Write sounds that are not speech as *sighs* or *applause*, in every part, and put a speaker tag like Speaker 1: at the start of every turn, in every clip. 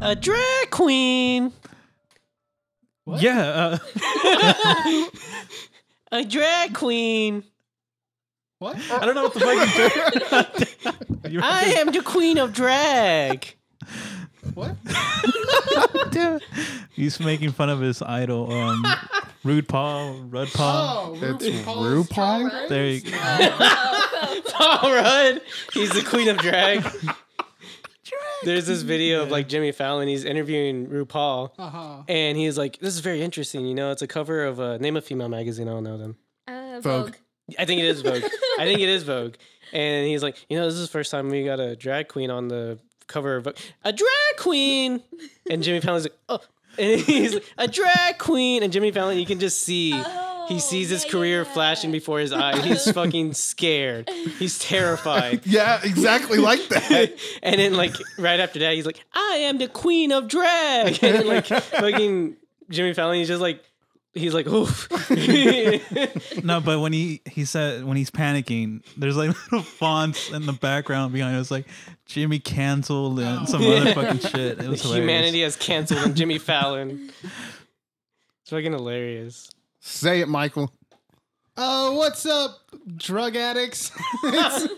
Speaker 1: a drag queen.
Speaker 2: Yeah, uh, *laughs*
Speaker 1: A drag queen.
Speaker 3: *laughs*
Speaker 4: What?
Speaker 2: I don't know what the fuck you're doing. You're-
Speaker 1: *laughs* I am the queen of *laughs* drag.
Speaker 4: What?
Speaker 3: Uh,
Speaker 2: Damn it. He's making fun of his idol,
Speaker 1: *laughs*
Speaker 2: um, Rude Paul, Rud Paul.
Speaker 4: Oh,
Speaker 3: That's
Speaker 4: RuPaul's Drag
Speaker 3: RuPaul?
Speaker 4: Race?
Speaker 2: There you go.
Speaker 1: Paul Rudd. He's the queen of drag. There's this video of like Jimmy Fallon. He's interviewing RuPaul,
Speaker 4: Uh-huh.
Speaker 1: and he's like, "This is very interesting. You know, it's a cover of a name a female magazine. I don't know them.
Speaker 5: Uh,
Speaker 3: Vogue.
Speaker 5: Vogue.
Speaker 1: I think it is Vogue. I think it is Vogue. And he's like, you know, this is the first time we got a drag queen on the cover of Vogue. A drag queen. And Jimmy Fallon's like, oh. And he's like, a drag queen. And Jimmy Fallon, you can just see. he
Speaker 5: Oh,
Speaker 1: sees his
Speaker 5: yeah,
Speaker 1: career
Speaker 5: yeah.
Speaker 1: flashing before his eyes.
Speaker 5: *laughs*
Speaker 1: He's fucking scared. He's terrified.
Speaker 3: Yeah, exactly like that.
Speaker 1: and then, like, right after that, he's like, I am the queen of drag. And then, like, fucking Jimmy Fallon, he's just like, he's like, oof. *laughs*
Speaker 2: No, but when he he said when he's panicking, there's like *laughs* little fonts in the background behind us, like Jimmy canceled and some other fucking shit. It was hilarious.
Speaker 1: Oh. *laughs* Humanity has canceled on Jimmy Fallon. It's fucking hilarious.
Speaker 3: Say it, Michael.
Speaker 4: Uh, what's up, drug addicts? *laughs* it's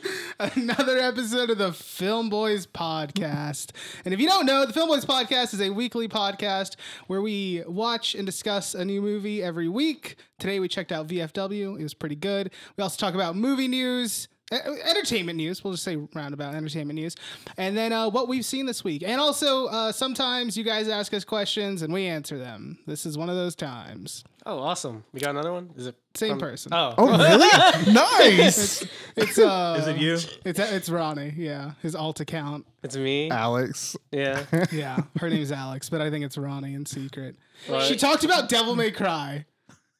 Speaker 4: another episode of the Film Boys Podcast. And if you don't know, the Film Boys Podcast is a weekly podcast where we watch and discuss a new movie every week. Today we checked out VFW, it was pretty good. We also talk about movie news. e- Entertainment news. We'll just say roundabout entertainment news, and then uh, what we've seen this week. And also, uh, sometimes you guys ask us questions and we answer them. This is one of those times.
Speaker 1: Oh, awesome. We got another one? Is it
Speaker 4: Same
Speaker 2: Um,
Speaker 4: person.
Speaker 1: Oh.
Speaker 3: Oh, really? nice.
Speaker 4: It's uh,
Speaker 2: Is it you?
Speaker 4: It's it's Ronnie, yeah. His alt account.
Speaker 1: It's me.
Speaker 3: *laughs* Alex.
Speaker 1: Yeah.
Speaker 4: Yeah. Her name's Alex, but I think it's Ronnie in secret.
Speaker 1: Right.
Speaker 4: She talked about Devil May Cry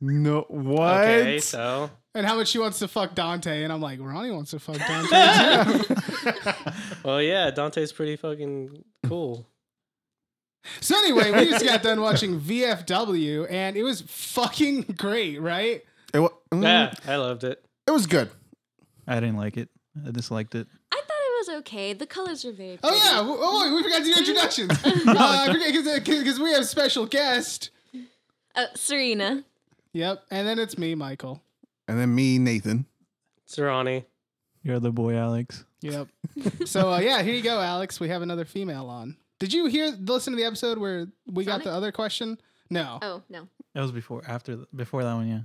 Speaker 3: No, what?
Speaker 1: Okay, so
Speaker 4: and how much she wants to fuck Dante, and I'm like, Ronnie wants to fuck Dante. too."
Speaker 1: well yeah, Dante's pretty fucking cool.
Speaker 4: so anyway, we just got done watching VFW and it was fucking great, right?
Speaker 3: It, wa- mm,
Speaker 1: Yeah, I loved it.
Speaker 3: it was good.
Speaker 2: I didn't like it. I disliked it.
Speaker 5: I thought it was okay. The colors were very.
Speaker 4: Oh
Speaker 5: pretty.
Speaker 4: yeah. w- Oh, wait, we forgot to do introductions. *laughs* Uh, because we have a special guest.
Speaker 5: Uh, Serena.
Speaker 4: Yep. And then it's me, Michael.
Speaker 3: And then me, Nathan.
Speaker 1: It's Ronnie.
Speaker 2: Your other boy, Alex.
Speaker 4: Yep. so uh, yeah, here you go, Alex. We have another female on. Did you hear listen to the episode where we got
Speaker 5: Sonic?
Speaker 4: the other question? No.
Speaker 5: Oh no.
Speaker 2: That was before after before that one. Yeah.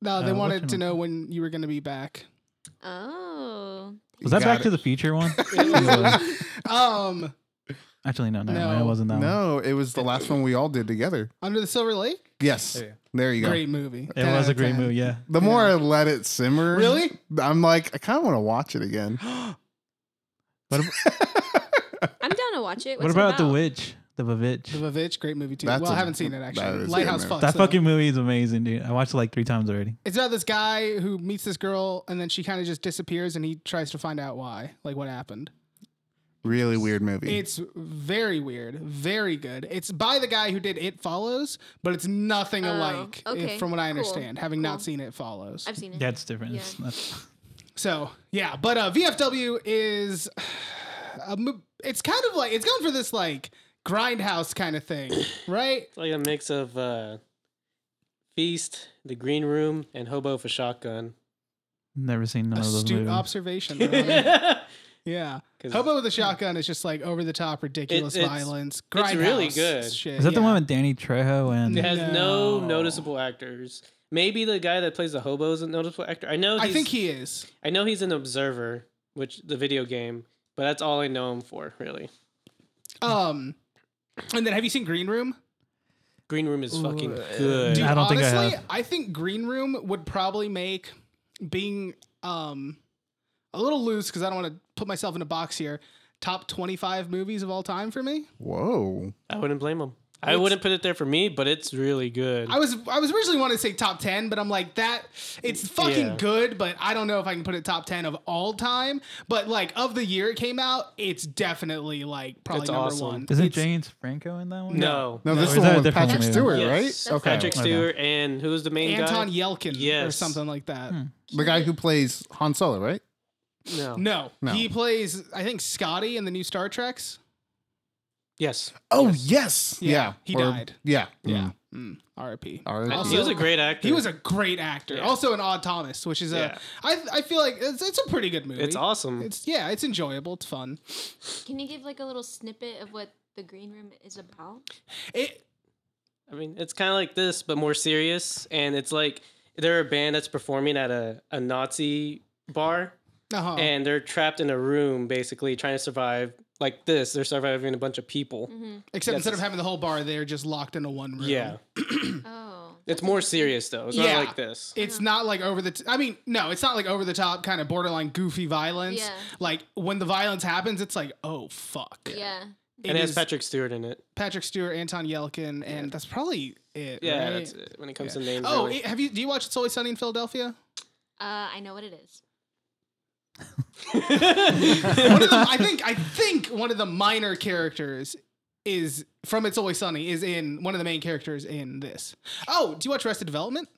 Speaker 4: no, they
Speaker 2: uh,
Speaker 4: wanted to
Speaker 2: whatchamacallit.
Speaker 4: know when you were going to be back.
Speaker 5: Oh.
Speaker 2: Was that
Speaker 3: Got
Speaker 2: Back
Speaker 3: it.
Speaker 2: to the
Speaker 1: *laughs*
Speaker 2: Future one? uh,
Speaker 4: Um,
Speaker 2: Actually, no, no,
Speaker 4: No.
Speaker 2: it wasn't that one.
Speaker 3: No, it was the last one we all did together.
Speaker 4: Under the Silver Lake?
Speaker 3: Yes.
Speaker 2: There you go.
Speaker 3: There you go.
Speaker 4: Great movie.
Speaker 2: It
Speaker 4: 10
Speaker 2: was
Speaker 4: out
Speaker 2: a
Speaker 4: of
Speaker 2: great
Speaker 4: 10.
Speaker 2: movie. Yeah.
Speaker 3: The more I let it simmer,
Speaker 4: Really?
Speaker 3: I'm like, I kind of want to watch it again.
Speaker 5: I'm down to watch it.
Speaker 2: what
Speaker 5: What's it
Speaker 2: about, the witch? The Vavitch.
Speaker 4: The Vavitch, uh, great movie too.
Speaker 3: That's
Speaker 4: well, I
Speaker 3: a-
Speaker 4: I haven't seen it
Speaker 3: that is a
Speaker 4: actually.
Speaker 3: good
Speaker 4: Lighthouse
Speaker 3: movie.
Speaker 4: Fox.
Speaker 2: that
Speaker 4: though.
Speaker 2: fucking movie is amazing, dude. I watched it like three times already.
Speaker 4: It's about this guy who meets this girl and then she kind of just disappears and he tries to find out why, like what happened.
Speaker 3: Really weird movie.
Speaker 4: It's very weird, very good. It's by the guy who did It Follows, but it's nothing
Speaker 5: Oh,
Speaker 4: alike, if-
Speaker 5: okay,
Speaker 4: from what I
Speaker 5: cool,
Speaker 4: understand, having
Speaker 5: cool.
Speaker 4: not seen It Follows.
Speaker 5: I've seen it.
Speaker 2: Yeah, it's different.
Speaker 5: Yeah.
Speaker 2: It's not-
Speaker 4: So yeah, but uh, VFW is *sighs* a mo- it's kind of like it's going for this like grindhouse kind of
Speaker 5: *coughs*
Speaker 4: thing, right?
Speaker 1: It's like a mix of uh Feast, The Green Room, and Hobo for Shotgun.
Speaker 2: never seen none of those
Speaker 4: Astute
Speaker 2: movies. *laughs*
Speaker 4: observation. Ronnie.
Speaker 1: it's
Speaker 4: yeah,
Speaker 1: *laughs* 'Cause-
Speaker 4: Hobo with a shotgun is just like over the top, ridiculous
Speaker 1: it's-
Speaker 4: violence. Grindhouse
Speaker 1: it's really good.
Speaker 4: Shit.
Speaker 2: Is that the
Speaker 4: yeah.
Speaker 2: one with Danny Trejo and?
Speaker 1: It has no.
Speaker 4: No.
Speaker 1: noticeable actors. Maybe the guy that plays the hobo is a noticeable actor. I know. He's,
Speaker 4: I think he is.
Speaker 1: I know he's an observer, which the video game, but that's all I know him for, really.
Speaker 4: Um, and then have you seen Green Room?
Speaker 1: Green Room is fucking good.
Speaker 4: Dude,
Speaker 2: I don't think
Speaker 4: honestly,
Speaker 2: I
Speaker 4: think Green Room would probably make being um a little loose because I don't want to put myself in a box here. Top twenty-five movies of all time for me.
Speaker 3: Whoa.
Speaker 1: I wouldn't blame him. I wouldn't put it there for me, but it's really good.
Speaker 4: I was I was originally wanting to say top ten, but I'm like that. It's fucking
Speaker 1: Yeah.
Speaker 4: good, but I don't know if I can put it top ten of all time. But like of the year it came out, it's definitely like probably
Speaker 1: It's
Speaker 4: number
Speaker 1: awesome.
Speaker 4: one.
Speaker 2: Isn't
Speaker 4: It's-
Speaker 2: James Franco in that one?
Speaker 1: no.
Speaker 3: No,
Speaker 2: Or
Speaker 3: this
Speaker 2: is
Speaker 3: is the
Speaker 2: that a
Speaker 3: one with
Speaker 2: different
Speaker 3: Patrick
Speaker 2: one?
Speaker 3: Stewart,
Speaker 1: Yes.
Speaker 3: right?
Speaker 5: That's
Speaker 1: Patrick
Speaker 2: Okay.
Speaker 1: Stewart and who's the main
Speaker 4: Anton
Speaker 1: guy?
Speaker 4: Yelkin or
Speaker 1: Yes.
Speaker 4: something like
Speaker 2: Hmm.
Speaker 4: that?
Speaker 3: The guy who plays Han Solo, right?
Speaker 1: No.
Speaker 4: No,
Speaker 3: No.
Speaker 4: he plays I think Scotty in the new Star Treks.
Speaker 1: Yes.
Speaker 3: Oh yes,
Speaker 4: Yeah,
Speaker 3: yeah.
Speaker 4: he died.
Speaker 3: Yeah,
Speaker 2: Hmm.
Speaker 4: Yeah. Mm. R.I.P.
Speaker 3: R.I.P.
Speaker 1: he was
Speaker 4: Also-
Speaker 1: a great actor.
Speaker 4: He was a great actor. Also in Odd Thomas, which is a
Speaker 1: Yeah.
Speaker 4: I I feel like it's, it's a pretty good movie.
Speaker 1: It's awesome.
Speaker 4: It's yeah, it's enjoyable. It's fun.
Speaker 5: Can you give like a little snippet of what the green room is about?
Speaker 4: It
Speaker 1: I mean, it's kind of like this, but more serious. And it's like they're a band that's performing at a, a Nazi bar,
Speaker 4: uh-huh.
Speaker 1: and they're trapped in a room, basically trying to survive. Like this, they're surviving a bunch of people.
Speaker 4: except instead of having the whole bar, they're just locked into one room.
Speaker 1: Yeah,
Speaker 4: Hmm.
Speaker 5: Oh,
Speaker 1: it's more serious though. It's
Speaker 4: Yeah.
Speaker 1: not like this.
Speaker 4: It's not like over the. T- I mean, no, it's not like over the top kind of borderline goofy violence.
Speaker 5: Yeah.
Speaker 4: Like when the violence happens, it's like, oh fuck.
Speaker 5: yeah.
Speaker 4: It
Speaker 1: and it has
Speaker 4: is
Speaker 1: Patrick Stewart in it.
Speaker 4: Patrick Stewart, Anton Yelkin, and that's probably it.
Speaker 1: Yeah,
Speaker 4: right?
Speaker 1: that's it. when it comes to names.
Speaker 4: Oh,
Speaker 1: really.
Speaker 4: it- have you? Do you watch It's Always Sunny in Philadelphia?
Speaker 5: Uh, I know what it is.
Speaker 4: *laughs* One of the, I think. I think one of the minor characters is from It's Always Sunny is in one of the main characters in this. Oh, do you watch Arrested Development?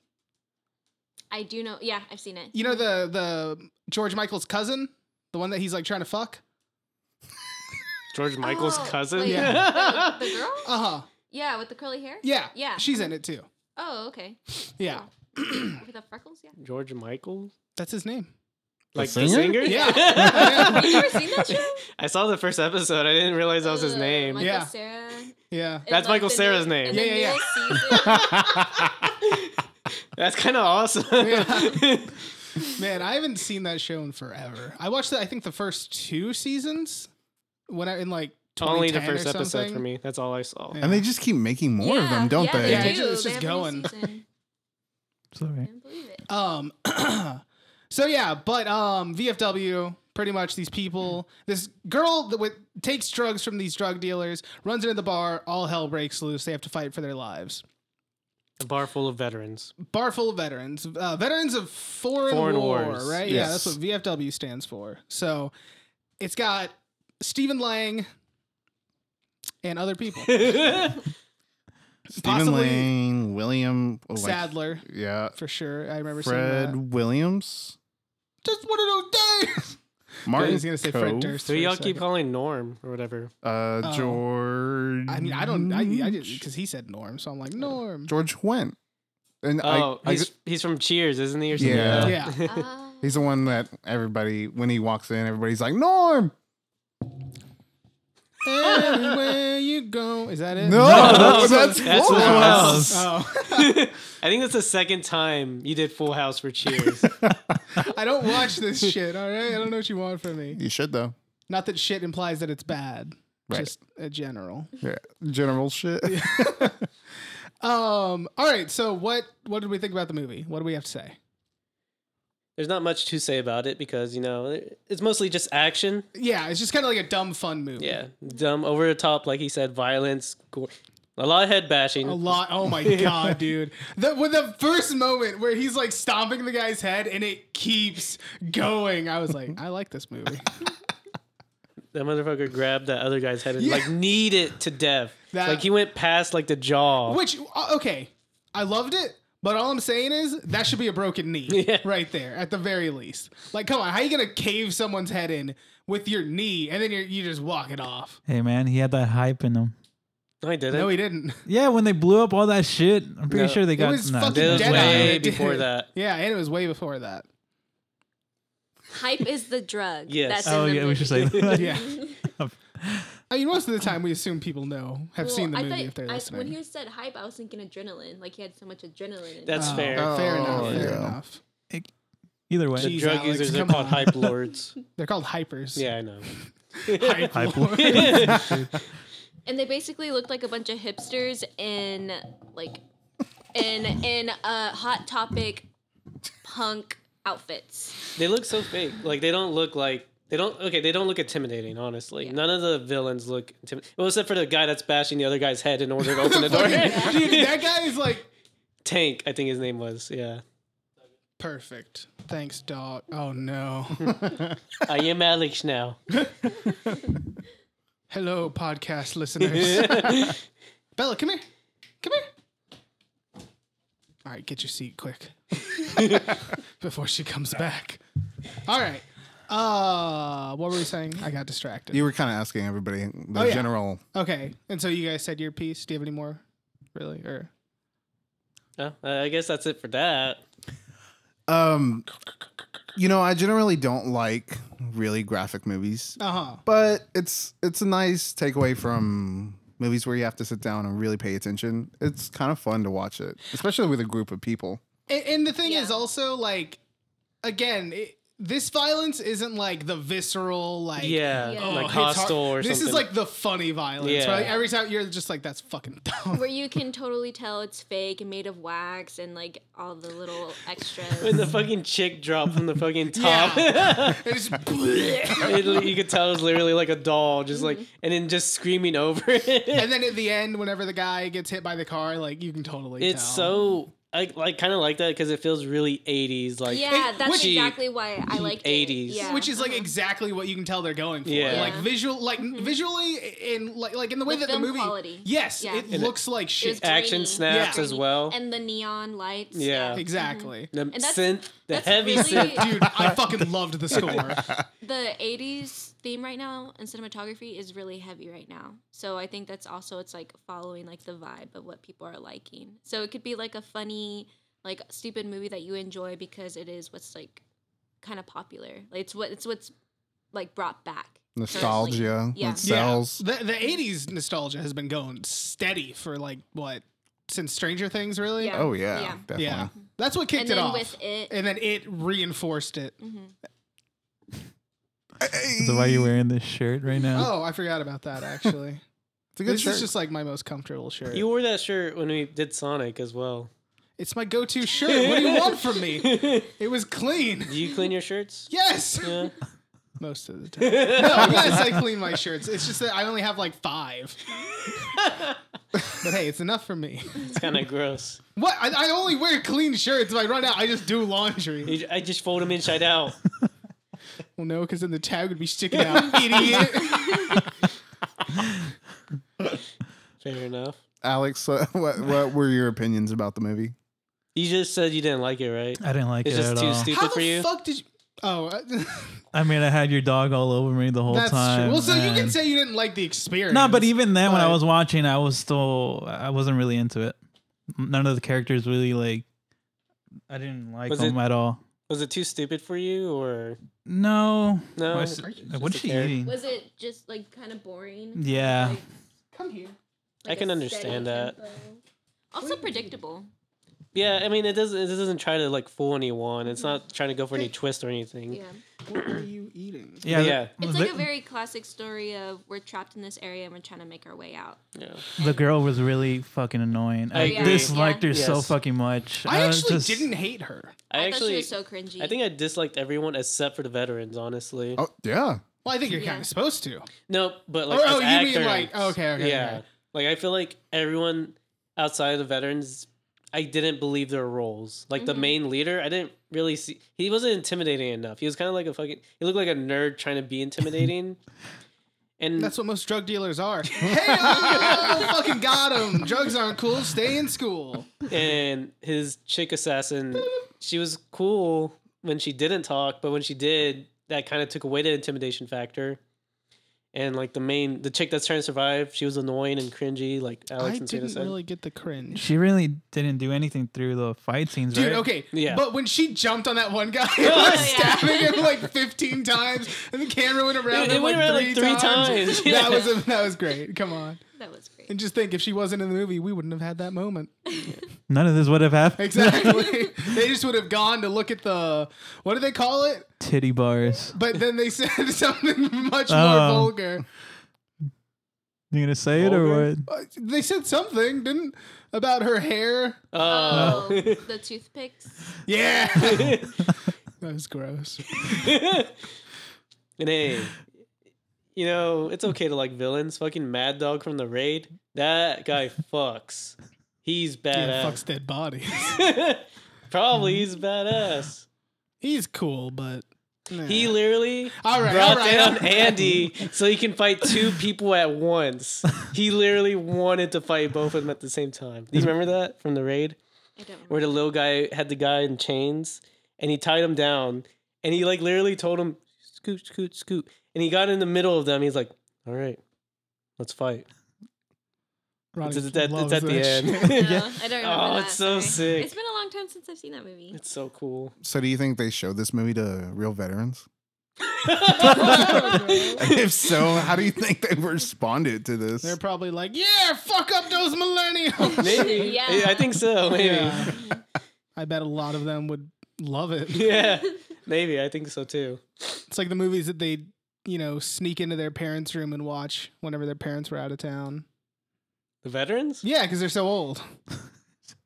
Speaker 5: I do know. Yeah, I've seen it.
Speaker 4: You know the the George Michael's cousin, the one that he's like trying to fuck.
Speaker 1: George Michael's
Speaker 5: Oh,
Speaker 1: cousin.
Speaker 5: wait,
Speaker 1: yeah. *laughs*
Speaker 5: wait, the girl?
Speaker 4: Uh huh.
Speaker 5: Yeah, with the curly hair.
Speaker 4: Yeah.
Speaker 5: Yeah.
Speaker 4: She's in it too.
Speaker 5: Oh, okay.
Speaker 4: Yeah.
Speaker 5: with the freckles. Yeah.
Speaker 1: George Michael,
Speaker 4: That's his name.
Speaker 1: like
Speaker 3: singer?
Speaker 1: the singer.
Speaker 5: *laughs*
Speaker 4: Yeah.
Speaker 5: Have you *laughs* ever seen that show?
Speaker 1: I saw the first episode. I didn't realize that was his
Speaker 5: Uh,
Speaker 1: name. *laughs*
Speaker 5: Michael
Speaker 4: Yeah.
Speaker 5: Sarah.
Speaker 4: Yeah.
Speaker 5: In,
Speaker 1: That's Michael
Speaker 5: the
Speaker 1: Cera's name.
Speaker 5: in
Speaker 4: Yeah,
Speaker 5: the
Speaker 4: yeah, yeah.
Speaker 5: newest season.
Speaker 1: That's kind of awesome. *laughs*
Speaker 4: Yeah. Man, I haven't seen that show in forever. I watched that. I think the first two seasons when I in like
Speaker 1: Only the
Speaker 4: 2010 or
Speaker 1: first episode for
Speaker 4: something.
Speaker 1: me. That's all I saw.
Speaker 4: Yeah.
Speaker 3: and they just keep making more of them, don't
Speaker 5: yeah,
Speaker 3: they?
Speaker 4: Yeah,
Speaker 5: They
Speaker 4: it's
Speaker 5: do.
Speaker 4: just- it's
Speaker 5: They
Speaker 4: just
Speaker 5: have a new
Speaker 4: going.
Speaker 5: season.
Speaker 2: Sorry.
Speaker 4: *laughs*
Speaker 5: Can't believe it.
Speaker 4: Um, *clears throat* so yeah, but um, VFW pretty much these people. This girl that with, takes drugs from these drug dealers runs into the bar. All hell breaks loose. They have to fight for their lives.
Speaker 1: A bar full of *laughs* veterans.
Speaker 4: Bar full of veterans, uh, veterans of foreign,
Speaker 1: Foreign
Speaker 4: war,
Speaker 1: wars.
Speaker 4: right? Yeah, that's
Speaker 3: Yes.
Speaker 4: what VFW stands for. So it's got Stephen Lang and other people.
Speaker 3: *laughs* Oh, Stephen
Speaker 4: Possibly-
Speaker 3: Lane, William oh, like-
Speaker 4: Sadler
Speaker 3: yeah,
Speaker 4: for sure. I remember seeing that.
Speaker 3: Fred Williams,
Speaker 4: Just one of those days.
Speaker 3: Martin.
Speaker 4: I was gonna say Fred
Speaker 3: Cove,
Speaker 4: Durst.
Speaker 1: So
Speaker 4: for a
Speaker 1: y'all keep
Speaker 4: second.
Speaker 1: calling Norm or whatever.
Speaker 3: Uh,
Speaker 4: Oh.
Speaker 3: George.
Speaker 4: I mean, I don't. I, I just because he said Norm, so I'm
Speaker 3: Uh,
Speaker 4: like Norm.
Speaker 3: George Wendt. And
Speaker 1: Oh,
Speaker 3: I, I,
Speaker 1: he's, he's from Cheers, isn't he? Or something?
Speaker 3: Yeah.
Speaker 4: Yeah.
Speaker 1: *laughs*
Speaker 5: Ah,
Speaker 3: he's the one that everybody when he walks in, everybody's like Norm.
Speaker 4: Everywhere you go, is that it?
Speaker 3: No, that's, that's,
Speaker 1: that's
Speaker 3: Full
Speaker 1: Full House.
Speaker 3: House.
Speaker 4: Oh,
Speaker 1: *laughs*
Speaker 4: *laughs*
Speaker 1: I think that's the second time you did Full House for Cheers.
Speaker 4: *laughs* I don't watch this shit. All right, I don't know what you want from me.
Speaker 3: You should though.
Speaker 4: Not that shit implies that it's bad.
Speaker 3: Right.
Speaker 4: Just a general.
Speaker 3: Yeah. General shit.
Speaker 4: Um. All right. So what what did we think about the movie? What do we have to say?
Speaker 1: There's not much to say about it because you know it's mostly just action.
Speaker 4: Yeah, it's just kind of like a dumb fun movie.
Speaker 1: Yeah, dumb, over the top, like he said, violence, gore, a lot of head bashing.
Speaker 4: A lot. Oh
Speaker 3: *laughs*
Speaker 4: my god, dude! The with the first moment where he's like stomping the guy's head and it keeps going, I was like, I like this movie.
Speaker 1: That motherfucker grabbed that other guy's head and
Speaker 4: Yeah.
Speaker 1: like kneed it to death.
Speaker 4: That-
Speaker 1: like he went past like the jaw.
Speaker 4: Which uh, okay, I loved it, but all I'm saying is that should be a broken knee
Speaker 1: *laughs* Yeah.
Speaker 4: right there at the very least. Like, come on, how you gonna cave someone's head in with your knee and then you're, you just walk it off?
Speaker 2: Hey man, he had that hype in him.
Speaker 1: no, he didn't.
Speaker 4: No, he didn't. *laughs*
Speaker 2: Yeah, when they blew up all that shit, I'm pretty
Speaker 1: No.
Speaker 2: sure they
Speaker 4: It
Speaker 2: got
Speaker 4: was
Speaker 2: no,
Speaker 4: fucking
Speaker 1: That was
Speaker 4: dead
Speaker 1: way
Speaker 4: on it,
Speaker 1: before
Speaker 4: dude.
Speaker 1: that.
Speaker 4: Yeah, and it was way
Speaker 1: *laughs*
Speaker 4: before that.
Speaker 5: hype is the drug.
Speaker 1: Yes.
Speaker 5: That's
Speaker 2: Oh
Speaker 5: in the
Speaker 2: yeah, we
Speaker 5: movie.
Speaker 2: should say that.
Speaker 4: Yeah. I mean, most of the time we assume people know have
Speaker 5: Well,
Speaker 4: seen the
Speaker 5: I
Speaker 4: movie
Speaker 5: thought-
Speaker 4: if they're
Speaker 5: I-
Speaker 4: listening.
Speaker 5: when he said hype, I was thinking adrenaline. Like he had so much adrenaline. In
Speaker 1: That's
Speaker 4: *laughs* Oh,
Speaker 1: fair.
Speaker 4: Fair
Speaker 3: Oh,
Speaker 4: enough. Fair
Speaker 3: yeah.
Speaker 4: enough.
Speaker 2: *laughs* Either way,
Speaker 1: The
Speaker 4: Jeez,
Speaker 1: drug
Speaker 4: Alex,
Speaker 1: users are
Speaker 4: come
Speaker 1: called
Speaker 4: on.
Speaker 1: hype lords.
Speaker 4: They're called hypers.
Speaker 1: yeah, I know.
Speaker 4: Hype
Speaker 2: Hype
Speaker 4: lords. *laughs*
Speaker 1: *laughs*
Speaker 5: it. and they basically looked like a bunch of hipsters in like in in uh, hot topic punk outfits.
Speaker 1: They look so fake. Like they don't look like they don't. Okay, they don't look intimidating. Honestly, none of the villains look. Intim- well, except for the guy that's bashing the other guy's head in order to open the door.
Speaker 4: *laughs*
Speaker 1: *laughs*
Speaker 4: Dude, that guy is like
Speaker 1: Tank, I think his name was. Yeah,
Speaker 4: perfect. Thanks, dog. Oh no.
Speaker 1: I am Alex now.
Speaker 4: Hello,
Speaker 1: *laughs*
Speaker 4: podcast listeners. Bella, come here. Come here. All
Speaker 1: *laughs*
Speaker 4: right, get your seat quick before she comes back. All right. Uh, what were we saying? I got distracted.
Speaker 3: *laughs* You were kind of asking everybody the
Speaker 4: Oh, yeah.
Speaker 3: general.
Speaker 4: okay, and so you guys said your piece. Do you have any more? Really? Or
Speaker 1: Oh, uh, I guess that's it for that.
Speaker 3: Um, you know, I generally don't like really graphic movies,
Speaker 4: uh
Speaker 1: Uh-huh.
Speaker 4: huh.
Speaker 3: but it's it's a nice takeaway from movies where you have to sit down and really pay attention. It's kind of fun to watch it, especially with a group of people.
Speaker 4: And, and the thing
Speaker 5: Yeah.
Speaker 4: is also like, again, it, this violence isn't like the visceral like. oh,
Speaker 1: Yeah,
Speaker 5: Yeah.
Speaker 1: like
Speaker 4: it's hard-
Speaker 1: hostile or
Speaker 4: this
Speaker 1: something.
Speaker 4: is like the funny violence,
Speaker 1: Yeah.
Speaker 4: right? Every time you're just like, that's fucking *laughs* dumb.
Speaker 5: Where you can totally tell it's fake and made of wax and like all the little
Speaker 1: when
Speaker 5: extras.
Speaker 1: the fucking chick dropped from the fucking top. *laughs*
Speaker 4: *laughs* Yeah. It's just-
Speaker 1: It- you could tell it was literally like a doll, just like,
Speaker 4: Mm-hmm.
Speaker 1: and then just screaming over
Speaker 4: *laughs*
Speaker 1: it.
Speaker 4: and then at the end, whenever the guy gets hit by the car, like you can totally.
Speaker 1: It's
Speaker 4: tell.
Speaker 1: so I like kind of like that because it feels really '80s, like
Speaker 5: yeah,
Speaker 4: it-
Speaker 5: that's
Speaker 4: which-
Speaker 5: exactly why I liked
Speaker 1: 80s.
Speaker 5: it. Yeah.
Speaker 4: Which is like exactly what you can tell they're going for,
Speaker 1: Yeah.
Speaker 4: like
Speaker 5: Yeah.
Speaker 4: visual, like visually in like like in the way
Speaker 5: Mm-hmm. The
Speaker 4: that the
Speaker 5: film
Speaker 4: movie.
Speaker 5: quality.
Speaker 4: Yes,
Speaker 5: Yeah.
Speaker 4: it
Speaker 5: And
Speaker 1: it-
Speaker 4: looks like
Speaker 5: It was
Speaker 4: shit.
Speaker 1: action
Speaker 5: grainy.
Speaker 1: snaps
Speaker 4: Yeah.
Speaker 1: as well.
Speaker 5: and the neon lights.
Speaker 1: Yeah.
Speaker 4: Exactly.
Speaker 1: the
Speaker 5: that's-
Speaker 1: synth, the
Speaker 5: that's
Speaker 1: heavy
Speaker 5: really-
Speaker 1: synth.
Speaker 4: Dude, I fucking loved the score.
Speaker 5: The 80s theme right now in cinematography is really heavy right now. So I think that's also it's like following like the vibe of what people are liking. So it could be like a funny, like stupid movie that you enjoy because it is what's like kind of popular. Like it's what it's what's like brought back.
Speaker 3: Nostalgia.
Speaker 5: Yeah.
Speaker 3: It sells.
Speaker 4: Yeah. The, the 80s nostalgia has been going steady for like what? Since Stranger Things, really?
Speaker 5: Yeah.
Speaker 3: Oh yeah,
Speaker 5: Yeah.
Speaker 3: definitely.
Speaker 4: Yeah. That's what kicked
Speaker 5: and
Speaker 4: it
Speaker 5: then
Speaker 4: off.
Speaker 5: with it, mm-hmm.
Speaker 4: and then it reinforced it.
Speaker 2: Is that why you're wearing this shirt right now?
Speaker 4: Oh, I forgot about that actually.
Speaker 3: It's a good
Speaker 4: this
Speaker 3: shirt.
Speaker 4: is just like my most comfortable
Speaker 1: *laughs*
Speaker 4: shirt.
Speaker 1: You wore that shirt when we did Sonic as well.
Speaker 4: it's my go to shirt. What do you want from me? It was clean.
Speaker 1: Do you clean your
Speaker 5: *laughs*
Speaker 1: shirts?
Speaker 4: Yes. *laughs*
Speaker 1: Yeah.
Speaker 4: Most of the time. No, yes, I clean my shirts. It's just that I only have like five. but hey, it's enough for me.
Speaker 1: It's kind of gross.
Speaker 4: What? I, I only wear clean shirts. If I run out, I just do laundry.
Speaker 1: You- I just fold them inside out.
Speaker 5: *laughs*
Speaker 4: Well, no, because then the tag would be sticking out, *laughs* idiot.
Speaker 1: Fair enough.
Speaker 3: Alex, *laughs* uh, what what were your opinions about the movie?
Speaker 1: You just said you didn't like it, right?
Speaker 4: Oh.
Speaker 2: I didn't like
Speaker 1: It's
Speaker 2: it
Speaker 1: just
Speaker 2: at
Speaker 1: too
Speaker 2: all.
Speaker 1: stupid
Speaker 4: How
Speaker 1: for
Speaker 4: the
Speaker 1: you.
Speaker 4: fuck did you? Oh, uh, *laughs*
Speaker 2: I mean, I had your dog all over me the whole
Speaker 4: that's
Speaker 2: time.
Speaker 4: true. Well, so you can
Speaker 2: and-
Speaker 4: say you didn't like the experience.
Speaker 2: No, but even then, when I
Speaker 4: But-
Speaker 2: was watching, I was still I wasn't really into it. None of the characters really like. I didn't like
Speaker 1: Was
Speaker 2: them
Speaker 1: it-
Speaker 2: at all.
Speaker 1: Was it too stupid for you, or
Speaker 2: No.
Speaker 1: No,
Speaker 2: Why is-
Speaker 1: Are you
Speaker 2: like, What's
Speaker 1: just
Speaker 2: she
Speaker 1: a character?
Speaker 2: eating?
Speaker 5: was it just like kind of boring?
Speaker 2: Yeah.
Speaker 5: Like-
Speaker 4: come here.
Speaker 1: I
Speaker 5: like
Speaker 1: can
Speaker 5: a
Speaker 1: understand
Speaker 5: steady
Speaker 1: that.
Speaker 5: tempo. Also predictable.
Speaker 1: Yeah, I mean, it doesn't. It doesn't try to like fool anyone. It's not trying to go
Speaker 5: *laughs*
Speaker 1: for any twist or anything.
Speaker 5: Yeah.
Speaker 4: What are you eating?
Speaker 2: Yeah.
Speaker 1: Yeah.
Speaker 2: The,
Speaker 5: It's like a
Speaker 2: the-
Speaker 5: very classic story of we're trapped in this area and we're trying to make our way out.
Speaker 1: Yeah.
Speaker 2: the girl was really fucking annoying.
Speaker 1: I
Speaker 2: I,
Speaker 1: agree.
Speaker 2: disliked her so
Speaker 1: Yes.
Speaker 2: fucking much.
Speaker 4: I
Speaker 2: was
Speaker 4: actually
Speaker 2: Uh, just-
Speaker 4: didn't hate her.
Speaker 1: I,
Speaker 5: I,
Speaker 1: actually,
Speaker 5: thought she was so cringy.
Speaker 1: I think I disliked everyone except for the veterans. Honestly,
Speaker 3: Oh yeah,
Speaker 4: Well, I think you're
Speaker 5: Yeah.
Speaker 4: kind of supposed to.
Speaker 1: no, but like,
Speaker 4: Oh,
Speaker 1: as
Speaker 4: oh, you mean,
Speaker 1: actors,
Speaker 4: like, okay, okay,
Speaker 1: yeah.
Speaker 4: okay.
Speaker 1: Like I feel like everyone outside of the veterans, I didn't believe their roles. Like the main leader, I didn't really see. He wasn't intimidating enough. He was kind of like a fucking. He looked like a nerd trying to be
Speaker 4: *laughs*
Speaker 1: intimidating. and
Speaker 4: That's what most drug dealers are. hey, oh, fucking got him. Drugs aren't cool. Stay in school.
Speaker 1: and his chick assassin, she was cool when she didn't talk, but when she did, that kind of took away the intimidation factor. And like the main, the chick that's trying to survive, she was annoying and cringy, like Alex and
Speaker 4: I
Speaker 1: Santa
Speaker 4: didn't
Speaker 1: said.
Speaker 4: really get the cringe.
Speaker 2: She really didn't do anything through the fight scenes,
Speaker 4: Dude,
Speaker 2: right?
Speaker 4: okay.
Speaker 1: Yeah.
Speaker 4: But when she jumped on that one guy, and was stabbing him like 15 times, and the camera went around
Speaker 1: Dude,
Speaker 4: him
Speaker 1: it went
Speaker 4: like,
Speaker 1: around,
Speaker 4: three
Speaker 1: like, three
Speaker 4: times.
Speaker 1: times. Yeah.
Speaker 4: *laughs* That was a, that was great. Come on.
Speaker 5: that was great.
Speaker 4: And just think, if she wasn't in the movie, we wouldn't have had that moment. *laughs*
Speaker 2: None of this would have happened.
Speaker 4: Exactly. they just would have gone to look at the what do they call it?
Speaker 2: Titty bars.
Speaker 4: But then they *laughs* said something much more
Speaker 2: Oh.
Speaker 4: vulgar.
Speaker 2: You gonna say it or
Speaker 1: Vulgar?
Speaker 2: what?
Speaker 4: Uh, They said something, didn't about her hair.
Speaker 1: Oh. *laughs*
Speaker 4: *laughs*
Speaker 5: Oh, the toothpicks.
Speaker 4: Yeah. that was gross.
Speaker 1: and hey, you know it's okay to like villains. Fucking Mad Dog from the Raid, that guy fucks. He's
Speaker 4: Yeah,
Speaker 1: badass.
Speaker 4: fucks dead bodies. *laughs*
Speaker 1: *laughs* Probably he's badass.
Speaker 4: He's cool, but nah.
Speaker 1: He literally
Speaker 4: all right, all
Speaker 1: brought
Speaker 4: right.
Speaker 1: down
Speaker 4: all right.
Speaker 1: Andy so he can fight two people at once. He literally wanted to fight both of them at the same time. Do you remember that from the raid
Speaker 5: I don't remember.
Speaker 1: where the little guy had the guy in chains and he tied him down and he like literally told him scoot, scoot, scoot. And he got in the middle of them. He's like, all right, let's fight.
Speaker 4: *laughs* Ronnie
Speaker 1: It's, at- that-
Speaker 4: loves
Speaker 1: it's at the
Speaker 4: that shit.
Speaker 1: end. *laughs*
Speaker 4: *laughs*
Speaker 5: No, I don't remember.
Speaker 1: Oh,
Speaker 5: that,
Speaker 1: it's so
Speaker 5: sorry.
Speaker 1: sick.
Speaker 5: It's been a long time since I've seen
Speaker 4: *laughs*
Speaker 5: that movie.
Speaker 1: It's so cool.
Speaker 3: So do you think they showed this movie to real veterans? *laughs* if so, how do you think they responded to this?
Speaker 4: They're probably like, yeah, fuck up those millennials.
Speaker 1: Maybe.
Speaker 5: Yeah.
Speaker 1: I think so. *laughs* Maybe. Yeah. *laughs*
Speaker 4: Yeah. I bet a lot of them would love it. *laughs*
Speaker 1: Maybe. I think so too.
Speaker 4: It's like the movies that they, you know, sneak into their parents' room and watch whenever their parents were out of town.
Speaker 1: The veterans?
Speaker 4: *laughs* Yeah, because they're so old.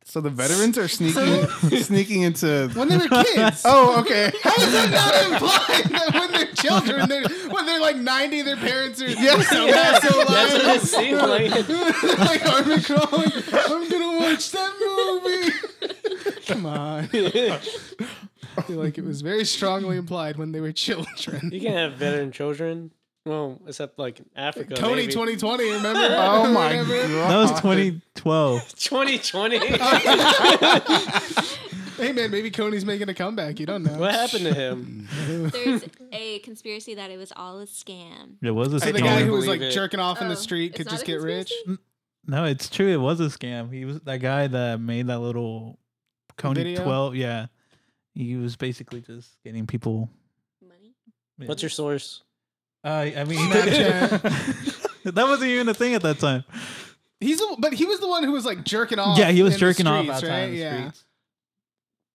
Speaker 3: So the veterans *laughs* are sneaking sneaking into.
Speaker 4: When
Speaker 1: *laughs*
Speaker 4: they were kids.
Speaker 3: Oh, okay. *laughs*
Speaker 4: How is that not implying that when they're children, they're, when they're like 90, their parents are
Speaker 3: Yeah.
Speaker 4: so bad, so
Speaker 1: *laughs* That's what it
Speaker 4: alive?
Speaker 1: seemed like.
Speaker 4: *laughs* like Harvey Crawling, I'm gonna watch that movie. *laughs* Come on. *laughs* I feel like it was very strongly implied when they were children.
Speaker 1: You can't have veteran children. Well, except like Africa.
Speaker 4: Tony
Speaker 1: maybe. *laughs*
Speaker 2: *laughs*
Speaker 4: 2020, remember? *laughs*
Speaker 3: Oh my god.
Speaker 4: Whatever.
Speaker 2: That
Speaker 3: *laughs*
Speaker 2: was 2012.
Speaker 4: *laughs*
Speaker 1: 2020.
Speaker 4: Hey man, maybe Coney's making a comeback. You don't know.
Speaker 1: what happened to
Speaker 3: *laughs*
Speaker 1: him?
Speaker 5: There's a conspiracy that it was all a scam.
Speaker 2: It was a
Speaker 4: So
Speaker 2: scam.
Speaker 4: the guy who was like
Speaker 1: Believe it.
Speaker 4: jerking off in
Speaker 5: Oh,
Speaker 4: the street
Speaker 5: it's
Speaker 4: could
Speaker 5: not
Speaker 4: just
Speaker 5: a
Speaker 4: get rich.
Speaker 5: conspiracy?
Speaker 2: no, it's true. It was a scam. He was that guy that made that little Coney
Speaker 4: Video?
Speaker 2: 12. Yeah. He was basically just getting people.
Speaker 5: Money.
Speaker 1: What's your source?
Speaker 2: Uh, I mean,
Speaker 4: Snapchat.
Speaker 2: *laughs* that wasn't even a thing at that time.
Speaker 4: He's the, but he was the one who was like jerking off.
Speaker 2: yeah, he was
Speaker 4: Oh, in the
Speaker 2: jerking off
Speaker 4: streets,
Speaker 2: outside
Speaker 4: right?
Speaker 2: in the
Speaker 4: yeah.
Speaker 2: streets.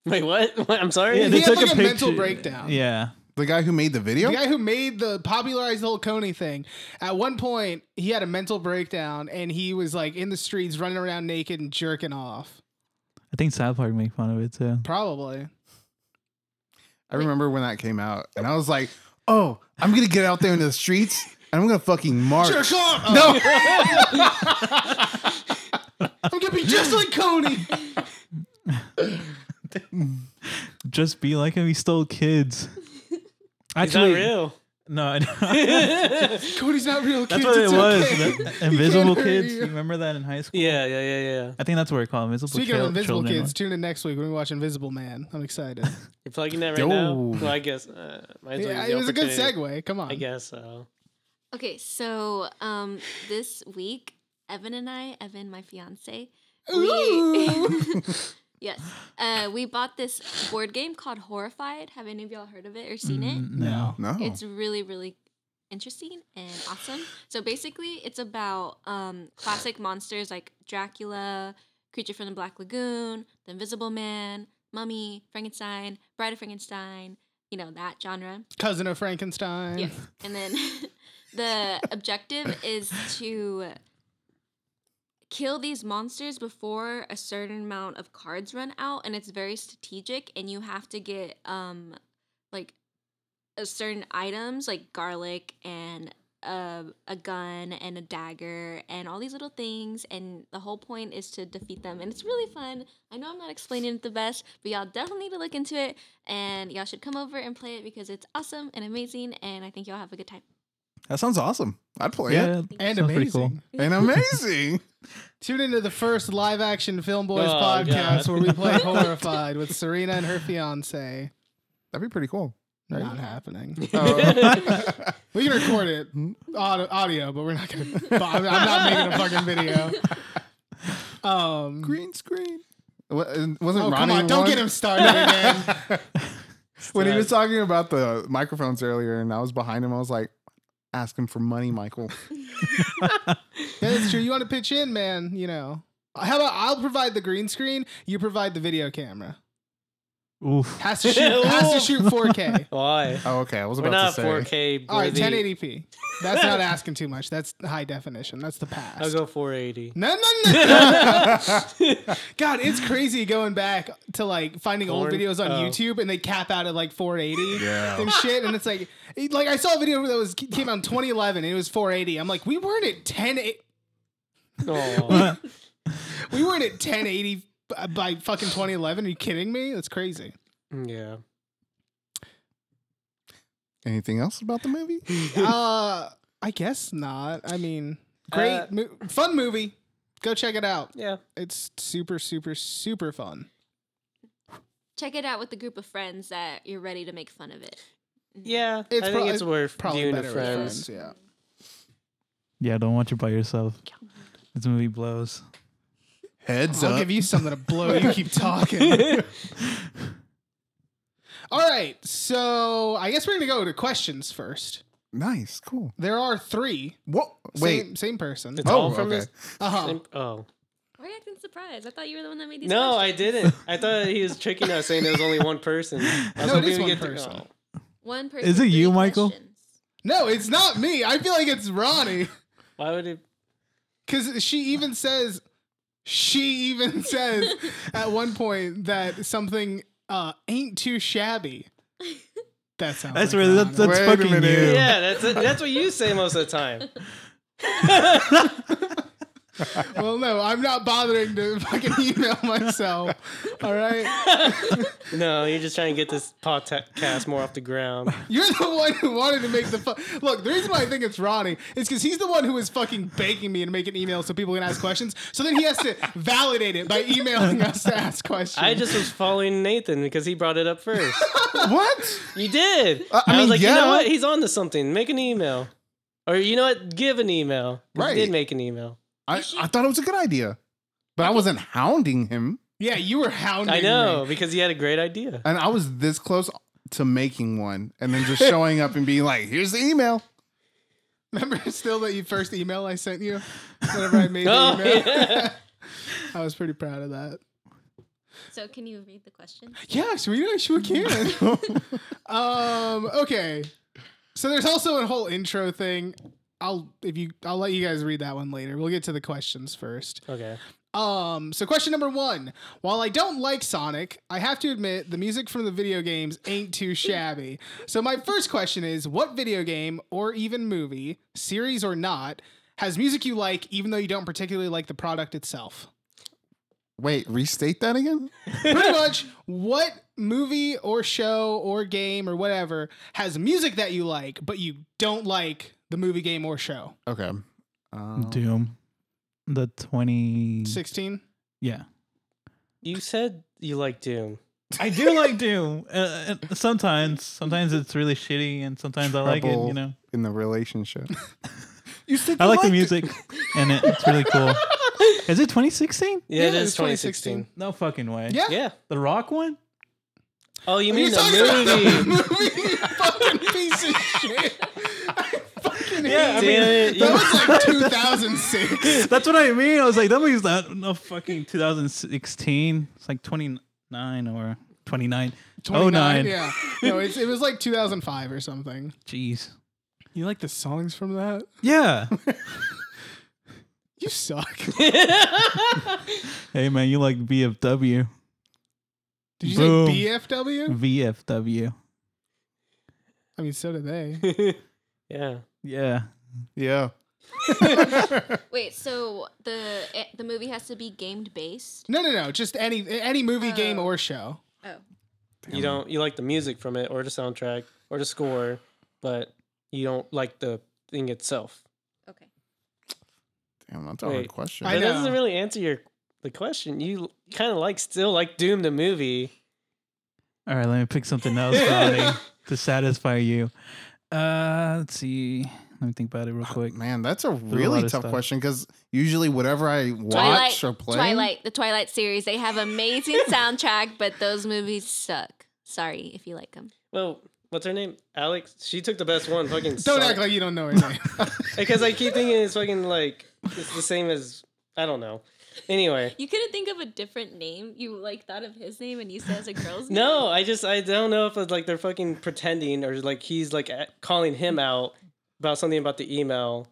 Speaker 1: Wait, what? *laughs* what? I'm sorry.
Speaker 2: Yeah, they
Speaker 4: they
Speaker 3: *laughs*
Speaker 4: had,
Speaker 2: took
Speaker 4: like,
Speaker 2: a
Speaker 4: a mental
Speaker 2: picture.
Speaker 4: breakdown.
Speaker 2: Yeah,
Speaker 3: The guy who made the video?
Speaker 4: The guy who made the popularized the whole Coney thing. At one point, he had a mental breakdown and he was like in the streets running around naked and jerking off.
Speaker 2: I think South Park made fun of it too.
Speaker 4: Probably.
Speaker 3: I remember when that came out, and I was like, "Oh, I'm gonna get out there into the streets, and I'm gonna fucking march."
Speaker 4: off.
Speaker 3: No,
Speaker 4: I'm
Speaker 2: *laughs*
Speaker 4: gonna be just like Coney.
Speaker 2: Just be like him. He stole kids.
Speaker 1: It's not
Speaker 2: Actually,
Speaker 1: real. *laughs*
Speaker 2: no, I know.
Speaker 4: *laughs* Coney's not real. Kids.
Speaker 2: that's what it
Speaker 4: it's
Speaker 2: was.
Speaker 4: okay.
Speaker 2: the Invisible
Speaker 4: hurt
Speaker 2: kids.
Speaker 4: you.
Speaker 2: You remember that in high school?
Speaker 1: Yeah, yeah, yeah, yeah.
Speaker 2: I think that's what we call them. Invisible
Speaker 4: *laughs* Speaking of
Speaker 2: chil-
Speaker 4: Invisible
Speaker 2: children.
Speaker 4: Kids, tune in next week when we watch Invisible Man. I'm excited.
Speaker 1: You're plugging that right
Speaker 3: Yo.
Speaker 1: now. Well, I guess. Uh, might as well
Speaker 4: yeah,
Speaker 1: use the
Speaker 4: it was a good
Speaker 1: opportunity.
Speaker 4: segue. Come on.
Speaker 1: I guess so.
Speaker 5: Okay, so um, this week, Evan and I, Evan, my fiance,
Speaker 4: Ooh.
Speaker 5: we *laughs* yes, uh, we bought this board game called Horrified. Have any of y'all heard of it or seen it?
Speaker 2: Mm, No.
Speaker 3: no.
Speaker 5: It's really, really interesting and awesome. So basically, it's about um, classic monsters like Dracula, Creature from the Black Lagoon, The Invisible Man, Mummy, Frankenstein, Bride of Frankenstein, you know, that genre.
Speaker 4: Cousin of Frankenstein.
Speaker 5: Yeah. And then *laughs* the objective is to kill these monsters before a certain amount of cards run out and it's very strategic and you have to get um like a certain items like garlic and a, a gun and a dagger and all these little things and the whole point is to defeat them and it's really fun i know i'm not explaining it the best but y'all definitely need to look into it and y'all should come over and play it because it's awesome and amazing and i think y'all have a good time
Speaker 3: That sounds awesome. I'd play
Speaker 2: Oh, Yeah,
Speaker 4: And
Speaker 2: sounds
Speaker 4: amazing.
Speaker 2: pretty cool.
Speaker 3: it. And amazing.
Speaker 4: Tune into the first live action Film Boys
Speaker 1: Oh,
Speaker 4: podcast
Speaker 1: God.
Speaker 4: where we
Speaker 2: *laughs*
Speaker 4: play Horrified with Serena and her fiance.
Speaker 3: That'd be pretty cool.
Speaker 4: Not happening.
Speaker 3: Oh.
Speaker 4: We can record it audio, audio but we're not gonna. I'm, I'm not making a fucking video. Um,
Speaker 3: *laughs* Green screen. What, and wasn't
Speaker 4: oh
Speaker 3: Ronnie
Speaker 4: come on! Don't
Speaker 3: one-
Speaker 4: get him started
Speaker 1: *laughs*
Speaker 4: again.
Speaker 3: When he was talking about the microphones earlier, and I was behind him, I was like, "Ask him for money,
Speaker 4: *laughs*
Speaker 3: Michael."
Speaker 4: That's true. You want to pitch in, man? You know. How about I'll provide the green screen, you provide the video camera.
Speaker 2: Oof. *laughs*
Speaker 4: Has
Speaker 1: *laughs*
Speaker 4: to shoot. has to shoot 4K.
Speaker 1: Why?
Speaker 3: Oh, okay. I was
Speaker 1: We're
Speaker 3: about to
Speaker 1: not
Speaker 3: say.
Speaker 1: 4K.
Speaker 4: *laughs* All right,
Speaker 1: worthy.
Speaker 4: 1080p. That's not asking too much. That's high definition. That's the past.
Speaker 1: I'll go 480.
Speaker 4: *laughs* No,
Speaker 1: *laughs*
Speaker 4: no, no. God, it's crazy going back to like finding old
Speaker 1: Porn?
Speaker 4: videos on
Speaker 1: Oh.
Speaker 4: YouTube and they cap out at like 480
Speaker 3: Yeah.
Speaker 4: and shit. And it's like, it- like I saw a video that was came out in 2011 and it was 480. I'm like, we weren't at 10,
Speaker 1: Aw.
Speaker 4: we weren't at 1080 b- by fucking 2011. Are you kidding me?
Speaker 1: *laughs*
Speaker 4: That's crazy.
Speaker 1: yeah.
Speaker 3: Anything else about the movie?
Speaker 4: Uh, I guess not. I mean, great,
Speaker 1: Uh,
Speaker 4: mo- fun movie. Go check it out.
Speaker 1: Yeah.
Speaker 4: It's super, super, super fun.
Speaker 5: check it out with a group of friends that you're ready to make fun of it
Speaker 1: Yeah,
Speaker 4: It's
Speaker 1: I
Speaker 4: pro-
Speaker 1: think it's worth
Speaker 4: Probably
Speaker 1: viewing
Speaker 4: better
Speaker 1: with
Speaker 4: with
Speaker 1: friends.
Speaker 4: Yeah.
Speaker 2: Yeah, don't watch it by yourself. This movie blows.
Speaker 3: Heads
Speaker 4: I'll
Speaker 3: up.
Speaker 4: give you something to blow. You
Speaker 1: *laughs*
Speaker 4: keep talking.
Speaker 3: *laughs* Oh,
Speaker 4: All right, so I guess we're gonna go to questions first.
Speaker 3: nice. Cool.
Speaker 4: There are three.
Speaker 3: What? Wait.
Speaker 4: same, same person. Oh,
Speaker 1: It's all from this.
Speaker 4: Uh-huh.
Speaker 1: Oh
Speaker 5: Why are you acting surprised? I thought you were the one that made these.
Speaker 1: no, I
Speaker 5: questions.
Speaker 1: didn't. I thought he was tricking us, saying there was only one person. I was
Speaker 4: No, it
Speaker 1: hoping
Speaker 4: is
Speaker 1: we
Speaker 4: one
Speaker 1: get to-
Speaker 4: person.
Speaker 1: oh.
Speaker 5: One person.
Speaker 2: it
Speaker 5: three
Speaker 2: you, Michael?
Speaker 5: questions.
Speaker 4: No, it's not me. I feel like it's Ronnie *laughs*
Speaker 1: Why would it?
Speaker 4: because she even says, she even *laughs* says at one point that something uh, ain't too shabby. That sounds.
Speaker 2: That's
Speaker 4: like
Speaker 2: really
Speaker 4: Ronnie.
Speaker 2: that's, that's
Speaker 3: Wait a
Speaker 2: fucking
Speaker 3: minute.
Speaker 2: you.
Speaker 1: Yeah, that's it. that's what you say most of the time.
Speaker 4: Well, no, I'm not bothering to fucking *laughs* email myself. All right.
Speaker 1: No, you're just trying to get this podcast more off the ground.
Speaker 4: You're the one who wanted to make the fu- look. The reason why I think it's Ronnie is because he's the one who is fucking begging me to make an email so people can ask questions. So then he has to validate it by emailing us to ask questions.
Speaker 1: I just was following Nathan because he brought it up first.
Speaker 3: What?
Speaker 1: You did.
Speaker 3: I
Speaker 1: was
Speaker 3: mean,
Speaker 1: like, you know
Speaker 3: yeah.
Speaker 1: what? He's on to something. Make an email. Or you know what? Give an email. Right.
Speaker 3: Right.
Speaker 1: He did make an email.
Speaker 3: I, I thought it was a good idea, but I wasn't hounding him,
Speaker 4: yeah, you were hounding.
Speaker 1: I know
Speaker 4: me.
Speaker 1: because he had a great idea.
Speaker 3: and I was this close to making one, and then just showing up and being like, "Here's the email."
Speaker 4: *laughs* Remember still that you first email I sent you, whenever I made the
Speaker 1: *laughs* Oh,
Speaker 4: email.
Speaker 1: yeah.
Speaker 4: *laughs* I was pretty proud of that.
Speaker 5: So can you read the question?
Speaker 4: Yes, we sure can.
Speaker 1: *laughs*
Speaker 4: um, okay. So there's also a whole intro thing. I'll if you I'll let you guys read that one later. We'll get to the questions first.
Speaker 1: Okay.
Speaker 4: Um, so question number one. While I don't like Sonic, I have to admit the music from the video games
Speaker 2: *laughs*
Speaker 4: ain't too shabby. So my first question is what video game or even movie, series or not, has music you like even though you don't particularly like the product itself?
Speaker 3: Wait, restate that again.
Speaker 2: *laughs*
Speaker 4: Pretty much what movie or show or game or whatever has music that you like, but you don't like the movie, game, or show.
Speaker 3: Okay. Um,
Speaker 2: Doom. The twenty.
Speaker 4: Sixteen?
Speaker 2: Yeah.
Speaker 1: You said you like Doom.
Speaker 2: I do like Doom. Uh, and sometimes, sometimes it's really shitty, and sometimes I like it. You
Speaker 3: Trouble.
Speaker 2: know,
Speaker 3: in the relationship. you said
Speaker 2: I
Speaker 3: you
Speaker 2: like the
Speaker 3: liked it.
Speaker 2: music, and it, it's really cool. *laughs* Is it 2016?
Speaker 1: Yeah, it
Speaker 4: Yeah,
Speaker 1: is
Speaker 4: it's 2016.
Speaker 1: 2016.
Speaker 2: No fucking way.
Speaker 4: Yeah.
Speaker 1: Yeah.
Speaker 2: The Rock one.
Speaker 1: Oh, you
Speaker 4: You're
Speaker 1: mean
Speaker 4: talking about *laughs* the
Speaker 1: the movie?
Speaker 4: movie, you fucking piece of shit. I fucking
Speaker 2: Yeah, I
Speaker 4: hate
Speaker 1: Damn it.
Speaker 4: it.
Speaker 1: you-
Speaker 4: That was like
Speaker 2: *laughs*
Speaker 4: 2006.
Speaker 2: That's what I mean. I was like, that movie's not no fucking 2016. It's like 29 or 29.
Speaker 4: 29,
Speaker 2: 09.
Speaker 4: Yeah. No, it's, it was like 2005 or something.
Speaker 2: Jeez.
Speaker 4: *laughs* You like the songs from that? *laughs*
Speaker 2: Yeah.
Speaker 4: You suck.
Speaker 2: hey man, you like VFW?
Speaker 4: Did you
Speaker 2: Boom.
Speaker 4: say BFW?
Speaker 2: VFW.
Speaker 4: I mean, so did they. *laughs*
Speaker 1: yeah.
Speaker 2: Yeah.
Speaker 3: Yeah.
Speaker 5: Wait, so the eh, the movie has to be gamed based.
Speaker 4: No, no, no. Just any any movie, game, or show.
Speaker 5: Oh,
Speaker 1: You don't. You like the music from it, or the soundtrack, or the score, but you don't like the thing itself.
Speaker 5: okay.
Speaker 3: Damn, that's a hard
Speaker 1: Wait.
Speaker 3: question.
Speaker 4: I
Speaker 1: That doesn't
Speaker 4: know.
Speaker 1: really answer your the question. You kind of like still like Doom the movie.
Speaker 2: All right, let me pick something
Speaker 4: *laughs*
Speaker 2: else, Ronnie, to satisfy you. Uh, let's see. Let me think about it
Speaker 4: Ah,
Speaker 2: real quick.
Speaker 3: Man, that's a
Speaker 2: a
Speaker 3: really
Speaker 2: lot of
Speaker 3: tough
Speaker 2: stuff.
Speaker 3: question because usually whatever I watch
Speaker 5: Twilight,
Speaker 3: or play,
Speaker 5: Twilight, the Twilight series. They
Speaker 1: *laughs*
Speaker 5: have amazing soundtrack, but those movies suck. Sorry if you like them.
Speaker 1: Well, what's her name? Alex. She took the best one. Fucking
Speaker 4: Don't act like you don't
Speaker 2: *laughs*
Speaker 4: know anything. *laughs*
Speaker 1: because I keep thinking it's fucking like it's the same as I don't know. Anyway,
Speaker 5: You couldn't think of a different name. You like thought of his name and you said as a girl's
Speaker 1: *laughs*
Speaker 5: name.
Speaker 1: no, I just I don't know if it's like they're fucking pretending or like he's like a- calling him out about something about the email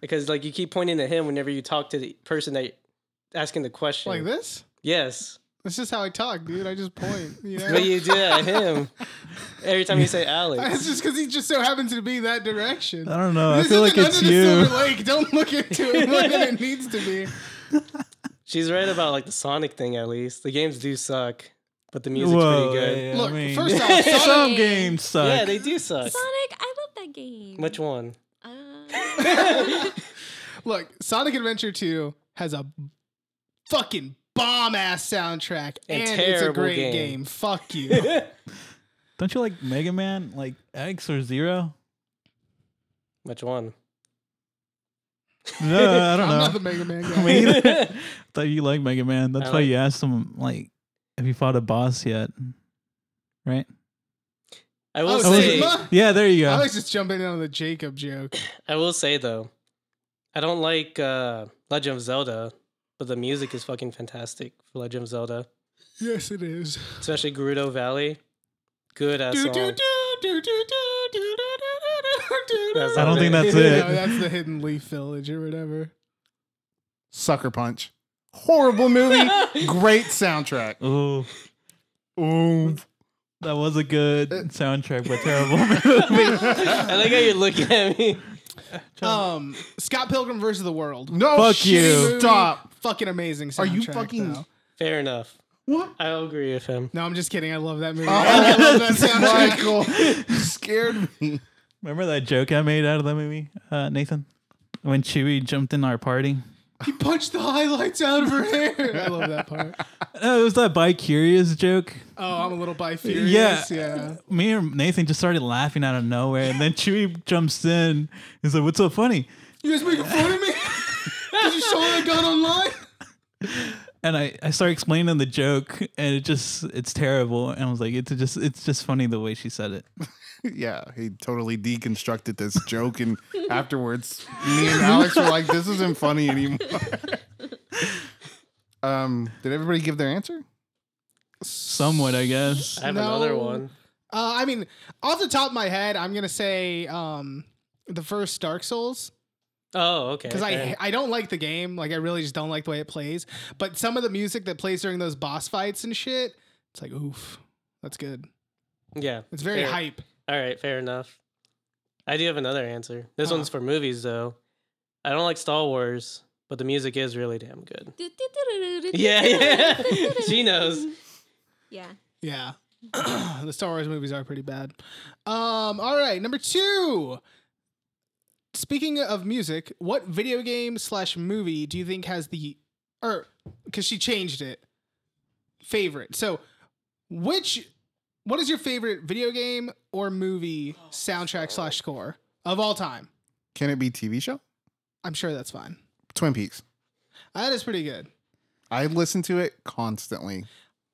Speaker 1: because like you keep pointing to him whenever you talk to the person that asking the question.
Speaker 4: like this?
Speaker 1: Yes.
Speaker 4: That's just how I talk, dude. I just point. You know?
Speaker 1: But you do that at him every time you say
Speaker 4: That's *laughs*
Speaker 1: Alex.
Speaker 4: just because he just so happens to be that direction.
Speaker 2: I don't know. I
Speaker 4: This
Speaker 2: feel like
Speaker 4: isn't
Speaker 2: it's
Speaker 4: under the
Speaker 2: you. *laughs*
Speaker 4: Silver Lake. Don't look into it more than it needs to be.
Speaker 1: She's right about like the Sonic thing at least. The games do suck, but the music's pretty good. Yeah.
Speaker 4: Look,
Speaker 2: *laughs*
Speaker 4: first off, Sonic-
Speaker 2: some games suck.
Speaker 1: they do suck.
Speaker 5: Sonic, I love that game.
Speaker 1: Which one?
Speaker 5: *laughs* Uh,
Speaker 4: Look, Sonic Adventure 2 has a fucking bomb ass soundtrack
Speaker 1: And
Speaker 4: and, it's a
Speaker 1: terrible
Speaker 4: great game.
Speaker 1: game.
Speaker 4: Fuck you.
Speaker 2: Don't you like Mega Man, like X or Zero?
Speaker 1: Which one?
Speaker 2: No, I
Speaker 4: *laughs* I'm
Speaker 2: don't know. *laughs*
Speaker 4: not the Mega Man guy.
Speaker 2: Me
Speaker 4: *laughs*
Speaker 2: either. I thought you liked Mega Man. That's
Speaker 1: I
Speaker 2: why
Speaker 1: like-
Speaker 2: you asked him like, have you fought a boss yet? Right?
Speaker 1: I
Speaker 4: Oh,
Speaker 1: will say,
Speaker 4: Sigma?
Speaker 2: Yeah, there you
Speaker 4: I
Speaker 2: go.
Speaker 4: was just jumping in on the Jacob joke.
Speaker 1: I will say though, I don't like uh, Legend of Zelda, but the music is fucking fantastic for Legend of Zelda,
Speaker 4: Yes, it is.
Speaker 1: especially Gerudo Valley. Good ass
Speaker 4: Do, do,
Speaker 1: song.
Speaker 4: do, do, do, do, do, do, do, do, do, do.
Speaker 1: That's
Speaker 2: I don't think
Speaker 1: it.
Speaker 2: that's
Speaker 4: No, *laughs*
Speaker 2: it.
Speaker 4: that's the Hidden Leaf Village or whatever.
Speaker 3: Sucker Punch. Horrible movie. Great soundtrack.
Speaker 2: Ooh,
Speaker 3: Ooh.
Speaker 2: that was a good
Speaker 4: Uh,
Speaker 2: soundtrack, but terrible.
Speaker 1: *laughs*
Speaker 2: *laughs*
Speaker 1: I like how you're looking at me.
Speaker 4: Um, Scott Pilgrim versus the World.
Speaker 3: No
Speaker 2: Fuck
Speaker 3: shit,
Speaker 2: you.
Speaker 3: movie. Stop.
Speaker 4: Fucking amazing. Soundtrack,
Speaker 3: Are you fucking-
Speaker 4: though.
Speaker 1: Fair enough.
Speaker 3: What?
Speaker 1: I'll agree with him.
Speaker 4: No, I'm just kidding. I love that movie. I love that soundtrack.
Speaker 3: *laughs* Michael scared me.
Speaker 2: Remember that joke I made out of that movie, uh, Nathan? When Chewie jumped in our party?
Speaker 4: He punched the highlights out of her hair. *laughs* I love that part.
Speaker 2: No, it was that bi curious joke.
Speaker 4: Oh, I'm a little bi furious. Yeah. yeah.
Speaker 2: Me and Nathan just started laughing out of nowhere, and then Chewie jumps in. He's like, "What's so funny?"
Speaker 4: You guys making fun *laughs* of me? Did you show what I got online?
Speaker 2: And I, I start explaining the joke, and it just it's terrible. And I was like, "It's just it's just funny the way she said it."
Speaker 3: Yeah, he totally deconstructed this joke, and afterwards, me and Alex were like, "This isn't funny anymore." *laughs* um, did everybody give their answer?
Speaker 2: Somewhat, I guess.
Speaker 1: I have
Speaker 4: No.
Speaker 1: another one.
Speaker 4: Uh, I mean, off the top of my head, I'm gonna say um, the first Dark Souls
Speaker 1: Oh, okay.
Speaker 4: because I
Speaker 1: fair.
Speaker 4: I don't like the game. Like I really just don't like the way it plays. But some of the music that plays during those boss fights and shit, it's like oof, that's good.
Speaker 1: yeah.
Speaker 4: It's very
Speaker 1: fair.
Speaker 4: hype.
Speaker 1: All right, fair enough. I do have another answer. This
Speaker 4: Uh-huh.
Speaker 1: one's for movies though. I don't like Star Wars, but the music is really damn good. Yeah, yeah. she knows.
Speaker 5: Yeah.
Speaker 4: Yeah. *clears throat* the Star Wars movies are pretty bad. Um, all right, number two. Speaking of music, what video game slash movie do you think has the or because she changed it favorite? So, which what is your favorite video game or movie soundtrack slash score of all time?
Speaker 3: Can it be TV show?
Speaker 4: I'm sure that's fine.
Speaker 3: Twin Peaks.
Speaker 4: That is pretty good.
Speaker 3: I listen to it constantly.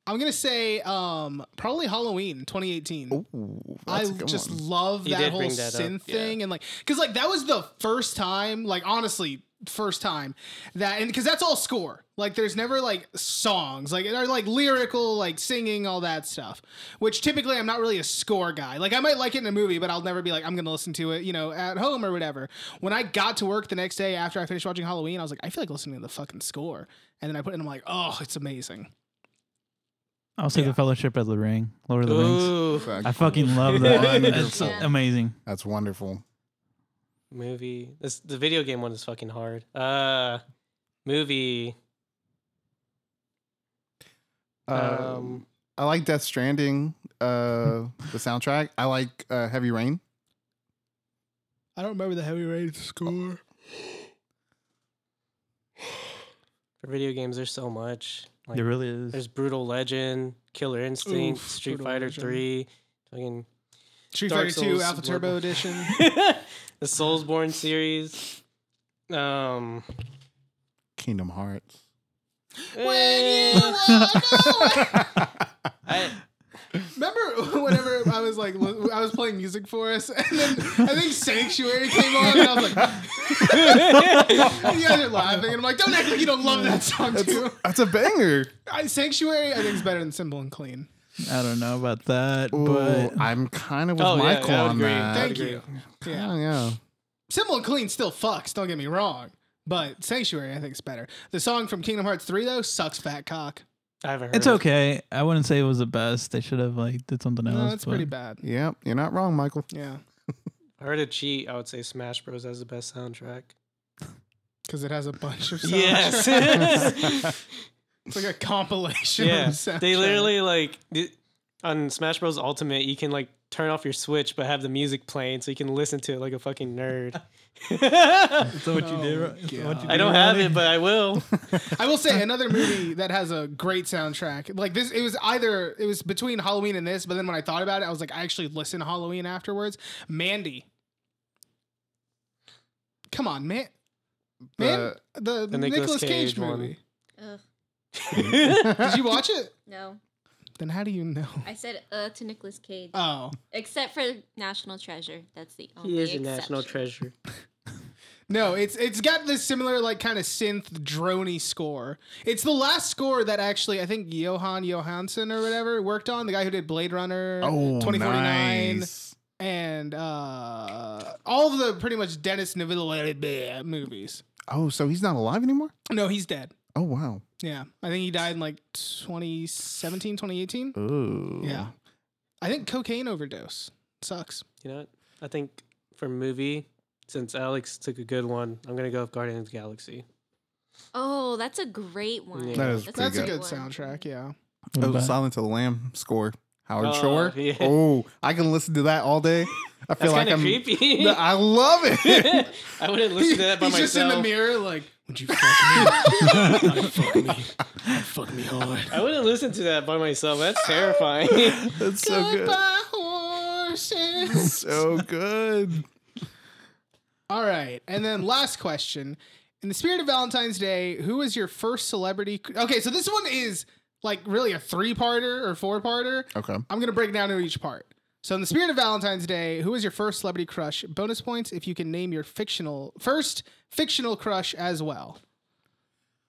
Speaker 4: I'm gonna say um, probably Halloween 2018.
Speaker 3: Ooh,
Speaker 4: I
Speaker 3: that's a good
Speaker 4: just
Speaker 3: one.
Speaker 4: love
Speaker 1: You
Speaker 4: that
Speaker 1: did
Speaker 4: whole
Speaker 1: bring that up,
Speaker 4: synth
Speaker 1: yeah.
Speaker 4: thing and like because like that was the first time like honestly first time that and because that's all score like there's never like songs like or like lyrical like singing all that stuff which typically I'm not really a score guy like I might like it in a movie but I'll never be like I'm gonna listen to it you know at home or whatever when I got to work the next day after I finished watching Halloween I was like I feel like listening to the fucking score and then I put it in I'm like oh it's amazing
Speaker 2: I'll say the Fellowship of the Ring, Lord of the Rings.
Speaker 1: Ooh,
Speaker 3: Fuck.
Speaker 2: I fucking love *laughs* that. it's
Speaker 5: Yeah.
Speaker 2: amazing.
Speaker 3: That's wonderful.
Speaker 1: movie. This the video game one is fucking hard. Uh, movie.
Speaker 3: Um,
Speaker 1: Um,
Speaker 3: I like Death Stranding. Uh, the soundtrack. I like uh, Heavy Rain.
Speaker 4: I don't remember the heavy rated score
Speaker 1: For video games, there's so much. Like,
Speaker 2: It really is.
Speaker 1: there's Brutal Legend, Killer Instinct,
Speaker 4: Oof,
Speaker 1: Street
Speaker 4: Brutal
Speaker 1: Fighter
Speaker 4: Legend.
Speaker 1: Three,
Speaker 4: *laughs*
Speaker 1: fucking
Speaker 4: Street
Speaker 1: Dark
Speaker 4: Fighter 2
Speaker 1: Souls,
Speaker 4: Alpha Turbo
Speaker 1: Bloodborne. *laughs*
Speaker 4: Edition
Speaker 1: the Soulsborne series. Um,
Speaker 3: Kingdom Hearts.
Speaker 4: *laughs*
Speaker 1: eh, I,
Speaker 4: *laughs* Remember whenever I was like li- I was playing music for us, *laughs* and then I think Sanctuary came on, and I was like, *gasps* you guys are laughing, and I'm like, don't act like you don't love that song too.
Speaker 3: That's a banger.
Speaker 4: *laughs* I, Sanctuary, I think is better than Simple and Clean.
Speaker 2: I don't know about that,
Speaker 3: Ooh,
Speaker 2: but
Speaker 3: I'm kind of with
Speaker 1: Oh, yeah,
Speaker 3: Michael
Speaker 1: yeah, I would
Speaker 3: on
Speaker 1: agree. I'd
Speaker 3: that.
Speaker 4: Thank
Speaker 1: agree.
Speaker 4: you.
Speaker 3: Yeah,
Speaker 4: Yeah,
Speaker 3: yeah.
Speaker 4: Simple and Clean still fucks. Don't get me wrong, but Sanctuary I think is better. The song from Kingdom Hearts three though sucks, fat cock.
Speaker 1: I haven't heard.
Speaker 2: it's
Speaker 1: of it.
Speaker 2: okay. I wouldn't say it was the best. They should have like did something else.
Speaker 4: No, that's
Speaker 2: but-
Speaker 4: pretty bad.
Speaker 3: Yep, you're not wrong, Michael.
Speaker 4: Yeah,
Speaker 1: If I were to cheat, I would say Smash Bros has the best soundtrack.
Speaker 4: because it has a
Speaker 1: *laughs*
Speaker 4: bunch of soundtracks.
Speaker 1: Yes.
Speaker 4: *laughs* it's like a compilation.
Speaker 1: yeah.
Speaker 4: of
Speaker 1: They
Speaker 4: soundtracks.
Speaker 1: literally like th- on Smash Bros Ultimate, you can like turn off your Switch but have the music playing so you can listen to it like a fucking nerd.
Speaker 2: Is that what you did? Ro- is that what
Speaker 1: *laughs*
Speaker 2: you
Speaker 1: I
Speaker 2: *laughs* did,
Speaker 1: don't have
Speaker 2: Ronnie?
Speaker 1: it, but I *laughs* will.
Speaker 4: I will say another *laughs* movie that has a great soundtrack. Like this, it was either it was between Halloween and this, but then when I thought about it, I was like, I actually listened to Halloween afterwards. Mandy. Come on, man. Man, the,
Speaker 1: the Nicolas
Speaker 4: Nicolas Cage,
Speaker 1: Cage one.
Speaker 4: movie.
Speaker 5: Ugh,
Speaker 4: Did you watch it?
Speaker 5: no.
Speaker 4: *laughs* Then how do you know?
Speaker 5: I said uh to Nicolas Cage.
Speaker 4: *laughs* Oh
Speaker 5: Except for National Treasure. That's the only
Speaker 1: He is a national
Speaker 5: exception.
Speaker 1: treasure.
Speaker 4: no, it's it's got this similar like kind of synth drony score. It's the last score that actually I think Johan Johansson or whatever worked on the guy who did Blade Runner,
Speaker 3: Oh,
Speaker 4: 2049,
Speaker 3: nice.
Speaker 4: and uh, all of the pretty much Dennis Neville uh, movies.
Speaker 3: Oh, so he's not alive anymore?
Speaker 4: No, he's dead.
Speaker 3: Oh, wow.
Speaker 4: Yeah, I think he died in like 2017, 2018.
Speaker 3: Ooh.
Speaker 4: Yeah, I think cocaine overdose sucks.
Speaker 1: You know what? I think for movie, since Alex took a good one, I'm gonna go with Guardians of the Galaxy.
Speaker 5: Oh, that's a great one.
Speaker 1: Yeah. That
Speaker 3: is Pretty
Speaker 4: That's a good
Speaker 3: good.
Speaker 4: soundtrack. Yeah.
Speaker 2: What
Speaker 3: Oh,
Speaker 2: about-
Speaker 3: Silence of the Lamb score. Howard
Speaker 1: Oh,
Speaker 3: Shore.
Speaker 1: yeah.
Speaker 3: Oh, I can listen to that all day. I
Speaker 1: That's
Speaker 3: feel like
Speaker 1: kind
Speaker 3: I'm.
Speaker 1: of creepy.
Speaker 3: No, I love
Speaker 4: *laughs*
Speaker 3: it.
Speaker 1: *laughs* I wouldn't listen to that by
Speaker 4: He's
Speaker 1: myself.
Speaker 4: just in the mirror, like, would you fuck me? fuck me. *laughs* Fuck me hard.
Speaker 1: I wouldn't listen to that by myself. That's
Speaker 4: *laughs*
Speaker 1: terrifying.
Speaker 3: That's so good.
Speaker 4: Goodbye, horses.
Speaker 3: *laughs* So good.
Speaker 4: All right. And then last question. In the spirit of Valentine's Day, who was your first celebrity? Okay, so this one is like really a three parter or four parter.
Speaker 3: Okay.
Speaker 4: I'm going to break down into each part. So, in the spirit of Valentine's Day, who is your first celebrity crush? Bonus points if you can name your fictional first fictional crush as well,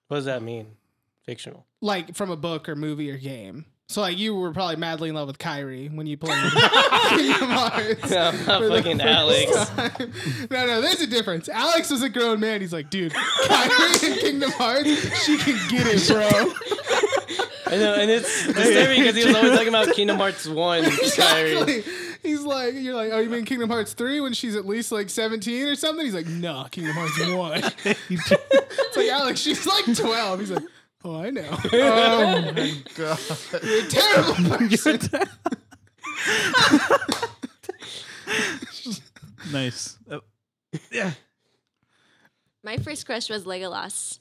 Speaker 1: what does that mean? Fictional.
Speaker 4: like from a book or movie or game. So, like you were probably madly in love with Kyrie when you *laughs* played Kingdom Hearts.
Speaker 1: No, *laughs* I'm not
Speaker 4: For the
Speaker 1: fucking
Speaker 4: first
Speaker 1: Alex.
Speaker 4: time. *laughs* no, no, there's a difference. Alex was a grown man. He's like, dude, Kyrie in Kingdom Hearts, she can get it, bro.
Speaker 1: I know, and
Speaker 4: *laughs*
Speaker 1: it's disturbing because he was always talking about Kingdom Hearts One. Kyrie.
Speaker 4: exactly. He's like, you're like, oh, you mean Kingdom Hearts 3 when she's at least like 17 or something? He's like, no, Kingdom Hearts 1. it's like, Alex, she's like 12. He's like, oh, I know.
Speaker 3: *laughs* Oh my god.
Speaker 4: You're a terrible person.
Speaker 2: *laughs* nice. Oh,
Speaker 5: My first crush was Legolas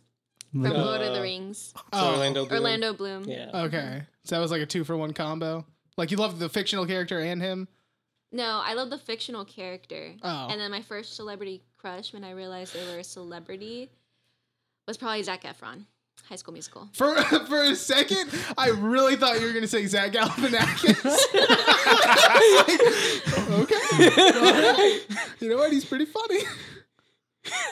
Speaker 5: from Lord of the Rings.
Speaker 1: So Orlando. Bloom.
Speaker 5: Orlando Bloom.
Speaker 1: Yeah.
Speaker 4: Oh,
Speaker 1: *laughs*
Speaker 4: Okay. So that was like a two for one combo. Like, you loved the fictional character and him.
Speaker 5: No, I love the fictional character.
Speaker 4: Oh.
Speaker 5: And then my first celebrity crush when I realized they were a celebrity was probably Zach Efron, High School Musical.
Speaker 4: For *laughs* for a second, I really thought you were gonna say Zach Galifianakis. *laughs* I was like, okay, all right. you know what? He's pretty funny.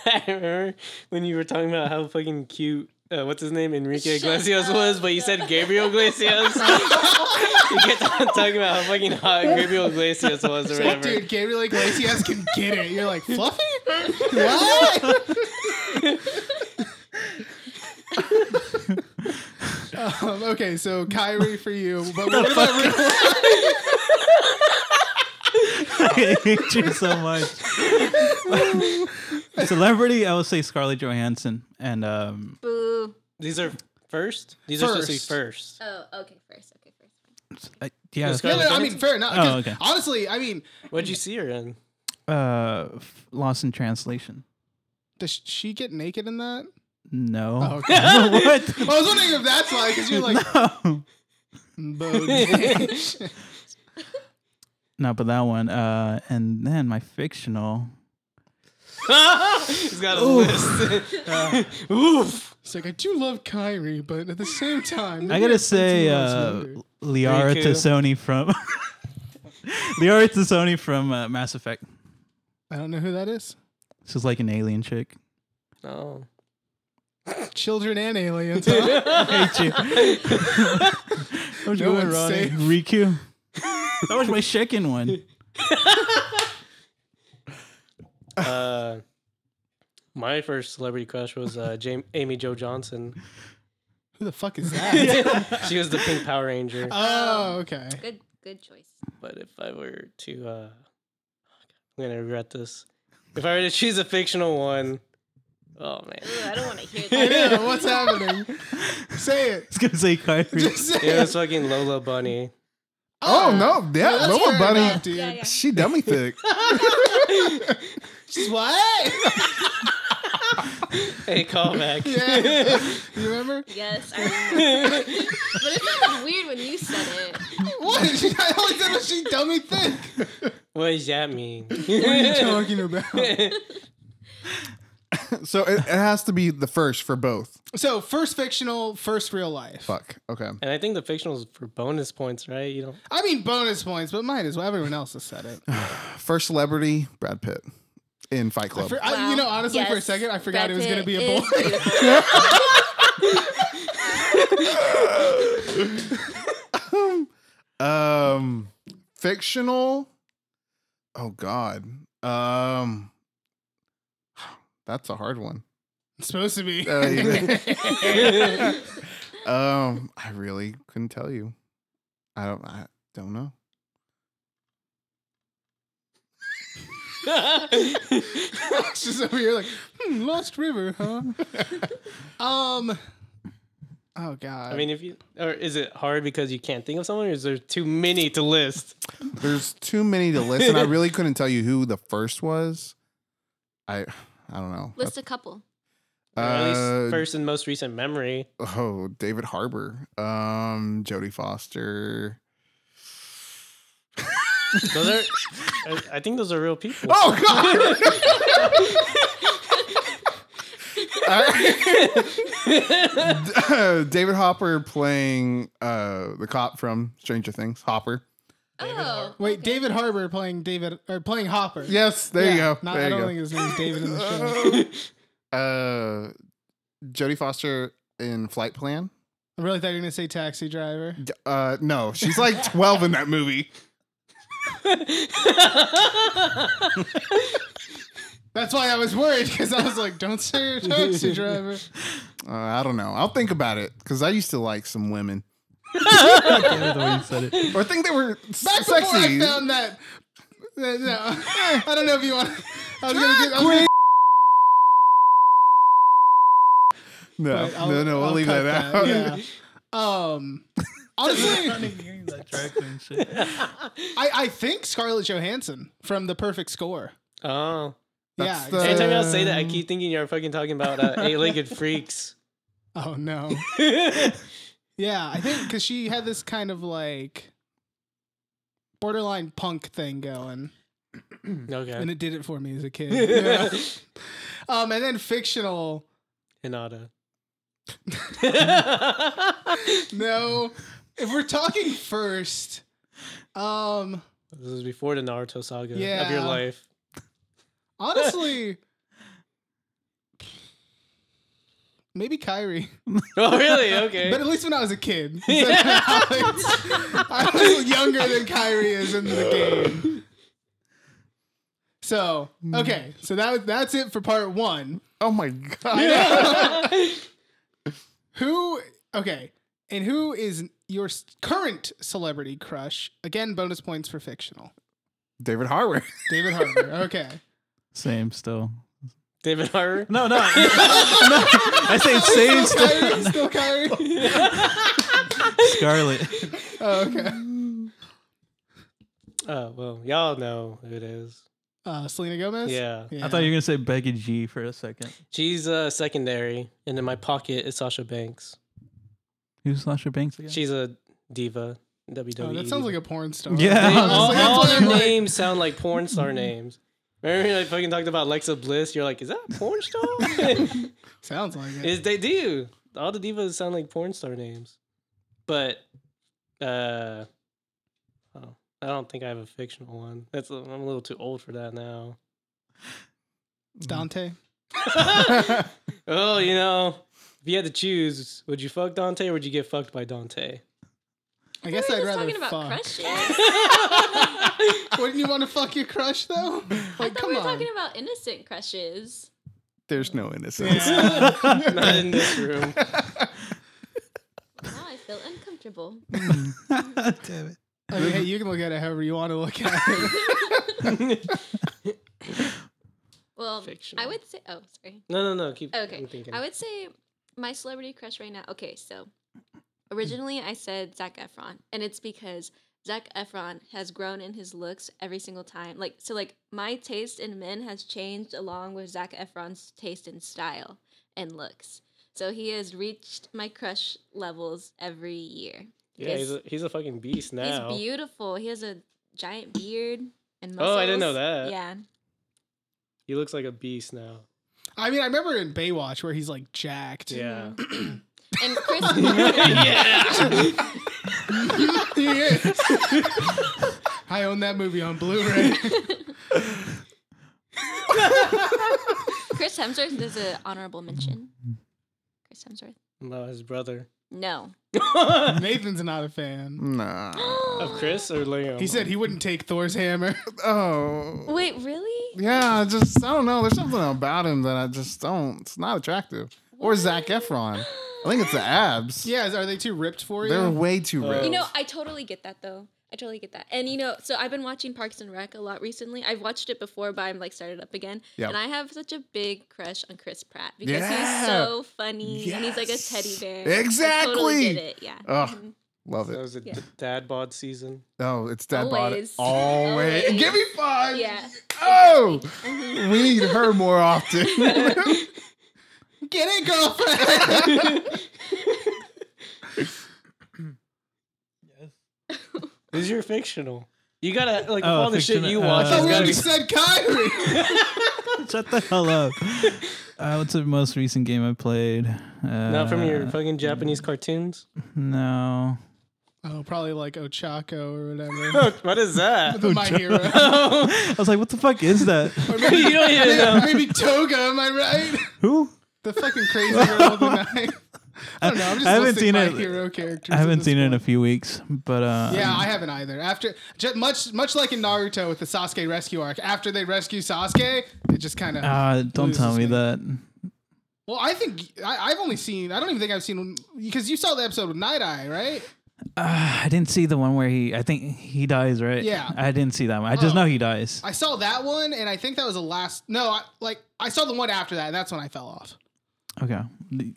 Speaker 1: I remember when you were talking about how fucking cute. Uh, what's his name? Enrique
Speaker 5: Shut
Speaker 1: Iglesias
Speaker 5: up.
Speaker 1: was, but you said Gabriel Iglesias. *laughs* you kept on talking about how fucking hot Gabriel Iglesias was or
Speaker 4: Like,
Speaker 1: whatever.
Speaker 4: dude, Gabriel Iglesias can get it. You're like fluffy. What? um, okay, so Kyrie for you, but what about real
Speaker 2: I hate you so much. Celebrity, I would say Scarlett Johansson, and um,
Speaker 5: Boo.
Speaker 1: These are first. These are supposed to be
Speaker 4: First.
Speaker 1: first.
Speaker 5: Oh, okay, first. Okay, first.
Speaker 2: I- yeah,
Speaker 1: Scarlett
Speaker 4: No, no, I mean, fair enough. 'cause
Speaker 2: Oh, okay.
Speaker 4: Honestly, I mean,
Speaker 1: What'd you see her in? *laughs*
Speaker 2: uh, f- Lost in Translation.
Speaker 4: does she get naked in that? Oh,
Speaker 2: *laughs* No,
Speaker 4: okay.
Speaker 2: what?
Speaker 4: I was wondering if that's why, because you're like,
Speaker 2: No.
Speaker 4: Bowden.
Speaker 2: no, but that one. Uh, and then my fictional.
Speaker 1: He's got a list. *laughs* Oof.
Speaker 4: It's like I do love Kyrie, but at the same time,
Speaker 2: I gotta say,
Speaker 4: Fenty
Speaker 2: uh,
Speaker 4: loves Riku.
Speaker 2: Liara
Speaker 1: Riku.
Speaker 2: Tassoni from *laughs* Liara Tassoni from uh, Mass Effect.
Speaker 4: I don't know who that is.
Speaker 2: She's like an alien chick.
Speaker 1: Oh. *laughs*
Speaker 4: Children and
Speaker 2: *laughs*
Speaker 4: aliens. Huh?
Speaker 2: Hate you. Where'd you
Speaker 4: No
Speaker 2: go,
Speaker 4: one's
Speaker 2: Ronnie?
Speaker 4: safe.
Speaker 2: Riku. That was my second
Speaker 4: *laughs*
Speaker 2: one.
Speaker 1: Uh, my first celebrity crush was uh, Jam- Amy Jo
Speaker 4: *laughs*
Speaker 1: Johnson.
Speaker 4: who the fuck is that?
Speaker 1: She was the Pink Power Ranger.
Speaker 4: oh, okay.
Speaker 5: Good, good choice.
Speaker 1: But if I were to, uh, I'm gonna regret this. If I were to choose a fictional one, oh man,
Speaker 5: Ooh, I don't want to hear *laughs*
Speaker 4: I
Speaker 5: that.
Speaker 4: know, what's *laughs* happening? Say it.
Speaker 2: It's gonna say Kyrie.
Speaker 4: Just say
Speaker 1: it
Speaker 4: it.
Speaker 1: was fucking Lola Bunny.
Speaker 4: Oh,
Speaker 3: Oh no, yeah,
Speaker 4: That's
Speaker 3: lower
Speaker 4: fair
Speaker 3: bunny.
Speaker 4: enough, dude.
Speaker 5: Yeah, yeah.
Speaker 3: *laughs* She dummy thick.
Speaker 4: She's what?
Speaker 1: Hey, callback.
Speaker 4: yeah. You remember?
Speaker 5: Yes, *laughs* I remember. but it sounded weird when you said it.
Speaker 4: *laughs* What? She, I only said what she dummy think.
Speaker 1: *laughs* What does that mean?
Speaker 4: What are you talking about?
Speaker 3: *laughs* So it, it has to be the first for both.
Speaker 4: So first fictional, first real life.
Speaker 3: Fuck. Okay.
Speaker 1: And I think the fictional is for bonus points, right? You
Speaker 4: *laughs*
Speaker 1: know,
Speaker 4: I mean bonus points, but might as well. Everyone else has said it.
Speaker 3: First celebrity, Brad Pitt in Fight Club.
Speaker 4: For- I, you know,
Speaker 5: Wow.
Speaker 4: honestly, for a
Speaker 5: Yes.
Speaker 4: second, I forgot
Speaker 5: Brad
Speaker 4: it was going to
Speaker 5: Pitt
Speaker 4: be a boy. *laughs*
Speaker 5: is beautiful.
Speaker 3: Um, fictional. Oh God. Um, *sighs* that's a hard one.
Speaker 4: It's supposed to be.
Speaker 3: Uh,
Speaker 4: *laughs*
Speaker 3: yeah. um, I really couldn't tell you. I don't. I don't know.
Speaker 4: She's over here like, hmm, Lost River, huh? um. Oh God.
Speaker 1: I mean, if you or is it hard because you can't think of someone, or is there too many to list?
Speaker 3: There's too many to list, and I really couldn't tell you who the first was. I. I don't know.
Speaker 5: List a couple.
Speaker 1: Or at
Speaker 3: Uh,
Speaker 1: least first and most recent memory.
Speaker 3: Oh, David Harbour. Um, Jodie
Speaker 1: *laughs*
Speaker 3: Foster.
Speaker 1: Those
Speaker 4: *laughs*
Speaker 1: are, I- I think those are real people.
Speaker 3: Oh
Speaker 1: *laughs*
Speaker 3: God. *laughs* All right. David Hopper playing uh, the cop from Stranger Things. Hopper.
Speaker 5: Oh,
Speaker 4: Wait, David Harbour playing David or playing Hopper.
Speaker 3: Yes, there
Speaker 4: Yeah,
Speaker 3: you go.
Speaker 4: Not,
Speaker 3: there
Speaker 4: I
Speaker 3: you
Speaker 4: don't
Speaker 3: go.
Speaker 4: think his name's David in the show.
Speaker 3: *laughs* uh, Jodie Foster in Flight Plan.
Speaker 4: I really thought you were gonna say Taxi Driver.
Speaker 3: D- Uh, no, she's like twelve in that movie.
Speaker 4: That's why I was worried because I was like, "Don't say you're Taxi Driver."
Speaker 3: *laughs* Uh, I don't know. I'll think about it because I used to like some women
Speaker 2: Yeah, the way you said it.
Speaker 3: or think they were s-
Speaker 4: Back
Speaker 3: sexy.
Speaker 4: before I found that. that- no, I don't know if you want. I was gonna. Get, I was gonna
Speaker 3: No,
Speaker 4: but I'll-
Speaker 3: no, no, we'll
Speaker 4: I'll
Speaker 3: leave
Speaker 4: cut
Speaker 3: that, out.
Speaker 4: Yeah. Um. Honestly,
Speaker 2: Funny hearing that drag queen shit.
Speaker 4: I, I think Scarlett Johansson from The Perfect Score.
Speaker 1: oh,
Speaker 3: That's
Speaker 4: yeah.
Speaker 3: the-
Speaker 4: exactly.
Speaker 1: anytime y'all say that, I
Speaker 4: Um,
Speaker 1: keep thinking you're fucking talking about uh,
Speaker 4: *laughs*
Speaker 1: eight-legged freaks.
Speaker 4: Oh no. yeah, I think because she had this kind of like borderline punk thing going, and
Speaker 1: Okay, *laughs*
Speaker 4: it did it for me as a kid. Yeah. um, and then fictional. *laughs*
Speaker 1: Hinata.
Speaker 4: No, if we're talking first, um,
Speaker 1: this was before the Naruto saga of your
Speaker 4: Yeah.
Speaker 1: life. *laughs*
Speaker 4: honestly. Maybe Kyrie,
Speaker 1: Oh, really? Okay. *laughs*
Speaker 4: but at least when I was a kid, *laughs* I was *laughs* younger than Kyrie is in the game. So okay, so that was- that's it for part one.
Speaker 3: *laughs* Oh my god.
Speaker 4: Who okay, and who is your s- current celebrity crush? Again, bonus points for fictional.
Speaker 3: David Harbour. *laughs*
Speaker 4: David Harbour. Okay,
Speaker 2: *laughs* Same still.
Speaker 1: David
Speaker 4: *laughs*
Speaker 1: Harbour. *laughs*
Speaker 2: No, *laughs* no. no I say same *laughs*
Speaker 4: still
Speaker 2: still.
Speaker 4: Kyrie, still Kyrie.
Speaker 2: Scarlet. *laughs*
Speaker 4: Oh, okay,
Speaker 1: Oh well, y'all know who it is.
Speaker 4: uh, Selena Gomez.
Speaker 1: Yeah,
Speaker 4: Yeah.
Speaker 2: I thought you were gonna say Becky G for a second.
Speaker 1: she's uh, secondary, and in my pocket is Sasha Banks.
Speaker 2: Who's Sasha Banks again?
Speaker 1: She's a diva. WWE.
Speaker 4: Oh, that sounds like a porn star.
Speaker 1: *laughs*
Speaker 2: Yeah.
Speaker 1: They-
Speaker 2: Honestly, *laughs*
Speaker 1: all
Speaker 4: *laughs* that's
Speaker 1: all
Speaker 4: what
Speaker 1: their
Speaker 4: I'm like-
Speaker 1: names sound like porn star names. Remember when I fucking talked about Lexa Bliss? You're like, is that a porn
Speaker 4: *laughs*
Speaker 1: star?
Speaker 4: Sounds like it.
Speaker 1: is they do. All the divas sound like porn star names. But uh oh, I don't think I have a fictional one. That's I'm a little too old for that now.
Speaker 4: Dante.
Speaker 1: Oh, you know, if you had to choose, would you fuck Dante or would you get fucked by Dante? *laughs*
Speaker 4: I guess
Speaker 5: we were
Speaker 4: I'd
Speaker 5: just
Speaker 4: rather
Speaker 5: talking about
Speaker 4: fuck. *laughs*
Speaker 5: crushes.
Speaker 4: Wouldn't you want to fuck your crush
Speaker 5: *laughs*
Speaker 4: though? Like,
Speaker 5: Thought
Speaker 4: come
Speaker 5: we were
Speaker 4: on.
Speaker 5: talking about innocent crushes.
Speaker 3: There's no innocence.
Speaker 1: Not in this room. *laughs*
Speaker 5: Now I feel uncomfortable.
Speaker 2: Damn it.
Speaker 4: I mean, hey, you can look at it however you want to look at it.
Speaker 5: Well, I
Speaker 1: Fictional.
Speaker 5: would say. Oh, sorry.
Speaker 1: No, no, no. Keep
Speaker 5: Okay.
Speaker 1: I'm thinking.
Speaker 5: I would say my celebrity crush right now. Okay, so originally I said Zach Efron, and it's because Zach Efron has grown in his looks every single time. Like so, like my taste in men has changed along with Zach Efron's taste in style and looks. So he has reached my crush levels every year.
Speaker 1: Yeah, he's a, he's a fucking beast now.
Speaker 5: He's beautiful. He has a giant beard and muscles.
Speaker 1: Oh, I didn't know that.
Speaker 5: Yeah.
Speaker 1: He looks like a beast *laughs* now.
Speaker 4: *laughs* I mean, I remember in Baywatch where he's like jacked.
Speaker 5: *laughs*
Speaker 1: Yeah.
Speaker 5: Mm-hmm.
Speaker 1: *coughs*
Speaker 5: And
Speaker 1: *laughs*
Speaker 5: Chris,
Speaker 4: *laughs* He is. *laughs* I own that movie on Blu-ray. *laughs*
Speaker 5: Chris Hemsworth is an honorable mention. Chris Hemsworth.
Speaker 1: About his brother. *laughs*
Speaker 5: No.
Speaker 1: of
Speaker 4: Nathan's not a fan.
Speaker 3: Nah.
Speaker 5: *gasps*
Speaker 1: Chris or Leo?
Speaker 4: He said he wouldn't take Thor's hammer.
Speaker 3: Oh.
Speaker 5: Wait, really?
Speaker 3: Yeah, I just I don't know. There's something about him that I just don't. It's not attractive. Or Zach Efron. I think it's
Speaker 5: *gasps*
Speaker 3: the
Speaker 4: *laughs*
Speaker 3: abs.
Speaker 4: yeah, is- are they too ripped for you? *laughs*
Speaker 3: They're way too
Speaker 1: Oh.
Speaker 3: ripped.
Speaker 5: You know, I totally get that though. I totally get that. And you know, so I've been watching Parks and Rec a lot recently. I've watched it before, but I'm like started up again.
Speaker 3: Yep.
Speaker 5: And I have such a big crush on Chris Pratt because
Speaker 3: Yeah.
Speaker 5: he's so funny and he's like a
Speaker 3: Yes.
Speaker 5: teddy bear. I totally
Speaker 3: Exactly.
Speaker 5: get it. Yeah. Mm-hmm.
Speaker 3: Ugh. Love
Speaker 1: That
Speaker 3: it.
Speaker 1: was a
Speaker 5: Yeah.
Speaker 1: d- dad bod *laughs* season.
Speaker 3: Oh, it's dad bod.
Speaker 5: Always.
Speaker 3: Always.
Speaker 5: Always.
Speaker 3: Give me five.
Speaker 5: Yeah. Mm-hmm.
Speaker 3: Oh, we need her more often. *laughs*
Speaker 4: Get it,
Speaker 5: *laughs*
Speaker 4: girlfriend.
Speaker 1: This is your fictional. You gotta like with
Speaker 2: Oh,
Speaker 1: all the shit
Speaker 2: fictional-
Speaker 1: you watch.
Speaker 2: uh,
Speaker 3: *laughs*
Speaker 1: it's
Speaker 4: we
Speaker 1: gotta
Speaker 4: already
Speaker 1: be-
Speaker 4: said Kyrie.
Speaker 5: *laughs*
Speaker 2: *laughs* Shut the hell *laughs* up. Uh, what's the most recent game I played? Uh,
Speaker 1: not from your fucking Japanese cartoons.
Speaker 2: No.
Speaker 4: Oh, probably like Ochako or *laughs* whatever.
Speaker 1: *laughs* what is that?
Speaker 4: The My hero. *laughs*
Speaker 2: I was like, what the fuck is *laughs* that?
Speaker 1: *laughs* you don't *laughs* even know.
Speaker 4: Maybe Toga, am I right?
Speaker 2: Who?
Speaker 4: The fucking crazy girl of the *laughs* night. I don't know. I'm just
Speaker 2: I haven't
Speaker 4: listing
Speaker 2: seen
Speaker 4: my
Speaker 2: it.
Speaker 4: hero characters.
Speaker 2: I
Speaker 4: at
Speaker 2: haven't
Speaker 4: this
Speaker 2: seen it in a
Speaker 4: point.
Speaker 2: few weeks, but uh,
Speaker 4: Yeah, I haven't either. After ju- much, much like in Naruto with the Sasuke rescue arc, after they rescue Sasuke, it just kind of.
Speaker 2: uh, don't tell me
Speaker 4: Loses
Speaker 2: that.
Speaker 4: me. well, I think I, I've only seen. I don't even think I've seen because you saw the episode with Night Eye, right?
Speaker 2: Uh, I didn't see the one where he. I think he dies, right?
Speaker 4: Yeah.
Speaker 2: I didn't see that one. I just
Speaker 4: Oh.
Speaker 2: know he dies.
Speaker 4: I saw that one, and I think that was the last. No, I, like I saw the one after that. And that's when I fell off.
Speaker 2: Okay.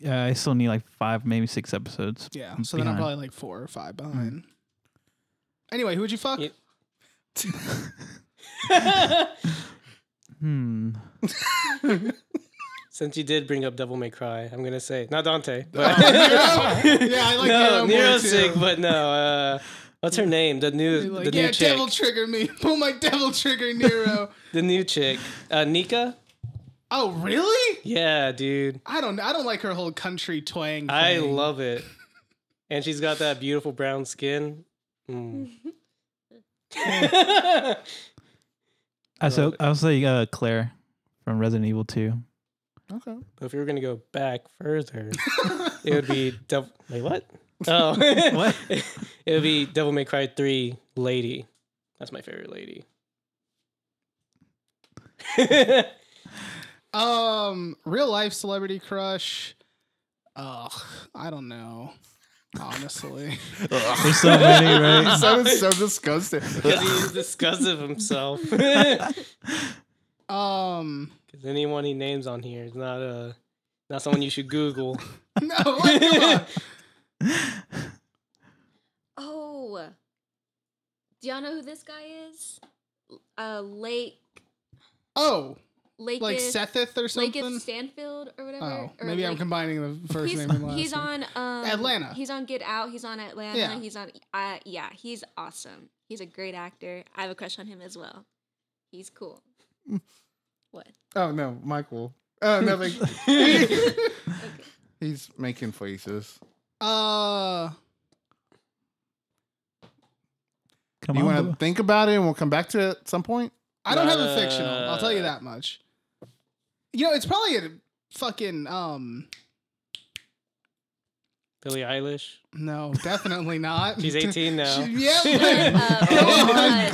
Speaker 2: Uh, I still need like five, maybe six episodes.
Speaker 4: Yeah,
Speaker 1: Mm,
Speaker 4: so then I'm
Speaker 2: behind.
Speaker 4: probably like four or five behind. Anyway, who'd you fuck?
Speaker 1: Yeah.
Speaker 2: Hmm.
Speaker 1: Since you did bring up Devil May Cry, I'm gonna say not Dante.
Speaker 4: Yeah, I like
Speaker 1: no,
Speaker 4: Nero, more
Speaker 1: Nero's
Speaker 4: too.
Speaker 1: sick, but no. Uh, what's her name? The new,
Speaker 4: Like,
Speaker 1: the new
Speaker 4: yeah,
Speaker 1: chick.
Speaker 4: devil trigger me. *laughs* Pull my devil trigger,
Speaker 1: *laughs*
Speaker 4: Nero.
Speaker 1: The new chick. Uh, Nika.
Speaker 4: oh, really?
Speaker 1: Yeah, dude.
Speaker 4: I don't. I don't like her whole country twang.
Speaker 1: I
Speaker 4: thing.
Speaker 1: love it. And she's got that beautiful brown skin.
Speaker 4: *laughs*
Speaker 1: Mm.
Speaker 2: I so I was like uh, Claire from Resident Evil Two.
Speaker 3: *laughs* okay.
Speaker 1: if you were gonna go back further, it would
Speaker 4: *laughs*
Speaker 1: be Devil. Wait, what? Oh,
Speaker 2: What?
Speaker 1: *laughs* it would be Devil May Cry Three Lady. That's my favorite
Speaker 4: *laughs*
Speaker 1: lady. *laughs*
Speaker 4: Um, real life celebrity crush. Ugh, I don't know.
Speaker 1: *laughs*
Speaker 4: Honestly,
Speaker 2: There's so many, right?
Speaker 3: It sounded so disgusting.
Speaker 1: Because he's disgusted of himself. *laughs* Because
Speaker 4: um, *laughs*
Speaker 1: anyone he names on here is not a. Not someone you should Google.
Speaker 4: no, what, come
Speaker 1: *laughs*
Speaker 4: on.
Speaker 5: Oh. Do y'all know who this guy is? Uh Lake
Speaker 4: Oh,
Speaker 5: Lake
Speaker 4: like Sethith or something.
Speaker 5: Lake Stanfield or whatever.
Speaker 4: Oh,
Speaker 5: or
Speaker 4: maybe I'm
Speaker 5: Lake-
Speaker 4: combining the first
Speaker 5: he's,
Speaker 4: name and last.
Speaker 5: he's
Speaker 4: name.
Speaker 5: on um,
Speaker 4: Atlanta.
Speaker 5: He's on Get Out. He's on Atlanta.
Speaker 4: Yeah.
Speaker 5: He's on. Uh, yeah, he's awesome. He's a great actor. I have a crush on him as well.
Speaker 4: *laughs*
Speaker 5: He's cool. what?
Speaker 3: Oh no, Michael. Oh nothing.
Speaker 4: *laughs*
Speaker 3: He's making faces.
Speaker 4: Uh,
Speaker 2: Come
Speaker 3: Do
Speaker 2: on.
Speaker 3: you want
Speaker 2: *laughs*
Speaker 3: to
Speaker 2: bro.
Speaker 3: think about it and we'll come back to it at some point?
Speaker 4: I don't have a
Speaker 1: Uh,
Speaker 4: fictional. I'll tell you that much. You know, it's probably a fucking um.
Speaker 1: Billie Eilish.
Speaker 4: No, definitely
Speaker 1: *laughs*
Speaker 4: not.
Speaker 1: She's 18 now.
Speaker 4: *laughs*
Speaker 1: *laughs*
Speaker 4: She- Yep.
Speaker 5: Uh,
Speaker 3: Oh
Speaker 5: Brandon
Speaker 3: *laughs* my
Speaker 5: Rush.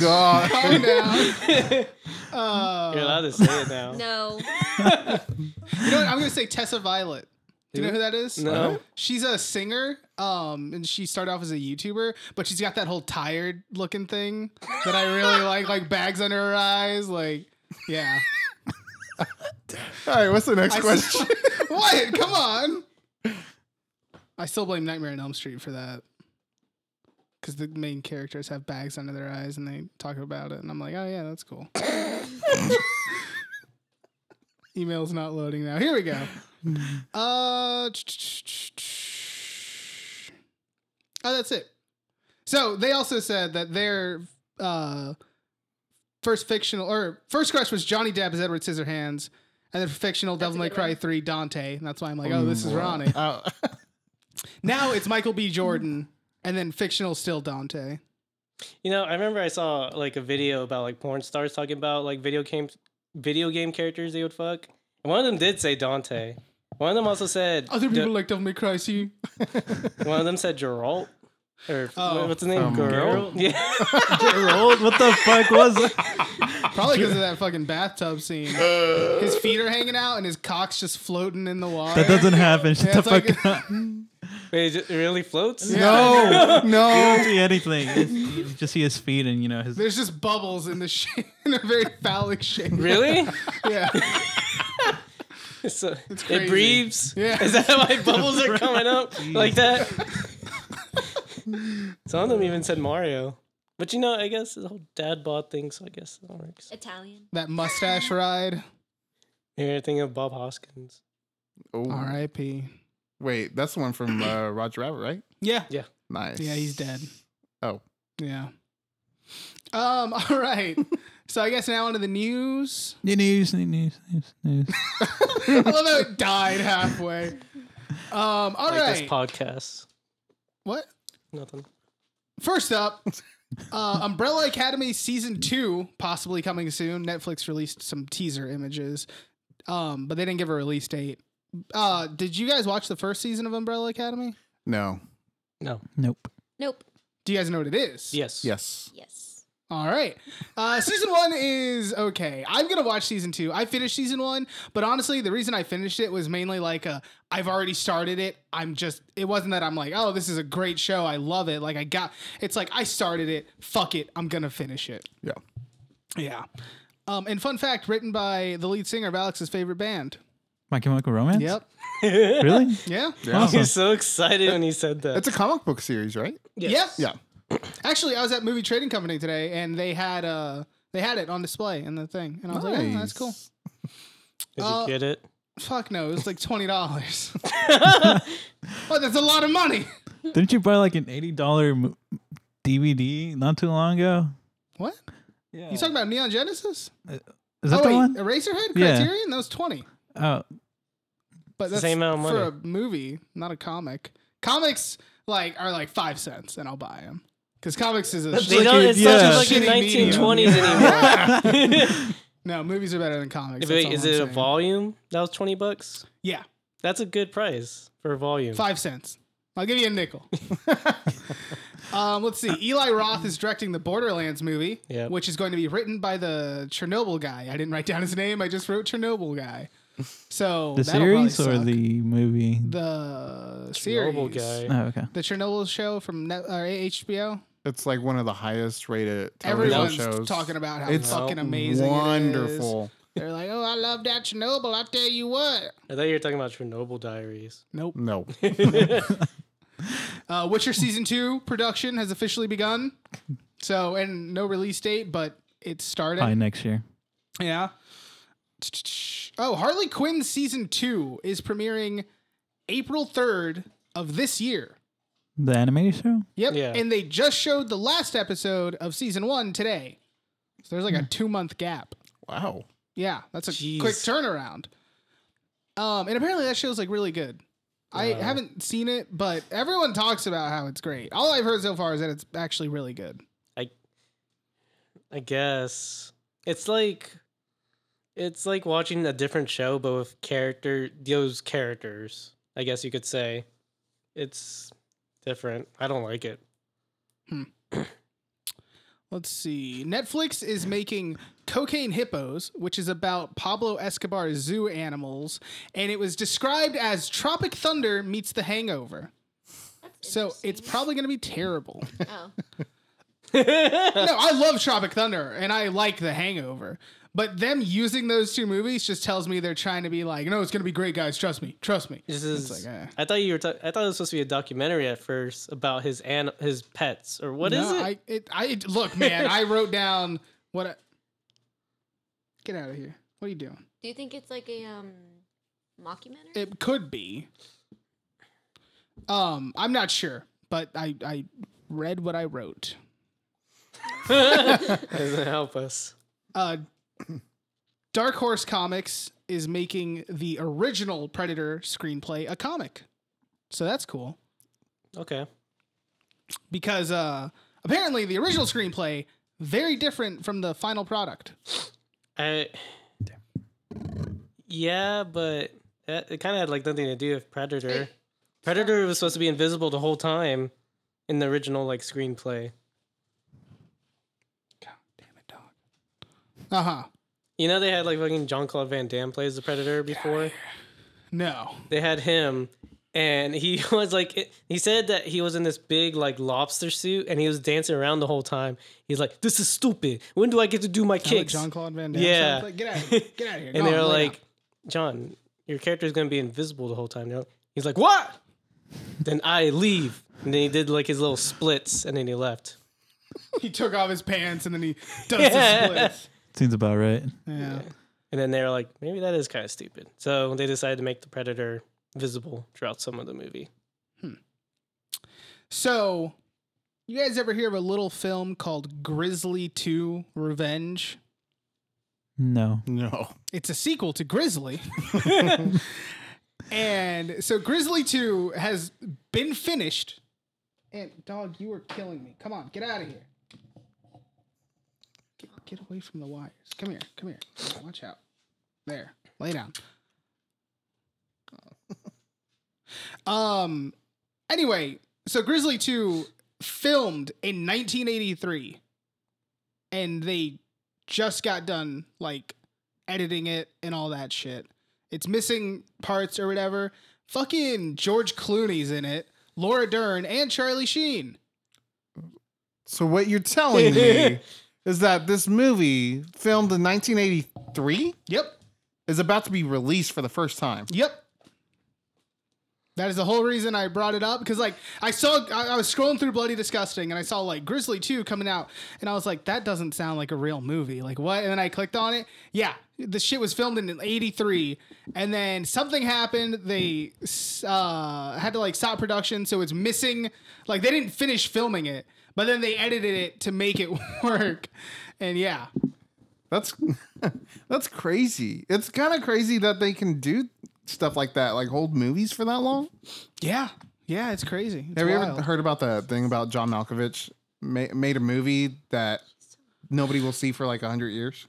Speaker 4: *laughs*
Speaker 3: god.
Speaker 4: Calm down.
Speaker 1: You're
Speaker 4: Uh,
Speaker 1: allowed to say it now.
Speaker 5: No.
Speaker 4: You know what? I'm gonna say Tessa Violet. Do you know who that is?
Speaker 1: No.
Speaker 4: She's a singer, um, and she started off as a YouTuber, but she's got that whole tired looking thing that I really like, like bags under her eyes, like yeah.
Speaker 3: All right, what's the next
Speaker 4: I
Speaker 3: question?
Speaker 4: *laughs* still- what? Come on. I still blame Nightmare on Elm Street for that. because the main characters have bags under their eyes and they talk about it, and I'm like, oh yeah, that's
Speaker 3: *laughs*
Speaker 4: cool. Email's not loading now. Here we go. Uh, oh, that's it. So they also said that their uh, first fictional or first crush was Johnny Depp as Edward Scissorhands, and then fictional
Speaker 5: That's
Speaker 4: Devil
Speaker 5: a
Speaker 4: May
Speaker 5: good
Speaker 4: Cry
Speaker 5: one.
Speaker 4: three Dante. And that's why I'm like, oh, this is Ronnie.
Speaker 3: Oh.
Speaker 4: Now it's Michael B. Jordan, and then fictional still Dante.
Speaker 1: You know, I remember I saw like a video about like porn stars talking about like video games, video game characters they would fuck. And one of them did say Dante. One of them also said
Speaker 4: Other
Speaker 1: Da-
Speaker 4: people like Devil May Cry. See,
Speaker 1: one of them said Geralt. Or wh-
Speaker 4: Oh.
Speaker 1: what's his name?
Speaker 3: Um,
Speaker 1: Geralt? *laughs* Yeah.
Speaker 2: Gerald, what the fuck was
Speaker 4: *laughs*
Speaker 2: that?
Speaker 4: probably because of that fucking bathtub scene.
Speaker 2: *laughs*
Speaker 4: His feet are hanging out and his cock's just floating in the water.
Speaker 2: That
Speaker 4: *laughs*
Speaker 2: doesn't happen. Shut
Speaker 4: Yeah,
Speaker 2: the
Speaker 4: it's like-
Speaker 2: fuck
Speaker 4: *laughs*
Speaker 2: up.
Speaker 1: Wait, it really floats?
Speaker 2: *laughs*
Speaker 3: No, no.
Speaker 2: See anything. It's- you just see his feet and you know his.
Speaker 4: There's just bubbles in the *laughs* shape, in a very phallic shape.
Speaker 1: Really?
Speaker 4: Yeah.
Speaker 1: *laughs* So
Speaker 4: crazy.
Speaker 1: it breathes.
Speaker 4: Yeah.
Speaker 1: Is that why bubbles are coming up like that? *laughs* Some of them even said Mario. But you know, I guess the whole dad bod thing, so I guess that works.
Speaker 5: Italian.
Speaker 4: That mustache ride.
Speaker 1: Here, I think of Bob Hoskins.
Speaker 3: Oh,
Speaker 4: R.I.P.
Speaker 3: Wait, that's the one from
Speaker 4: *clears throat*
Speaker 3: uh, Roger Rabbit, right?
Speaker 4: Yeah.
Speaker 3: Nice.
Speaker 4: Yeah, he's dead.
Speaker 3: Oh.
Speaker 4: Yeah. Um, *laughs* all right. so I guess now onto
Speaker 1: *laughs*
Speaker 4: the news.
Speaker 2: New news, new news, news,
Speaker 4: *laughs*
Speaker 2: news.
Speaker 4: I love how it died halfway. Um, all right.
Speaker 1: like this podcast.
Speaker 4: what?
Speaker 1: Nothing.
Speaker 4: First up, uh, Umbrella Academy season two, possibly coming soon. Netflix released some teaser images, um, but they didn't give a release date. Uh, did you guys watch the first season of Umbrella Academy?
Speaker 3: No.
Speaker 1: No.
Speaker 2: Nope.
Speaker 5: Nope.
Speaker 4: Do you guys know what it is?
Speaker 1: Yes. *laughs*
Speaker 3: Yes.
Speaker 5: Yes.
Speaker 4: All right. Uh, season one is okay. I'm going to watch season two. I finished season one, but honestly, the reason I finished it was mainly like a, I've already started it. I'm just, it wasn't that I'm like, oh, this is a great show. I love it. Like, I got, it's like, I started it. Fuck it. I'm going to finish it.
Speaker 3: Yeah.
Speaker 4: Yeah. Um, and fun fact written by the lead singer of Alex's favorite band.
Speaker 2: My Chemical Romance?
Speaker 4: Yep.
Speaker 2: *laughs* Really?
Speaker 4: Yeah.
Speaker 1: I
Speaker 2: Awesome.
Speaker 1: was so excited when he said that.
Speaker 3: It's a comic book series, right?
Speaker 4: Yep.
Speaker 3: Yeah.
Speaker 4: Actually, I was at Movie Trading Company today and they had, uh, they had it on display in the thing. And I was like, oh, that's
Speaker 3: Nice.
Speaker 4: cool.
Speaker 1: Did
Speaker 4: Uh,
Speaker 1: you get
Speaker 4: *laughs*
Speaker 1: it?
Speaker 4: Fuck no, it was like twenty dollars. *laughs* oh, that's a lot of money.
Speaker 2: Didn't you buy like an $80 mo- DVD not too long ago?
Speaker 4: What?
Speaker 2: Yeah.
Speaker 4: You talking about Neon Genesis?
Speaker 2: Is that
Speaker 4: oh
Speaker 2: the
Speaker 4: wait,
Speaker 2: one?
Speaker 4: Eraserhead
Speaker 2: Yeah.
Speaker 4: Criterion. That was twenty.
Speaker 2: Oh,
Speaker 4: But that's
Speaker 1: same amount of
Speaker 4: for a
Speaker 1: money.
Speaker 4: movie, not a comic. Comics like are like five cents, and I'll buy them because comics is a
Speaker 1: They
Speaker 4: shitty-
Speaker 1: don't,
Speaker 2: a-
Speaker 1: it's
Speaker 2: yeah.
Speaker 1: not just like
Speaker 4: Shitty medium.
Speaker 1: the
Speaker 4: *laughs*
Speaker 1: *laughs* 1920s anymore.
Speaker 4: no movies are better than comics. that's
Speaker 1: Wait,
Speaker 4: all
Speaker 1: is
Speaker 4: I'm
Speaker 1: it a
Speaker 4: saying.
Speaker 1: volume? That was 20 bucks?
Speaker 4: Yeah,
Speaker 1: That's a good price for a volume.
Speaker 4: five cents. I'll give you
Speaker 2: *laughs*
Speaker 4: a nickel. um, let's see. Eli Roth is directing the Borderlands movie,
Speaker 1: Yep.
Speaker 4: which is going to be written by the Chernobyl guy. I didn't write down his name. I just wrote Chernobyl guy. So
Speaker 2: the
Speaker 4: that'll probably
Speaker 2: series or
Speaker 4: suck.
Speaker 2: the movie?
Speaker 4: the series
Speaker 1: Noble guy.
Speaker 2: oh, okay.
Speaker 4: the Chernobyl show from Net, or HBO.
Speaker 3: It's like one of the highest rated television
Speaker 4: Everyone's
Speaker 3: shows.
Speaker 4: talking about how
Speaker 3: It's
Speaker 4: fucking amazing. it is.
Speaker 3: Wonderful.
Speaker 4: They're like, oh, I love that Chernobyl. I tell you what.
Speaker 1: I thought you were talking about Chernobyl Diaries.
Speaker 4: Nope. *laughs*
Speaker 3: No.
Speaker 1: *laughs*
Speaker 4: Uh, Witcher season two production has officially begun. So and no release date, but it's started.
Speaker 2: Probably next year.
Speaker 4: Yeah. Oh, Harley Quinn season two is premiering April 3rd of this year.
Speaker 2: The animated show?
Speaker 4: Yep.
Speaker 1: Yeah.
Speaker 4: And they just showed the last episode of season one today. So there's like a two month gap.
Speaker 3: wow.
Speaker 4: Yeah. That's a
Speaker 1: Jeez.
Speaker 4: quick turnaround. Um, and apparently that show's like really good. I
Speaker 1: Wow.
Speaker 4: haven't seen it, but everyone talks about how it's great. All I've heard so far is that it's actually really good.
Speaker 1: I guess it's like it's like watching a different show, but with character those characters. I guess you could say it's different. I don't like it. *laughs*
Speaker 4: Let's see. Netflix is making Cocaine Hippos, which is about Pablo Escobar's zoo animals, and it was described as Tropic Thunder meets The Hangover.
Speaker 5: That's
Speaker 4: So it's probably going to be terrible.
Speaker 5: interesting. oh.
Speaker 1: *laughs*
Speaker 4: no, I love Tropic Thunder and I like The Hangover, But them using those two movies just tells me they're trying to be like, no, it's gonna be great, guys. Trust me, trust me.
Speaker 1: This is.
Speaker 4: like, eh.
Speaker 1: I thought you were. Ta- I thought it was supposed to be a documentary at first about his an- his pets or what is
Speaker 4: no,
Speaker 1: it?
Speaker 4: I, it, I it- look, man.
Speaker 1: *laughs*
Speaker 4: I wrote down what. I, get out of here! What are you doing?
Speaker 5: Do you think it's like a um mockumentary?
Speaker 4: It could be. Um, I'm not sure, but I I read what I wrote.
Speaker 1: *laughs* Doesn't help us.
Speaker 4: Uh, *clears throat* Dark Horse Comics is making the original Predator screenplay a comic, so that's cool.
Speaker 1: Okay.
Speaker 4: because uh apparently the original screenplay very different from the final product.
Speaker 1: I. Yeah, but that, it kind of had like nothing to do with Predator. Predator was supposed to be invisible the whole time in the original like screenplay.
Speaker 4: God damn it, dog. Uh huh.
Speaker 1: You know they had like fucking John Claude Van Damme plays the Predator before.
Speaker 4: No.
Speaker 1: They had him, and he *laughs* was like it- he said that he was in this big like lobster suit and he was dancing around the whole time. He's like, "This is stupid. When do I get to do my kicks?"
Speaker 4: John Claude Van Damme.
Speaker 1: Yeah.
Speaker 4: sounds like- get out of here. Get out of here.
Speaker 1: *laughs* and
Speaker 4: No,
Speaker 1: they're
Speaker 4: right
Speaker 1: like,
Speaker 4: now.
Speaker 1: John, your character is going to be invisible the whole time. They're like- He's like, what? then I leave. And then he did like his little splits and then he left.
Speaker 4: he took off his pants and
Speaker 1: *laughs*
Speaker 4: then he does
Speaker 1: Yeah.
Speaker 4: his splits.
Speaker 2: Seems about right.
Speaker 4: Yeah.
Speaker 1: And then they were like, maybe that is kind of stupid. So they decided to make the Predator visible throughout some of the movie.
Speaker 4: So, you guys ever hear of a little film called Grizzly 2 Revenge?
Speaker 2: No.
Speaker 3: No.
Speaker 4: it's a sequel to Grizzly. and so Grizzly 2 has been finished. And dog, you are killing me. Come on, get out of here. Get, get away from the wires. Come here, come here. Watch out. There. Lay down. *laughs* um anyway, so Grizzly 2 filmed in 1983 and they just got done like editing it and all that shit. It's missing parts or whatever. Fucking George Clooney's in it, Laura Dern, and Charlie Sheen.
Speaker 3: So what you're telling me
Speaker 4: *laughs*
Speaker 3: is that this movie, filmed in 1983,
Speaker 4: Yep.
Speaker 3: is about to be released for the first time.
Speaker 4: Yep. That is the whole reason I brought it up because, like, I saw I, I was scrolling through Bloody Disgusting and I saw like Grizzly Two coming out, and I was like, that doesn't sound like a real movie. Like, what? And then I clicked on it. Yeah, the shit was filmed in '83, and then something happened. They uh, had to like stop production, so it's missing. Like, they didn't finish filming it, but then they edited it to make it *laughs* work. And yeah,
Speaker 3: That's *laughs* that's crazy. It's kind of crazy that they can do stuff like that, like hold movies for that long.
Speaker 4: yeah, yeah, it's crazy. It's
Speaker 3: Have you
Speaker 4: wild.
Speaker 3: ever heard about that thing about John Malkovich ma- made a movie that nobody will see for like 100 years?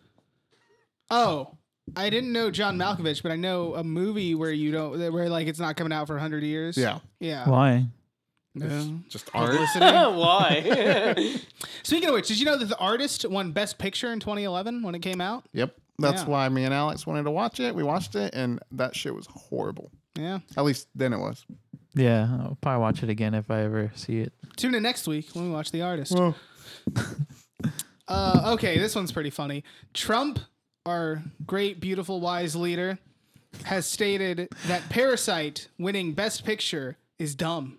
Speaker 4: Oh, I didn't know John Malkovich, but I know a movie where you don't, that- where like it's not coming out for hundred years.
Speaker 3: Yeah.
Speaker 4: yeah.
Speaker 2: Why?
Speaker 4: No.
Speaker 3: Just art.
Speaker 1: Why?
Speaker 4: Speaking of which, did you know that the artist won Best Picture in 2011 when it came out?
Speaker 3: Yep. That's
Speaker 4: Yeah.
Speaker 3: why me and Alex wanted to watch it. We watched it and that shit was horrible.
Speaker 4: Yeah.
Speaker 3: At least then it was.
Speaker 2: Yeah, I'll probably watch it again if I ever see it.
Speaker 4: Tune in next week when we watch the artist. Uh, okay, this one's pretty funny. Trump, our great, beautiful, wise leader, has stated that Parasite winning Best Picture is dumb.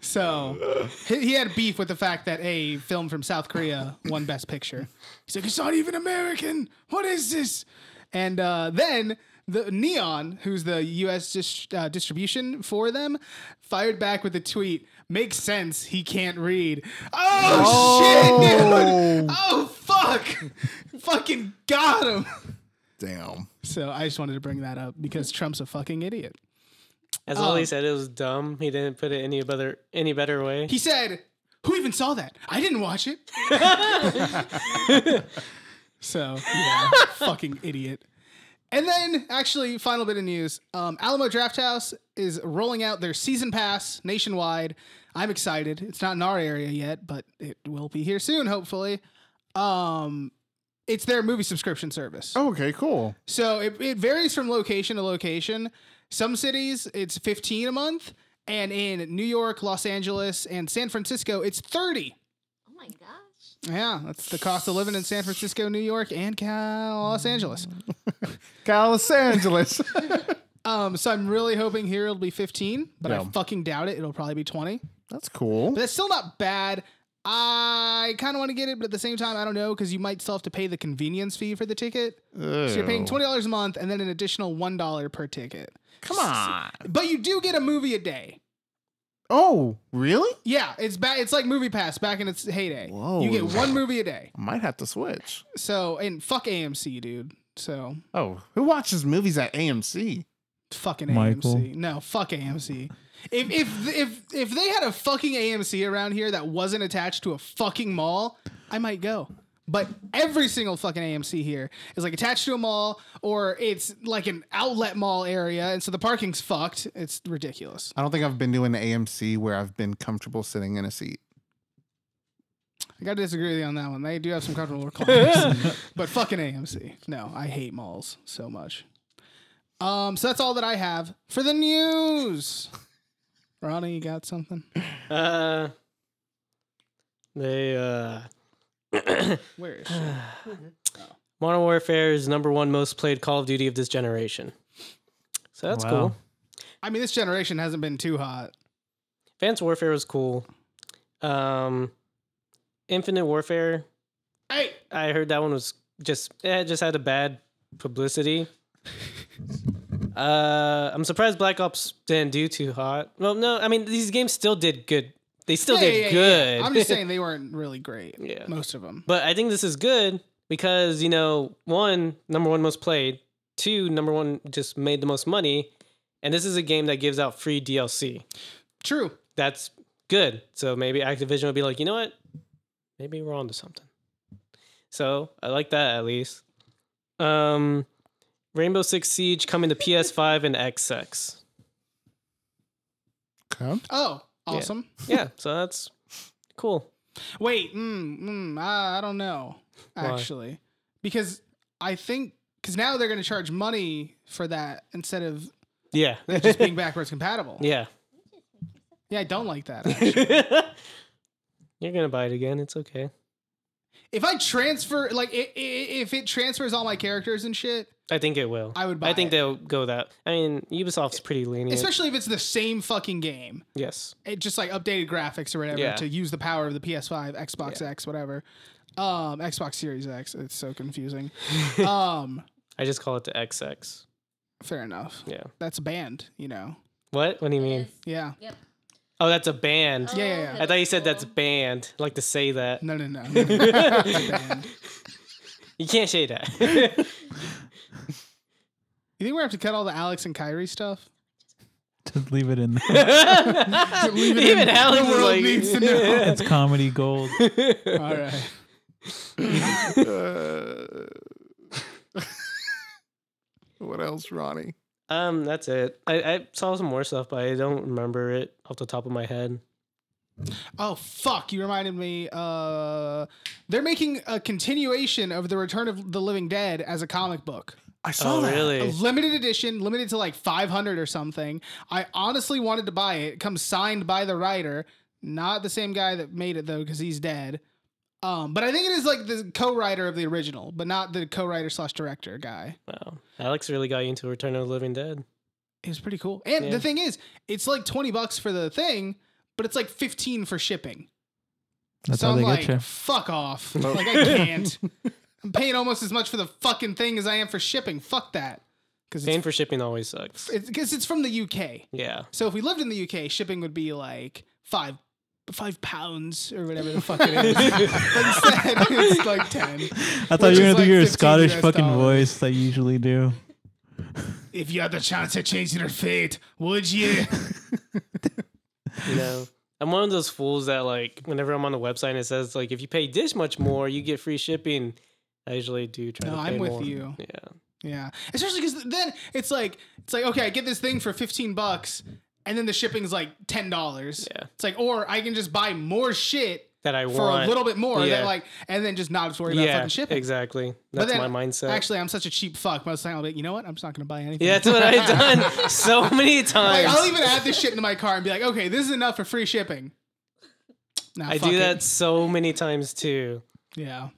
Speaker 4: so he he had beef with the fact that a film from South Korea won Best Picture. He's like, it's not even American. What is this? And uh, then the Neon, who's the U.S. Dis- uh, distribution for them, fired back with a tweet. Makes sense. He can't read. Oh, shit, dude! Oh fuck! Fucking got him.
Speaker 3: Damn.
Speaker 4: So I just wanted to bring that up because Trump's a fucking idiot.
Speaker 1: *laughs* As all he said, it was dumb. He didn't put it any better any better way.
Speaker 4: He said, "Who even saw that? I didn't watch it." *laughs* so yeah, fucking idiot. And then, actually, final bit of news: um, Alamo Drafthouse is rolling out their season pass nationwide. I'm excited. It's not in our area yet, but it will be here soon, hopefully. Um, it's their movie subscription service.
Speaker 3: Okay, cool.
Speaker 4: So it, it varies from location to location. Some cities it's 15 a month, and in New York, Los Angeles, and San Francisco, it's 30.
Speaker 5: oh my gosh.
Speaker 4: Yeah, that's the cost of living in San Francisco, New York, and Cal- Los Angeles.
Speaker 3: Cal Los *laughs* Angeles.
Speaker 4: Um, so I'm really hoping here it'll be 15, but I
Speaker 3: Yeah.
Speaker 4: fucking doubt it. It'll probably be 20.
Speaker 3: That's cool.
Speaker 4: But that's still not bad. I kind of want to get it, but at the same time, I don't know because you might still have to pay the convenience fee for the ticket. So you're paying twenty dollars a month and then an additional one dollar per ticket.
Speaker 3: Come on.
Speaker 4: But you do get a movie a day.
Speaker 3: Oh, really?
Speaker 4: Yeah, it's back. It's like Movie Pass back in its heyday.
Speaker 3: Whoa.
Speaker 4: You get one movie a day.
Speaker 3: I might have to switch.
Speaker 4: So and fuck AMC, dude. So
Speaker 3: Oh, who watches movies at AMC?
Speaker 4: fucking
Speaker 2: Michael.
Speaker 4: AMC. No, fuck AMC. If if if if they had a fucking AMC around here that wasn't attached to a fucking mall, I might go. But every single fucking AMC here is like attached to a mall or it's like an outlet mall area, and so the parking's fucked. It's ridiculous.
Speaker 3: I don't think I've been doing the AMC where I've been comfortable sitting in a seat.
Speaker 4: I gotta disagree with you on that one. They do have some comfortable
Speaker 1: *laughs*
Speaker 4: recliners, but fucking AMC. No, I hate malls so much. Um, so that's all that I have for the news. Ronnie, you got something?
Speaker 1: Uh, they uh,
Speaker 4: Where is she?
Speaker 1: Modern Warfare is number one most played Call of Duty of this generation. So that's
Speaker 2: Wow.
Speaker 1: cool.
Speaker 4: I mean, this generation hasn't been too hot.
Speaker 1: Advanced Warfare was cool. Um, Infinite Warfare,
Speaker 4: Hey,
Speaker 1: I heard that one was just it just had a bad
Speaker 4: *laughs*
Speaker 1: publicity. uh, I'm surprised Black Ops didn't do too hot. Well, no, I mean these games still did good. They still
Speaker 4: Yeah,
Speaker 1: did
Speaker 4: yeah, yeah,
Speaker 1: good. *laughs*
Speaker 4: I'm just saying they weren't really great.
Speaker 1: Yeah.
Speaker 4: most of them.
Speaker 1: But I think this is good because, you know, one, number one most played, two, number one just made the most money. And this is a game that gives out free DLC.
Speaker 4: True.
Speaker 1: That's good. So maybe Activision will be like, you know what? Maybe we're onto something. So I like that at least. Um Rainbow Six Siege coming to PS5 and XX.
Speaker 3: *laughs* Okay.
Speaker 4: Oh, awesome.
Speaker 1: Yeah, so that's cool.
Speaker 4: Wait, mm, mm, I, I don't know actually, because I think because now they're going to charge money for that instead of
Speaker 1: Yeah.
Speaker 4: it just being backwards compatible.
Speaker 1: yeah. *laughs*
Speaker 4: Yeah, I don't like that.
Speaker 1: You're gonna buy it again. It's okay.
Speaker 4: if I transfer, like, i i if it transfers all my characters and shit,
Speaker 1: I think it will.
Speaker 4: I would buy
Speaker 1: I think
Speaker 4: it.
Speaker 1: they'll go that. I mean, Ubisoft's pretty lenient.
Speaker 4: especially if it's the same fucking game,
Speaker 1: yes.
Speaker 4: it just like updated graphics or whatever
Speaker 1: Yeah.
Speaker 4: to use the power of the PS5, Xbox X, whatever, um, Xbox Series X. It's
Speaker 1: *laughs*
Speaker 4: so confusing. um,
Speaker 1: I just call it the XX.
Speaker 4: fair enough.
Speaker 1: Yeah.
Speaker 4: That's banned, you know.
Speaker 1: What? What do you mean?
Speaker 4: Yeah.
Speaker 5: Yep.
Speaker 1: Oh, that's a band.
Speaker 4: Yeah, yeah, yeah.
Speaker 1: I thought you said
Speaker 5: Oh,
Speaker 1: that's banned. I like to say
Speaker 4: *laughs*
Speaker 1: that.
Speaker 4: No,
Speaker 1: *laughs*
Speaker 4: no, no. no, no. It's banned.
Speaker 1: You can't say
Speaker 4: *laughs*
Speaker 1: that.
Speaker 4: You think we have to cut all the Alex and
Speaker 1: *laughs*
Speaker 4: Kyrie stuff?
Speaker 2: Just leave it in *laughs* there.
Speaker 1: Even Alex
Speaker 4: the
Speaker 1: is
Speaker 4: world
Speaker 1: like,
Speaker 4: needs to know.
Speaker 2: It's comedy gold.
Speaker 4: all right.
Speaker 3: what else, Ronnie?
Speaker 1: *laughs* um, that's it. I, I saw some more stuff, but I don't remember it off the top of my head.
Speaker 4: Oh fuck! You reminded me. Uh, they're making a continuation of the Return of the Living Dead as a comic book,
Speaker 3: I saw
Speaker 1: Oh,
Speaker 3: that.
Speaker 4: a
Speaker 1: really?
Speaker 4: limited edition, limited to like 500 or something. I honestly wanted to buy it. It Comes signed by the writer, not the same guy that made it though, because he's dead. Um, but I think it is like the co-writer of the original, but not the co-writer slash director guy.
Speaker 1: Wow. Alex really got you into Return of the Living Dead.
Speaker 4: It was pretty cool. And
Speaker 1: Yeah.
Speaker 4: the thing is, it's like 20 bucks for the thing, but it's like 15 for shipping.
Speaker 2: That's
Speaker 4: so
Speaker 2: how
Speaker 4: I'm
Speaker 2: they
Speaker 4: like,
Speaker 2: get you.
Speaker 4: fuck off. Like I can't. I'm paying almost as much for the fucking thing as I am for shipping. Fuck that. Because
Speaker 1: Paying
Speaker 4: it's,
Speaker 1: for shipping always sucks.
Speaker 4: it's, 'cause it's from the UK. *laughs*
Speaker 1: Yeah.
Speaker 4: So if we lived in the UK, shipping would be like five five pounds or whatever the fuck it is.
Speaker 1: *laughs*
Speaker 4: Instead, *laughs* it's like ten.
Speaker 2: I thought
Speaker 4: which
Speaker 2: you were gonna
Speaker 4: is
Speaker 2: do
Speaker 4: like
Speaker 2: your
Speaker 4: 15
Speaker 2: Scottish
Speaker 4: US
Speaker 2: fucking
Speaker 4: dollars.
Speaker 2: voice that you usually do.
Speaker 4: If you had the chance of changing your fate, would you?
Speaker 1: You know, I'm one of those fools that like whenever I'm on the website and it says like if you pay this much more, you get free shipping. I usually do try
Speaker 4: No,
Speaker 1: to pay
Speaker 4: I'm with
Speaker 1: more.
Speaker 4: you.
Speaker 1: Yeah.
Speaker 4: Yeah, especially because then it's like it's like okay, I get this thing for fifteen bucks, and then the shipping's like ten dollars.
Speaker 1: Yeah.
Speaker 4: it's like or I can just buy more shit
Speaker 1: That I
Speaker 4: for
Speaker 1: want.
Speaker 4: a little bit more.
Speaker 1: Yeah.
Speaker 4: That like and then just not worry about
Speaker 1: yeah,
Speaker 4: fucking shipping.
Speaker 1: exactly.
Speaker 4: But
Speaker 1: That's
Speaker 4: then,
Speaker 1: my mindset.
Speaker 4: Actually, I'm such a cheap fuck. Most of the time, I'll be like, you know what? I'm just not gonna buy anything.
Speaker 1: yeah, that's what
Speaker 4: *laughs*
Speaker 1: I've done so many
Speaker 4: Like,
Speaker 1: times.
Speaker 4: I'll even add this shit into my car and be like, okay, this is enough for free shipping. Nah,
Speaker 1: I
Speaker 4: fuck
Speaker 1: do
Speaker 4: it.
Speaker 1: that so many times too.
Speaker 4: Yeah.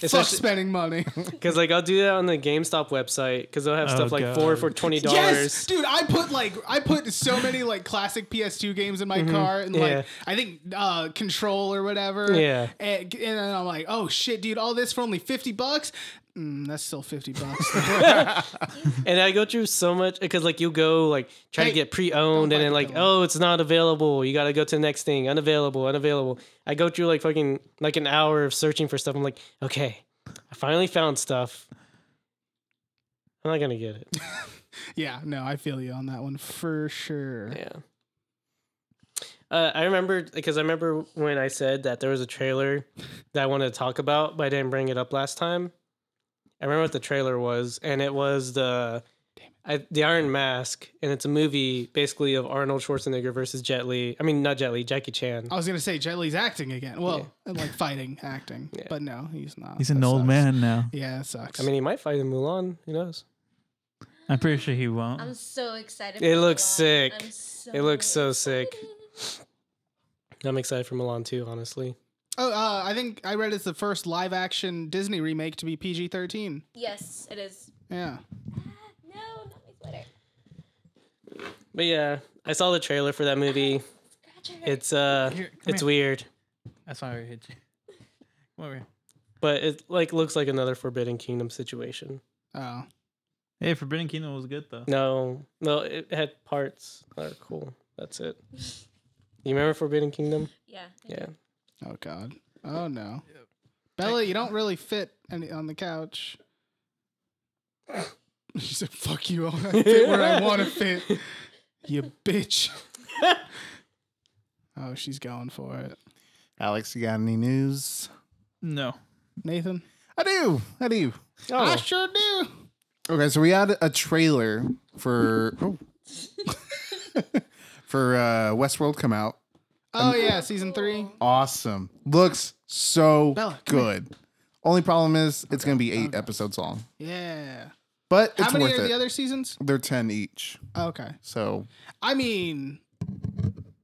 Speaker 4: Fuck
Speaker 1: Especially *laughs*
Speaker 4: spending money.
Speaker 1: because like I'll do that on the GameStop website because they'll have
Speaker 2: Oh,
Speaker 1: stuff like four
Speaker 2: God.
Speaker 1: for twenty dollars.
Speaker 4: *laughs* yes, dude. I put like I put so many like classic PS2 games in my car, and
Speaker 1: Mm-hmm. Yeah.
Speaker 4: like I think uh Control or whatever.
Speaker 1: Yeah.
Speaker 4: And, and then I'm like, oh shit, dude, all this for only fifty bucks. Mm, that's still fifty bucks.
Speaker 1: And I go through so much because like you go like try
Speaker 4: Hey,
Speaker 1: to get pre-owned
Speaker 4: don't
Speaker 1: and then
Speaker 4: buy the
Speaker 1: like
Speaker 4: pillow.
Speaker 1: oh it's not available. You got to go to the next thing. Unavailable, unavailable. I go through like fucking like an hour of searching for stuff. I'm like, okay, I finally found stuff. I'm not gonna get it.
Speaker 4: yeah, no, I feel you on that one for sure.
Speaker 1: Yeah. Uh, I remember because I remember when I said that there was a trailer that I wanted to talk about, but I didn't bring it up last time. I remember what the trailer was, and it was the I, the Iron Mask, and it's a movie basically of Arnold Schwarzenegger versus Jet Li. I mean, not Jet Li, Jackie Chan.
Speaker 4: I
Speaker 2: Oh,
Speaker 4: was gonna say Jet Li's acting again. Well, like fighting, acting, but no, he's not.
Speaker 2: He's
Speaker 4: That
Speaker 2: an old
Speaker 4: sucks.
Speaker 2: man now.
Speaker 4: Yeah, that sucks.
Speaker 1: I mean, he might fight in Mulan. Who knows?
Speaker 2: I'm pretty sure he won't.
Speaker 5: I'm so excited.
Speaker 1: It
Speaker 5: for
Speaker 1: looks
Speaker 5: Mulan.
Speaker 1: sick.
Speaker 5: I'm so
Speaker 1: It looks so sick.
Speaker 5: excited.
Speaker 1: I'm excited for Mulan too, honestly.
Speaker 4: oh, uh, I think I read it's the first live action Disney remake to be PG thirteen.
Speaker 5: Yes, it is.
Speaker 4: Yeah.
Speaker 5: *gasps* No, not my sweater.
Speaker 1: But yeah, I saw the trailer for that movie.
Speaker 5: Scratcher.
Speaker 1: It's uh,
Speaker 2: Here, come
Speaker 1: it's
Speaker 2: here.
Speaker 1: weird.
Speaker 2: That's why I hit you. Come over here.
Speaker 1: but it like looks like another Forbidden Kingdom situation.
Speaker 4: Oh.
Speaker 2: Hey, Forbidden Kingdom was good though.
Speaker 1: No, no, it had parts that are cool. That's it. You remember Forbidden Kingdom?
Speaker 5: yeah. I
Speaker 1: Yeah.
Speaker 5: do.
Speaker 4: Oh God. Oh no. Bella, you don't really fit any on the couch. *laughs* She said, "Fuck you! I
Speaker 1: *laughs*
Speaker 4: fit where I want to fit, you bitch." oh, she's going for it.
Speaker 3: Alex, you got any news?
Speaker 2: No.
Speaker 4: Nathan,
Speaker 3: I do. I do.
Speaker 1: Oh.
Speaker 4: I
Speaker 3: Oh.
Speaker 4: sure do.
Speaker 3: Okay, so we had a trailer for
Speaker 4: *laughs*
Speaker 3: oh. for uh, Westworld come out.
Speaker 4: Oh yeah, season three.
Speaker 3: Awesome. Looks so
Speaker 4: Bella, come
Speaker 3: good. Only problem is it's gonna be eight episodes long,
Speaker 4: Yeah.
Speaker 3: but it's
Speaker 4: How many
Speaker 3: worth
Speaker 4: are
Speaker 3: it.
Speaker 4: the other seasons?
Speaker 3: They're ten each,
Speaker 4: Okay.
Speaker 3: so
Speaker 4: I mean,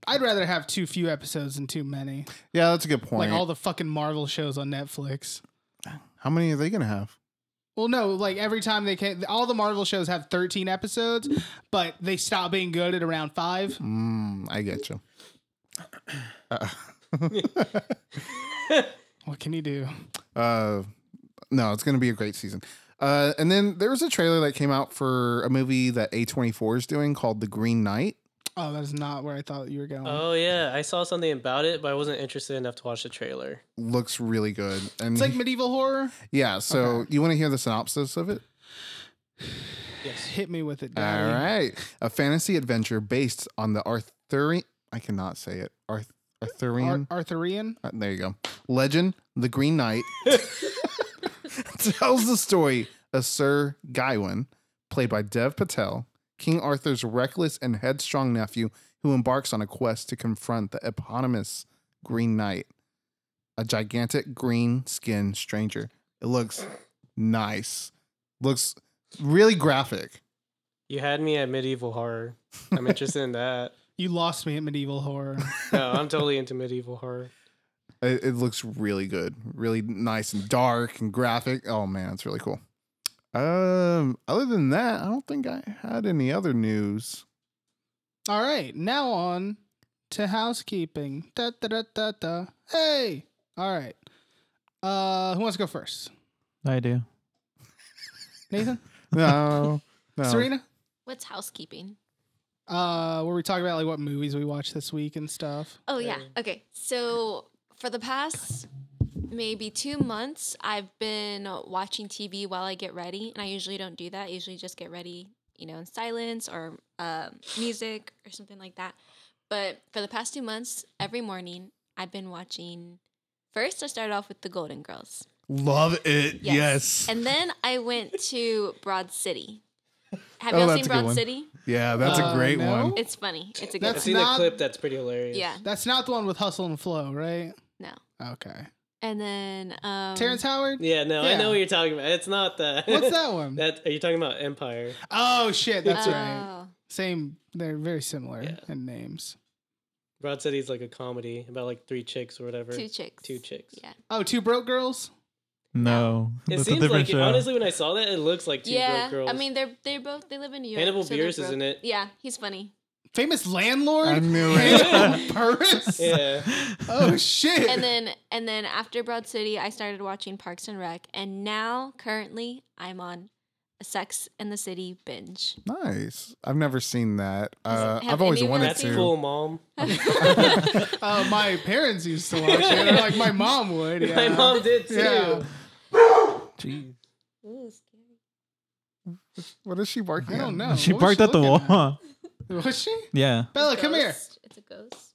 Speaker 4: I'd rather have too few episodes than too many.
Speaker 3: yeah, that's a good
Speaker 4: Like
Speaker 3: point.
Speaker 4: all the fucking Marvel shows on Netflix.
Speaker 3: How many are they gonna have?
Speaker 4: Well, no, like every time they came, all the Marvel shows have 13 episodes, but they stop being good at around five.
Speaker 3: Mm, I get you.
Speaker 4: What can you do?
Speaker 3: Uh, no, it's gonna be a great season. Uh, and then there was a trailer that came out for a movie that A24 is doing called The Green Knight.
Speaker 4: Oh, that's not where I thought you were going.
Speaker 1: Oh yeah, I saw something about it, but I wasn't interested enough to watch the trailer.
Speaker 3: Looks really good. And
Speaker 4: it's like medieval horror.
Speaker 3: yeah, so you want to hear the synopsis of it?
Speaker 4: Hit me with it,
Speaker 3: All
Speaker 4: Daddy.
Speaker 3: right. A fantasy adventure based on the Arthurian. I cannot say it. Arth- Arthurian.
Speaker 4: Ar- Arthurian.
Speaker 3: Uh, there you go. Legend, The Green Knight, *laughs* tells the story of Sir Gawain, played by Dev Patel, King Arthur's reckless and headstrong nephew who embarks on a quest to confront the eponymous Green Knight, a gigantic green skinned stranger. It looks nice. Looks really graphic.
Speaker 1: You had me at medieval horror. I'm interested in that.
Speaker 4: You lost me at medieval horror.
Speaker 1: No, I'm totally into medieval horror.
Speaker 3: It, it looks really good, really nice and dark and graphic. Oh man, it's really cool. Um, other than that, I don't think I had any other news.
Speaker 4: all right, now on to housekeeping. Da, da, da, da, da. Hey. All right. Uh, who wants to go first?
Speaker 2: I do.
Speaker 4: Nathan? *laughs*
Speaker 3: No, *laughs* no.
Speaker 4: Serena?
Speaker 5: What's housekeeping?
Speaker 4: Uh, where we talk about like what movies we watched this week and stuff.
Speaker 5: Oh yeah. Okay. So for the past maybe two months, I've been watching TV while I get ready, and I usually don't do that. I usually just get ready, you know, in silence or um, music or something like that. But for the past two months, every morning I've been watching. First, I started off with The Golden Girls.
Speaker 3: love it. Yes,
Speaker 5: And then I went to Broad City. Have
Speaker 3: Oh,
Speaker 5: y'all
Speaker 3: that's
Speaker 5: seen
Speaker 3: a good
Speaker 5: Broad
Speaker 3: one.
Speaker 5: City?
Speaker 3: yeah, that's
Speaker 4: Uh,
Speaker 3: a great
Speaker 4: no?
Speaker 3: one.
Speaker 5: Oh, It's funny. It's a good.
Speaker 1: I've
Speaker 4: That's
Speaker 5: one.
Speaker 1: seen
Speaker 4: not-
Speaker 1: a clip that's pretty hilarious.
Speaker 5: Yeah.
Speaker 4: That's not the one with Hustle and Flow, right?
Speaker 5: No. Um,
Speaker 4: Okay.
Speaker 5: And then um,
Speaker 4: Terrence Howard?
Speaker 1: Yeah, no, I
Speaker 4: Yeah.
Speaker 1: know what you're talking about. It's not that.
Speaker 4: What's
Speaker 3: *laughs*
Speaker 4: that one?
Speaker 1: *laughs* That are you talking about Empire?
Speaker 4: oh shit, that's right.
Speaker 5: Oh.
Speaker 4: Same. They're very similar
Speaker 1: Yeah.
Speaker 4: in names.
Speaker 1: Broad City's like a comedy about like three chicks or whatever.
Speaker 5: Two chicks.
Speaker 1: Two chicks.
Speaker 5: Yeah.
Speaker 4: Oh, two broke girls.
Speaker 2: No,
Speaker 1: It
Speaker 2: that's a
Speaker 1: seems
Speaker 2: different
Speaker 1: like
Speaker 2: show.
Speaker 1: honestly when I saw that it looks like two
Speaker 5: yeah.
Speaker 1: broke girls.
Speaker 5: I mean, they're they're both they live in New York.
Speaker 1: Hannibal
Speaker 5: so they're
Speaker 1: Buress is
Speaker 5: broke.
Speaker 1: in it.
Speaker 5: Yeah, he's funny.
Speaker 4: Famous landlord.
Speaker 3: I knew it. *laughs*
Speaker 4: Paris.
Speaker 1: yeah.
Speaker 4: Oh shit.
Speaker 5: and then and then after Broad City, I started watching Parks and Rec, and now currently I'm on a Sex and the City
Speaker 4: *laughs*
Speaker 5: binge. *laughs*
Speaker 3: nice. I've never seen that. Uh,
Speaker 5: have
Speaker 3: I've always
Speaker 5: anyone
Speaker 3: wanted
Speaker 1: That's
Speaker 5: seen
Speaker 3: to.
Speaker 5: it?
Speaker 1: cool, mom.
Speaker 4: Oh. Uh, my parents used to watch it, or like my mom would.
Speaker 1: *laughs*
Speaker 4: Yeah.
Speaker 1: My mom did too.
Speaker 4: Yeah.
Speaker 2: *laughs* Jeez.
Speaker 3: What is she barking?
Speaker 4: I don't
Speaker 3: at?
Speaker 4: know.
Speaker 2: Oh, She
Speaker 4: What was
Speaker 2: barked at the
Speaker 4: looking
Speaker 2: wall.
Speaker 4: Was she?
Speaker 2: *laughs* Yeah.
Speaker 4: Bella, come here.
Speaker 5: It's a ghost.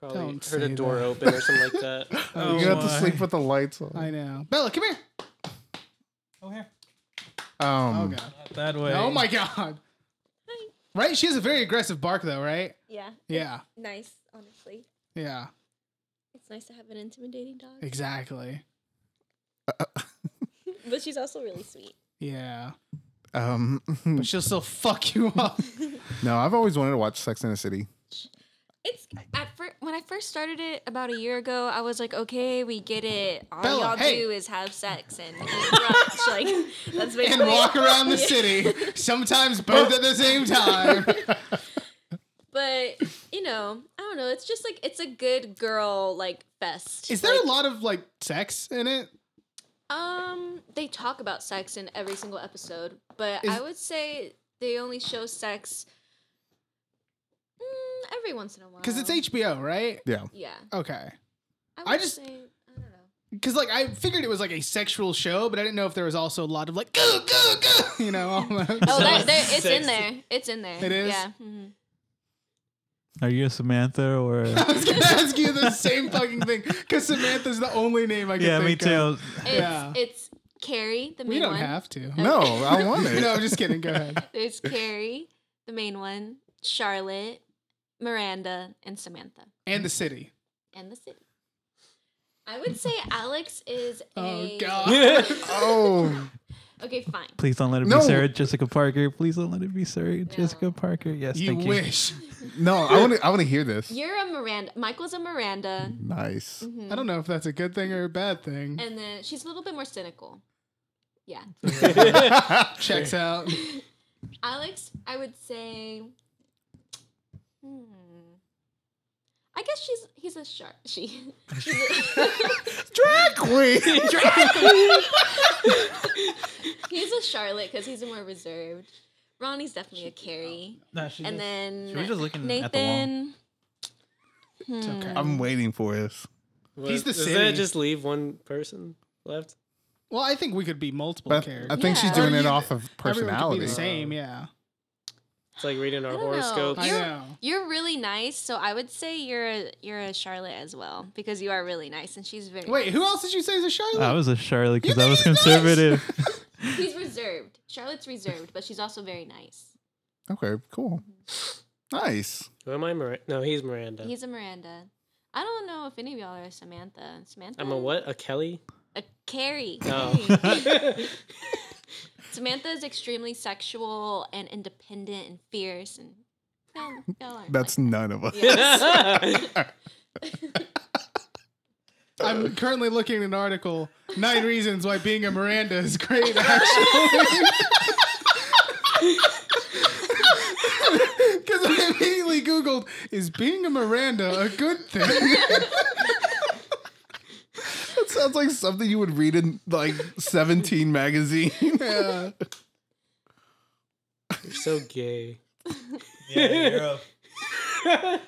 Speaker 1: Probably
Speaker 4: Don't
Speaker 1: heard a
Speaker 4: say
Speaker 1: door
Speaker 4: that.
Speaker 1: open or something like
Speaker 4: *laughs*
Speaker 1: that.
Speaker 3: Oh,
Speaker 2: Oh
Speaker 3: you have to
Speaker 2: my.
Speaker 3: sleep with the lights on.
Speaker 4: I know. Bella, come here.
Speaker 2: Oh, here.
Speaker 4: Oh
Speaker 3: Um,
Speaker 4: god.
Speaker 2: Not that way.
Speaker 4: Oh my god.
Speaker 5: Hi.
Speaker 4: Right? She has a very aggressive bark though, right?
Speaker 5: Yeah.
Speaker 4: Yeah.
Speaker 5: Nice, honestly.
Speaker 4: Yeah.
Speaker 5: It's nice to have an intimidating dog,
Speaker 4: Exactly.
Speaker 5: but she's also really sweet.
Speaker 4: Yeah.
Speaker 2: *laughs*
Speaker 3: um,
Speaker 4: But she'll still fuck you
Speaker 1: *laughs*
Speaker 4: up.
Speaker 3: no, I've always wanted to watch Sex in the City.
Speaker 5: It's at fir- when I first started it about a year ago. I was like, okay, we get it. All
Speaker 4: Bella,
Speaker 5: y'all
Speaker 4: hey.
Speaker 5: do is have sex and eat brunch. *laughs* like that's basically
Speaker 4: and walk around
Speaker 1: *laughs*
Speaker 4: the city, sometimes both at the same time.
Speaker 5: *laughs* But you know, I don't know. It's just like it's a good girl like fest.
Speaker 4: Is there
Speaker 5: Like,
Speaker 4: a lot of like sex in it?
Speaker 5: Um, they talk about sex in every single episode, but
Speaker 4: Is-
Speaker 5: I would say they only show sex mm, every once in a while.
Speaker 4: Because
Speaker 1: Um,
Speaker 4: it's HBO, right?
Speaker 3: Yeah.
Speaker 5: Yeah,
Speaker 4: Okay.
Speaker 5: I,
Speaker 4: just-
Speaker 5: just say, I don't know.
Speaker 4: Because like I figured it was like a sexual show, but I didn't know if there was also a lot of like go go go, *laughs* you know. Almost.
Speaker 5: Oh,
Speaker 1: Sounds
Speaker 5: that, there, it's in
Speaker 1: sexy.
Speaker 5: there. It's in there.
Speaker 4: It is?
Speaker 5: Yeah. mhm.
Speaker 2: Are you a Samantha or?
Speaker 4: I was gonna ask you the same fucking thing because Samantha's the only name I can
Speaker 2: yeah, me
Speaker 4: think
Speaker 2: too.
Speaker 4: of.
Speaker 5: It's,
Speaker 4: Yeah.
Speaker 5: it's Carrie, the main
Speaker 4: We don't
Speaker 5: one.
Speaker 4: have to.
Speaker 5: *laughs*
Speaker 3: No, I want
Speaker 4: *laughs*
Speaker 3: it.
Speaker 4: no, I'm just kidding. Go ahead.
Speaker 5: There's Carrie, the main one, Charlotte, Miranda, and Samantha,
Speaker 4: And the city.
Speaker 5: and the city. I would say Alex is
Speaker 4: Oh,
Speaker 5: a. *laughs*
Speaker 4: God.
Speaker 3: Oh,
Speaker 5: Okay, fine.
Speaker 2: Please don't let it
Speaker 3: No.
Speaker 2: be Sarah Jessica Parker. Please don't let it be Sarah Jessica Parker. Yes,
Speaker 4: You
Speaker 2: thank you.
Speaker 4: wish.
Speaker 3: no, I want to. I want to hear this.
Speaker 5: You're a Miranda. Michael's a Miranda.
Speaker 3: Nice.
Speaker 5: Mhm.
Speaker 4: I don't know if that's a good thing or a bad thing.
Speaker 5: And then she's a little bit more cynical.
Speaker 4: *laughs*
Speaker 5: Yeah.
Speaker 3: *laughs*
Speaker 4: Checks out.
Speaker 5: Alex, I would say. Hmm. I guess she's he's a shark. *laughs* She. She's a,
Speaker 3: Drag queen.
Speaker 5: he's a Charlotte because he's more reserved. Ronnie's definitely a Carrie.
Speaker 2: No, she
Speaker 5: And
Speaker 2: just-
Speaker 5: then
Speaker 2: she was just looking
Speaker 5: Nathan. Hmm.
Speaker 2: at the wall.
Speaker 4: It's okay.
Speaker 3: I'm waiting for this.
Speaker 4: He's the
Speaker 1: does
Speaker 4: city.
Speaker 1: that just leave one person left?
Speaker 4: *laughs* Well, I think we could be multiple
Speaker 3: But
Speaker 4: characters.
Speaker 3: I think she's
Speaker 5: Yeah.
Speaker 3: doing
Speaker 4: Or
Speaker 3: it
Speaker 4: you-
Speaker 3: off of
Speaker 4: oh, Everyone could be
Speaker 3: personality.
Speaker 4: the same. Yeah.
Speaker 1: It's like reading
Speaker 5: I
Speaker 1: our
Speaker 5: don't know.
Speaker 1: horoscopes.
Speaker 4: I
Speaker 5: You're-
Speaker 4: know.
Speaker 5: You're really nice, so I would say you're a, you're a Charlotte as well because you are really nice and she's very.
Speaker 4: Wait, who else did you say is a
Speaker 3: Oh,
Speaker 4: Charlotte?
Speaker 2: I was a Charlotte
Speaker 4: You
Speaker 2: because I
Speaker 4: think
Speaker 2: was
Speaker 4: he's nice?
Speaker 2: conservative.
Speaker 5: *laughs* She's reserved. Charlotte's reserved, but she's also very nice.
Speaker 3: Okay, cool. Nice.
Speaker 1: Who am I? Mir- no, he's Miranda.
Speaker 5: He's a Miranda. I don't know if any of y'all are Samantha. Samantha.
Speaker 1: I'm a what? A Kelly?
Speaker 5: A Carrie. *laughs*
Speaker 1: Oh. *laughs*
Speaker 5: Samantha is extremely sexual and independent and fierce and. y'all- y'all aren't
Speaker 3: That's
Speaker 5: like-
Speaker 3: none of us. *laughs*
Speaker 4: I'm currently looking at an article, Nine Reasons Why Being a Miranda is Great, actually. Because I immediately Googled, is being a Miranda a good thing?
Speaker 3: *laughs* That sounds like something you would read in like 17 magazine.
Speaker 4: Yeah.
Speaker 1: You're so gay. *laughs*
Speaker 2: yeah, you're a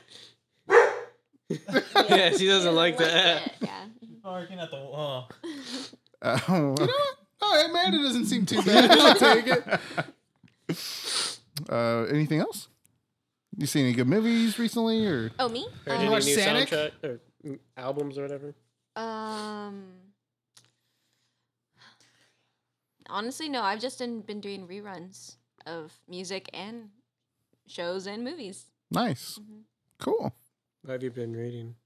Speaker 1: Yeah, she doesn't like
Speaker 5: like
Speaker 1: that.
Speaker 5: it, Yeah.
Speaker 2: barking at the wall.
Speaker 3: *laughs* Oh,
Speaker 4: All right, Miranda doesn't seem too
Speaker 3: *laughs*
Speaker 4: bad. I'll take it.
Speaker 3: uh, anything else? You seen any good movies recently? Or
Speaker 5: Oh me?
Speaker 1: Or
Speaker 5: Um,
Speaker 1: any new
Speaker 4: watch Sonic?
Speaker 1: soundtrack or mm, albums or whatever?
Speaker 5: Um. Honestly, no. I've just been, been doing reruns of music and shows and movies.
Speaker 3: nice, cool.
Speaker 1: What have you been reading?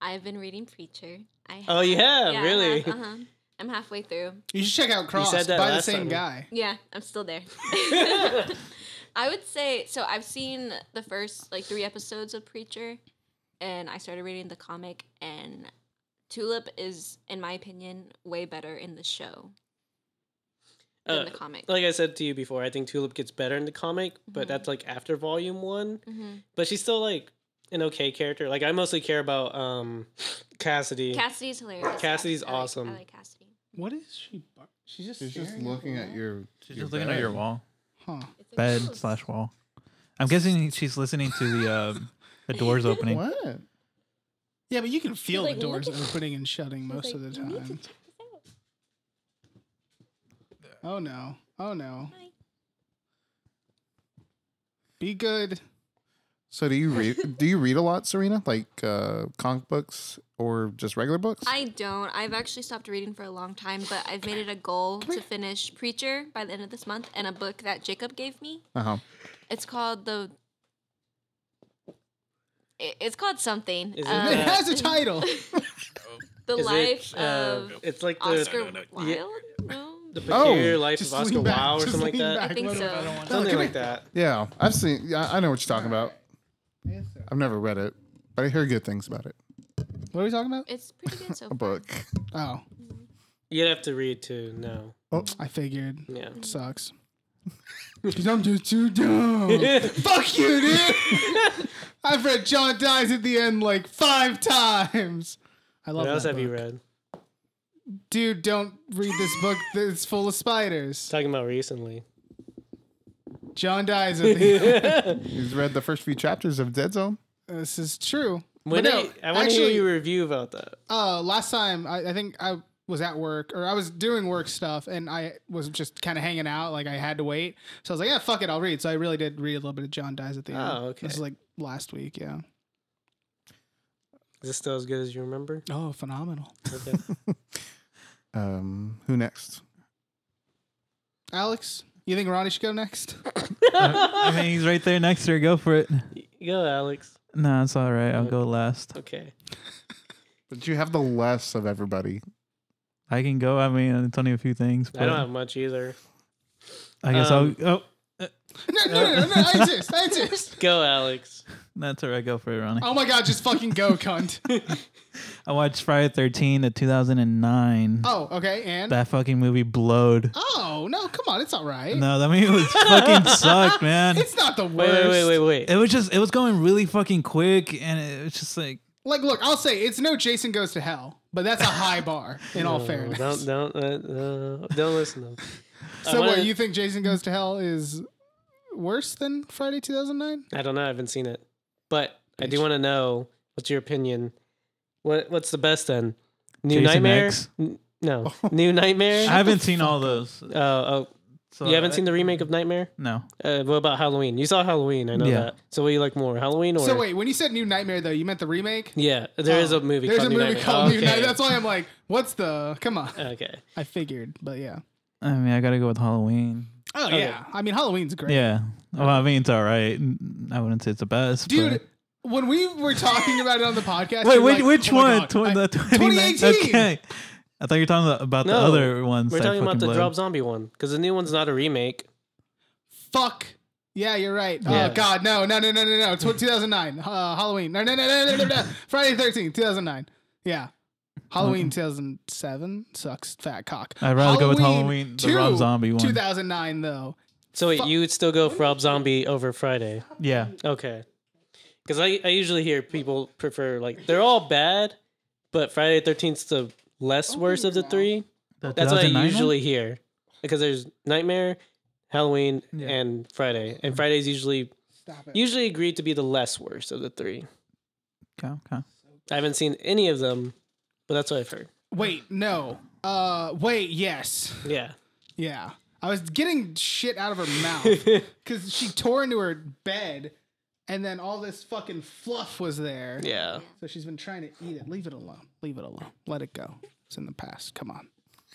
Speaker 5: I've been reading Preacher. I
Speaker 1: Oh, you have?
Speaker 5: yeah, I
Speaker 1: really?
Speaker 5: have, uh-huh. I'm halfway through.
Speaker 4: You should check out Cross
Speaker 1: said that
Speaker 4: by the
Speaker 1: last
Speaker 4: same
Speaker 1: time.
Speaker 4: guy.
Speaker 5: Yeah, I'm
Speaker 1: *laughs*
Speaker 5: still there. *laughs* I would say so. I've seen the first like three episodes of Preacher, and I started reading the comic and Tulip is, in my opinion, way better in the show than
Speaker 1: Uh,
Speaker 5: the comic.
Speaker 1: like I said to you before, I think Tulip gets better in the comic,
Speaker 5: Mm-hmm.
Speaker 1: but that's like after volume one.
Speaker 5: hmm
Speaker 1: But she's still like an okay character. Like I mostly care about um Cassidy.
Speaker 5: Cassidy's hilarious.
Speaker 1: Cassidy's
Speaker 5: I like-
Speaker 1: awesome.
Speaker 5: I like Cassidy.
Speaker 4: What is she? bu- She's just.
Speaker 3: She's just
Speaker 4: staring the
Speaker 3: looking at
Speaker 4: wall?
Speaker 3: your.
Speaker 2: She's just looking at your wall,
Speaker 4: Huh.
Speaker 5: It's like,
Speaker 2: bed
Speaker 5: "Oh,
Speaker 2: slash wall. I'm guessing she's listening to the um, the doors opening.
Speaker 3: What?
Speaker 4: Yeah, but you can feel
Speaker 5: like,
Speaker 4: the doors
Speaker 5: "Look at-
Speaker 4: opening and shutting
Speaker 5: She's
Speaker 4: most
Speaker 5: like,
Speaker 4: of the
Speaker 5: "You need to
Speaker 4: time.
Speaker 5: check this out."
Speaker 4: Oh no! Oh no!
Speaker 5: Hi.
Speaker 4: Be good.
Speaker 3: So do you read? do you read a lot, Serena? Like uh, comic books or just regular books?
Speaker 5: I don't. I've actually stopped reading for a long time, but I've made it a goal to finish Preacher by the end of this month and a book that Jacob gave me.
Speaker 3: Uh huh.
Speaker 5: It's called the. I- It's called something.
Speaker 1: Is it
Speaker 4: *laughs*
Speaker 5: uh,
Speaker 4: It
Speaker 1: Yeah.
Speaker 4: has a
Speaker 5: *laughs*
Speaker 4: title.
Speaker 5: the
Speaker 1: Is it,
Speaker 5: life of
Speaker 1: uh, it's like the
Speaker 5: Oscar Wilde.
Speaker 1: yeah.
Speaker 5: No,
Speaker 1: the
Speaker 3: Oh,
Speaker 1: peculiar life of
Speaker 4: Just
Speaker 1: Oscar
Speaker 4: lean back,
Speaker 1: Wilde or
Speaker 4: just
Speaker 1: something like
Speaker 4: lean
Speaker 1: that.
Speaker 4: back
Speaker 5: I think
Speaker 4: a little
Speaker 5: so.
Speaker 4: bit. I don't wanna-
Speaker 1: Something
Speaker 3: Look,
Speaker 1: like that.
Speaker 3: Yeah, I've seen. Yeah, I know what you're talking about. I've never read it, but I hear good things about it.
Speaker 4: What are we talking about?
Speaker 5: it's pretty good
Speaker 2: *laughs*
Speaker 5: so
Speaker 3: A
Speaker 5: far.
Speaker 3: book.
Speaker 4: Oh,
Speaker 1: You'd have to read to know.
Speaker 3: Oh.
Speaker 4: I figured.
Speaker 1: Yeah. *laughs*
Speaker 4: *laughs* Sucks. Cause I'm just
Speaker 1: *laughs*
Speaker 4: too dumb. Fuck you, *laughs* dude. I've read John dies at the end like five times. I love
Speaker 1: what else
Speaker 4: that
Speaker 1: have you
Speaker 4: book.
Speaker 1: read?
Speaker 4: Dude, don't read this *laughs* book. It's full of spiders.
Speaker 1: Talking about
Speaker 4: *laughs*
Speaker 1: recently.
Speaker 4: John dies at
Speaker 1: *laughs*
Speaker 4: the end.
Speaker 3: He's read the first few chapters of Dead Zone.
Speaker 4: This is true.
Speaker 1: When
Speaker 4: But
Speaker 1: I, I want to hear
Speaker 4: actually,
Speaker 1: you review about that.
Speaker 4: uh, last time I, I think I was at work or I was doing work stuff and I was just kind of hanging out. Like I had to wait, so I was like, yeah, fuck it, I'll read. So I really did read a little bit of John dies at the end.
Speaker 1: Oh, okay.
Speaker 4: This is like last week, yeah.
Speaker 1: Is this still as good as you
Speaker 4: *laughs*
Speaker 1: remember?
Speaker 4: Oh, phenomenal.
Speaker 1: Okay. *laughs*
Speaker 3: Um, who next?
Speaker 4: Alex, you think Ronnie should go next?
Speaker 2: I mean, he's right there next to her. Go for it.
Speaker 1: Go, Alex.
Speaker 2: No, it's all right. I'll go last.
Speaker 1: Okay.
Speaker 3: But you have the less of everybody.
Speaker 2: I can go. I mean, it's only a few things, but
Speaker 1: I don't
Speaker 2: I,
Speaker 1: have much either.
Speaker 2: guess
Speaker 1: um,
Speaker 2: I'll. Oh,
Speaker 4: no, no, no, no, no, I exist. I exist.
Speaker 1: Go, Alex.
Speaker 2: that's all right. Go for it, Ronnie.
Speaker 4: *laughs* Oh my god, just fucking go, cunt.
Speaker 2: I watched Friday Thirteen, the 2009.
Speaker 4: Oh, okay, and
Speaker 2: That fucking movie blowed.
Speaker 4: oh no, come on, it's all right.
Speaker 2: No, that movie was
Speaker 4: *laughs*
Speaker 2: fucking sucked, man.
Speaker 4: Oh. It's not the worst.
Speaker 1: Wait, wait, wait, wait, wait.
Speaker 2: It was just it was going really fucking quick, and it was just like
Speaker 4: Like, look, I'll say it's no Jason goes to hell, but that's a high bar. In
Speaker 1: *laughs*
Speaker 4: all
Speaker 1: No,
Speaker 4: fairness. *laughs*
Speaker 1: Don't don't uh, uh, don't listen to him. I
Speaker 4: So, what
Speaker 1: wanna-
Speaker 4: you think Jason Goes to Hell is worse than Friday 2009?
Speaker 1: I don't know. I haven't seen it, but I do want to know what's your opinion. What what's the best then? New
Speaker 2: Jason
Speaker 1: Nightmare?
Speaker 2: X.
Speaker 1: N-
Speaker 4: *laughs*
Speaker 1: no, New Nightmare.
Speaker 2: I haven't seen all those.
Speaker 1: oh, oh,
Speaker 2: So
Speaker 1: you haven't
Speaker 2: I-
Speaker 1: seen the remake of Nightmare?
Speaker 2: No,
Speaker 1: Uh, what about Halloween? You saw Halloween, I know
Speaker 2: Yeah.
Speaker 1: that. So what do you like more, Halloween or?
Speaker 4: So wait, when you said New Nightmare though, you meant the remake?
Speaker 1: Yeah, there is
Speaker 4: Oh,
Speaker 1: a movie.
Speaker 4: There's
Speaker 1: called
Speaker 4: a movie
Speaker 1: New
Speaker 4: called
Speaker 1: Nightmare.
Speaker 4: New Nightmare. That's why I'm like, what's the? Come on,
Speaker 1: *laughs* okay.
Speaker 4: I figured, but yeah.
Speaker 2: I mean I gotta go with Halloween.
Speaker 4: Oh yeah, I mean Halloween's great.
Speaker 2: Yeah, well I mean it's all right. I wouldn't say it's the best,
Speaker 4: dude.
Speaker 2: but-
Speaker 4: When we were talking about it on the podcast,
Speaker 2: Wait,
Speaker 4: you were
Speaker 2: which, which
Speaker 4: like, "Oh
Speaker 2: one?
Speaker 4: my God,
Speaker 2: Tw-
Speaker 4: I-
Speaker 2: the 29
Speaker 4: 2018.
Speaker 2: Okay. I thought you were talking about the
Speaker 1: No,
Speaker 2: other ones.
Speaker 1: We're
Speaker 2: that
Speaker 1: talking
Speaker 2: fucking
Speaker 1: about the
Speaker 2: blowed.
Speaker 1: Drop Zombie one because the new one's not a remake.
Speaker 4: Fuck. Yeah, you're right.
Speaker 1: Yeah.
Speaker 4: Oh God, no, no, no, no, no, no. Tw- 2009, uh, Halloween. No, no, no, no, no, no, *laughs* no. Friday 13, 2009. Yeah, Halloween 2007 sucks. Fat cock.
Speaker 2: I'd rather go with Halloween, the Rob Zombie one.
Speaker 4: 2009 though.
Speaker 1: So wait, you would still go for Rob Zombie over Friday?
Speaker 2: Yeah.
Speaker 1: Okay. Because I, I usually hear people prefer like they're all bad, but Friday Thirteenth's the less
Speaker 4: Oh,
Speaker 1: worst of the three.
Speaker 2: The
Speaker 1: That's what
Speaker 2: 2009
Speaker 1: I
Speaker 2: one?
Speaker 1: usually hear because there's Nightmare, Halloween,
Speaker 2: Yeah.
Speaker 1: and Friday, and Friday's usually
Speaker 4: Stop it.
Speaker 1: usually agreed to be the less worst of the three.
Speaker 2: Okay, okay.
Speaker 1: I haven't seen any of them, but that's what I've heard.
Speaker 4: Wait, no. Uh, wait, yes,
Speaker 1: Yeah.
Speaker 4: yeah. I was getting shit out of her mouth
Speaker 1: *laughs*
Speaker 4: because she tore into her bed, and then all this fucking fluff was there.
Speaker 1: Yeah.
Speaker 4: So she's been trying to eat it. Leave it alone. Leave it alone. Let it go. It's in the past. Come on.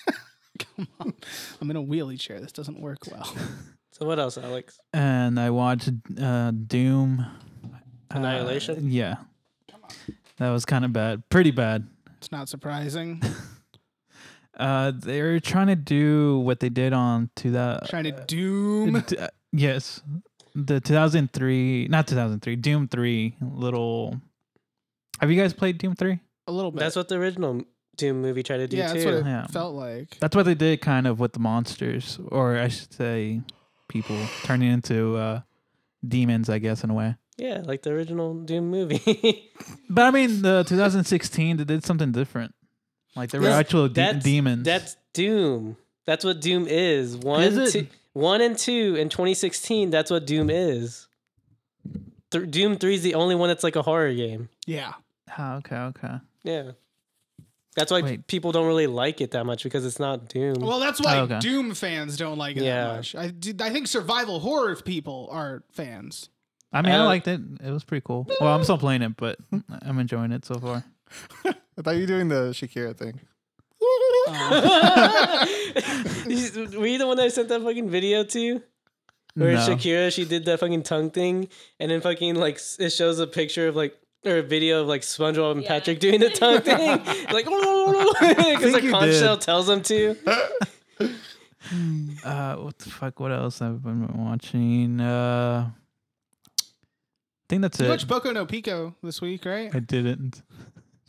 Speaker 4: *laughs* Come on. I'm in a wheelie chair. This doesn't work well. *laughs*
Speaker 1: So what else, Alex?
Speaker 2: And I watched uh, Doom. uh,
Speaker 1: Annihilation?
Speaker 2: yeah. That was kind of bad. Pretty bad.
Speaker 4: It's not surprising.
Speaker 2: Uh, they're trying to do what they did on to that.
Speaker 4: Trying to doom.
Speaker 2: D- uh, yes. The 2003, not 2003, Doom 3 little Have you guys played Doom Three?
Speaker 4: a little bit.
Speaker 1: That's what the original Doom movie tried to do
Speaker 4: yeah,
Speaker 1: too.
Speaker 4: that's what it
Speaker 2: Yeah.
Speaker 4: felt like.
Speaker 2: That's what they did, kind of, with the monsters, or I should say, people turning into uh, demons, I guess, in a way.
Speaker 1: yeah, like the original Doom movie. *laughs*
Speaker 2: But I mean, the 2016, they did something different. Like there were
Speaker 1: That's-
Speaker 2: actual de-
Speaker 1: that's-
Speaker 2: demons.
Speaker 1: that's Doom. That's what Doom is. One,
Speaker 2: Is it?
Speaker 1: two, one and two in 2016. That's what Doom is. Th- Doom Three is the only one that's like a horror game.
Speaker 4: Yeah.
Speaker 2: oh, okay, okay.
Speaker 1: Yeah, that's why
Speaker 2: Wait.
Speaker 1: people don't really like it that much because it's not Doom.
Speaker 4: Well, that's why
Speaker 2: Oh, okay.
Speaker 4: Doom fans don't like it
Speaker 1: Yeah.
Speaker 4: that much. I, do- I think survival horror people are fans.
Speaker 2: I mean, I
Speaker 1: Uh,
Speaker 2: liked it. It was pretty cool. Well, I'm still playing it, but I'm enjoying it so far.
Speaker 3: I thought you were doing the Shakira thing. *laughs*
Speaker 1: Were *laughs* you the one that I sent that fucking video to? Where
Speaker 2: No.
Speaker 1: Shakira, she did that fucking tongue thing, and then fucking like s- it shows a picture of like or a video of like SpongeBob and
Speaker 5: Yeah.
Speaker 1: Patrick doing the tongue thing, like *laughs* because
Speaker 2: think
Speaker 1: like
Speaker 2: you
Speaker 1: conch
Speaker 2: did.
Speaker 1: shell tells them to.
Speaker 2: Uh, what the fuck? What else I've been watching? Uh, I think that's
Speaker 4: You
Speaker 2: it.
Speaker 4: watched Boco no Pico this week, right?
Speaker 2: I didn't.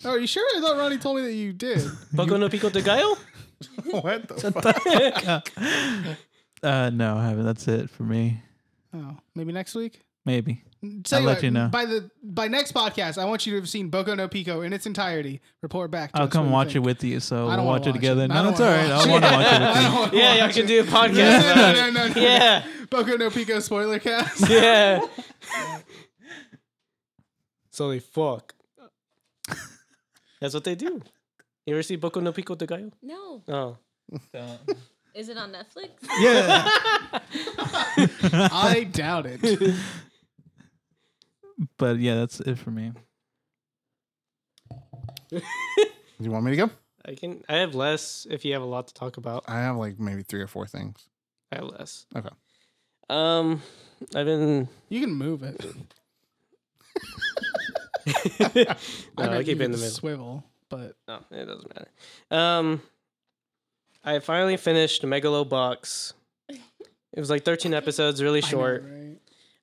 Speaker 4: Oh, are you sure? I thought Ronnie told me that you *laughs* did.
Speaker 1: Poco no pico de
Speaker 2: *laughs*
Speaker 1: gallo. *laughs*
Speaker 3: what the fuck?
Speaker 2: Uh, no, I haven't. That's it for me.
Speaker 4: oh, maybe next week.
Speaker 2: Maybe.
Speaker 4: Tell
Speaker 2: I'll let you know.
Speaker 4: By the by next podcast, I want you to have seen Boco no Pico in its entirety. Report back. To
Speaker 2: I'll
Speaker 4: us
Speaker 2: come
Speaker 4: what you
Speaker 2: watch it with
Speaker 4: think.
Speaker 2: you, so
Speaker 4: I
Speaker 2: we'll
Speaker 4: don't
Speaker 2: watch
Speaker 4: wanna
Speaker 2: it
Speaker 4: watch
Speaker 2: together.
Speaker 4: it. I
Speaker 2: No,
Speaker 4: don't
Speaker 2: it's all
Speaker 4: wanna
Speaker 2: right.
Speaker 4: watch
Speaker 2: I want to watch
Speaker 4: *laughs*
Speaker 2: it with
Speaker 4: I
Speaker 2: you.
Speaker 4: don't wanna
Speaker 1: Yeah, y'all
Speaker 4: watch
Speaker 1: can
Speaker 4: it.
Speaker 1: do a
Speaker 4: Oh, No,
Speaker 1: podcast.
Speaker 4: no, no, no, no.
Speaker 1: Yeah,
Speaker 4: Boco no Pico
Speaker 2: *laughs*
Speaker 4: spoiler cast.
Speaker 1: yeah. So they fuck. That's what they do. You ever see Boco no pico de gallo?
Speaker 5: No.
Speaker 1: Oh.
Speaker 5: Is it on Netflix?
Speaker 2: Yeah.
Speaker 4: I doubt it.
Speaker 2: *laughs* but yeah, that's it for me.
Speaker 3: You want me to go?
Speaker 1: I can. I have less. If you have a lot to talk about,
Speaker 3: I have like maybe three or four things.
Speaker 1: I have less.
Speaker 3: Okay.
Speaker 1: Um, I've been.
Speaker 4: You can move it.
Speaker 1: *laughs* No, I, keep
Speaker 4: meant you
Speaker 1: it in the
Speaker 4: can
Speaker 1: middle.
Speaker 4: Swivel, but
Speaker 1: No, it doesn't matter. Um, I finally finished Megalobox. It was like 13 episodes, really
Speaker 4: I know,
Speaker 1: short.
Speaker 4: right?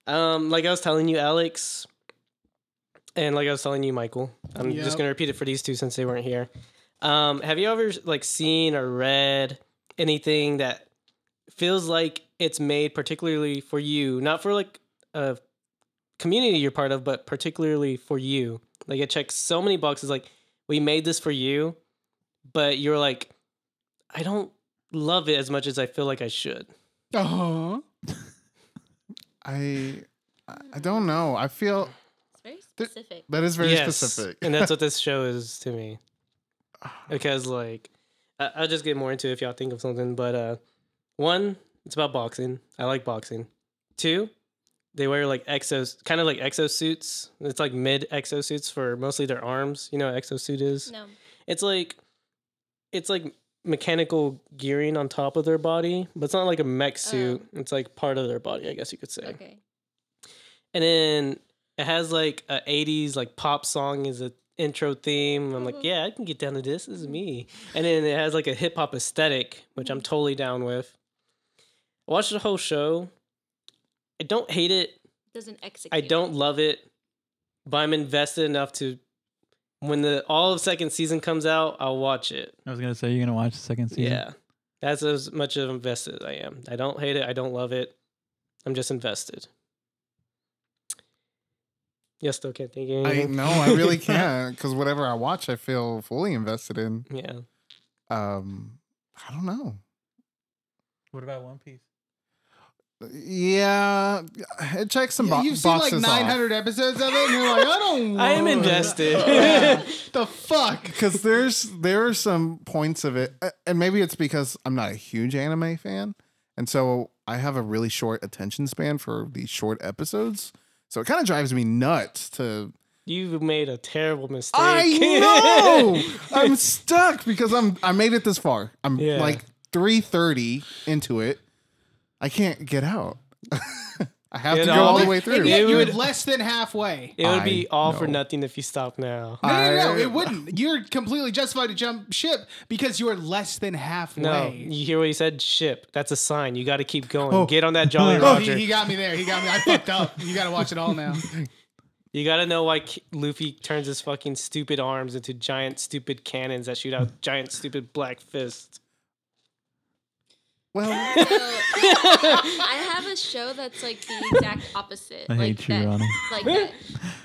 Speaker 1: Um, like I was telling you, Alex, and like I was telling you, Michael. I'm
Speaker 4: Yep.
Speaker 1: just gonna repeat it for these two since they weren't here. Um, have you ever like seen or read anything that feels like it's made particularly for you, not for like a community you're part of, but particularly for you? Like it checks so many boxes. Like we made this for you, but you're like, I don't love it as much as I feel like I should.
Speaker 4: Uh-huh.
Speaker 3: I I don't know. I feel
Speaker 5: It's very specific.
Speaker 3: that is very
Speaker 1: Yes,
Speaker 3: specific. *sighs*
Speaker 1: and
Speaker 3: *laughs*
Speaker 1: that's what this show is to me. Because like, I- I'll just get more into it if y'all think of something. But uh, one, it's about boxing. I like boxing. Two, they wear like exos, kind of like exosuits. It's like mid exosuits for mostly their arms. You know what exosuit is?
Speaker 5: No.
Speaker 1: It's like, it's like mechanical gearing on top of their body, but it's not like a mech suit. It's like part of their body, I guess you could say
Speaker 5: Okay.
Speaker 1: and then it has like a 80s like pop song as a intro theme i'm like yeah i can get down to this this is me and then it has like a hip-hop aesthetic which i'm totally down with i watched the whole show i don't hate it
Speaker 5: Doesn't execute.
Speaker 1: i *laughs* don't love it but i'm invested enough to when the all of second season comes out i'll watch it
Speaker 2: I was gonna say you're gonna watch the second season.
Speaker 1: yeah that's as much of invested as i am i don't hate it i don't love it i'm just invested yes still can't think of
Speaker 3: I
Speaker 1: anything
Speaker 4: Mm-hmm.
Speaker 3: no, I
Speaker 1: *laughs*
Speaker 4: *laughs*
Speaker 3: really can't because whatever I watch, I feel fully invested in.
Speaker 1: Yeah.
Speaker 3: Um, I don't know.
Speaker 2: What about One Piece?
Speaker 3: Yeah, it checks some bo-
Speaker 4: You've seen like *laughs*
Speaker 3: boxes
Speaker 4: 900 episodes of it, and you're like, I don't.
Speaker 1: *laughs* I am
Speaker 4: want it.
Speaker 1: invested. *laughs*
Speaker 4: Yeah.
Speaker 3: *laughs*
Speaker 4: the fuck.
Speaker 3: because there's there are some points of it, uh, and maybe it's because I'm not a huge anime fan, and so I have a really short attention span for these short episodes. So it kind of drives me nuts to
Speaker 1: You've made a terrible mistake. *laughs*
Speaker 3: I know. *laughs* I'm stuck because I'm I made it this far. I'm
Speaker 1: Yeah.
Speaker 3: like 3:30 into it. I can't get out. *laughs* I have
Speaker 1: You
Speaker 3: to go
Speaker 1: know,
Speaker 3: all the
Speaker 1: but
Speaker 3: way
Speaker 4: And
Speaker 3: through.
Speaker 4: yet
Speaker 1: It
Speaker 4: you're
Speaker 1: would-
Speaker 4: less than halfway.
Speaker 1: it would be
Speaker 3: I
Speaker 1: all for
Speaker 3: know.
Speaker 1: nothing if you stop now.
Speaker 4: No, no, no,
Speaker 3: I-
Speaker 4: it wouldn't. You're completely justified to jump ship because you're less than halfway.
Speaker 1: No, you hear what he said? Ship. That's a sign. You got to
Speaker 3: *laughs*
Speaker 1: keep going. Get on that Jolly
Speaker 4: Oh, he,
Speaker 1: Roger. *laughs*
Speaker 4: he got me there. He got me. I fucked up. You got to watch it all now.
Speaker 1: You gotta know why K- Luffy turns his fucking stupid arms into giant stupid cannons that shoot out giant stupid black fists.
Speaker 3: Well,
Speaker 5: So, I have a show that's like the exact opposite.
Speaker 2: I
Speaker 5: like
Speaker 2: hate you,
Speaker 5: that,
Speaker 2: Ronnie.
Speaker 5: Like that,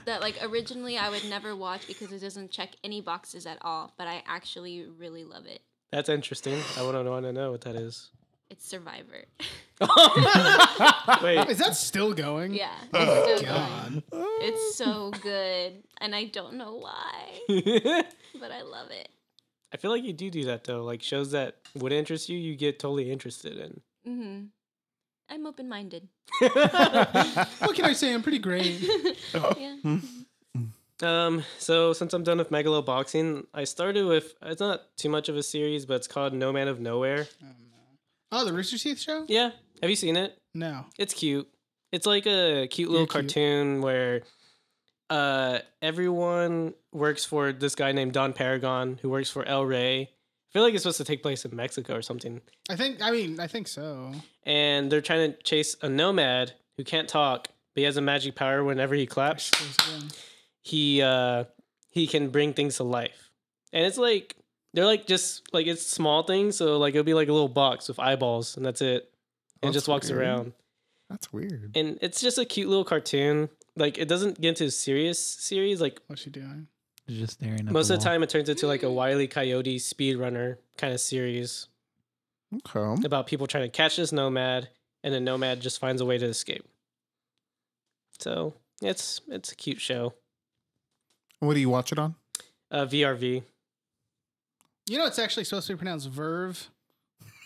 Speaker 5: that like originally I would never watch because it doesn't check any boxes at all. But I actually really love it.
Speaker 1: That's interesting. I would want to know what that is.
Speaker 5: It's Survivor. *laughs*
Speaker 4: Mm. *laughs*
Speaker 1: Wait,
Speaker 4: Is that still going?
Speaker 5: yeah. It's so good.
Speaker 4: Oh God. Oh.
Speaker 5: It's so good, and I don't know why, but I love it.
Speaker 1: I feel like you do do that though. Like shows that would interest you, you get totally interested in.
Speaker 5: hmm I'm open minded.
Speaker 4: What can I say? I'm pretty great.
Speaker 5: yeah.
Speaker 4: Hmm.
Speaker 1: Um, so since I'm done with Megalo Boxing, I started with it's not too much of a series, but it's called No Man of Nowhere.
Speaker 4: Oh, the Rooster Teeth show?
Speaker 1: Yeah, have you seen it?
Speaker 4: No.
Speaker 1: It's cute. It's like a cute little
Speaker 4: You're cute.
Speaker 1: cartoon where uh everyone works for this guy named Don Paragon who works for El Rey. I feel like it's supposed to take place in Mexico or something.
Speaker 4: I think. I mean, I think so.
Speaker 1: And they're trying to chase a nomad who can't talk, but he has a magic power whenever he claps.
Speaker 4: um,
Speaker 1: he uh he can bring things to life and it's like they're like just like it's small things so like it'll be like a little box with eyeballs and that's it and it
Speaker 3: That's
Speaker 1: just walks
Speaker 3: weird.
Speaker 1: around
Speaker 3: that's weird.
Speaker 1: and it's just a cute little cartoon like it doesn't get into a serious series like
Speaker 4: What's she doing?
Speaker 2: Just staring at
Speaker 1: most
Speaker 2: the
Speaker 1: of the time it turns into like a wily coyote speedrunner kind of series
Speaker 4: Mm-hmm.
Speaker 3: Okay.
Speaker 1: about people trying to catch this nomad and the nomad just finds a way to escape so it's it's a cute show
Speaker 3: What do you watch it on?
Speaker 1: uh vrv
Speaker 4: You know, it's actually supposed to be pronounced Verve.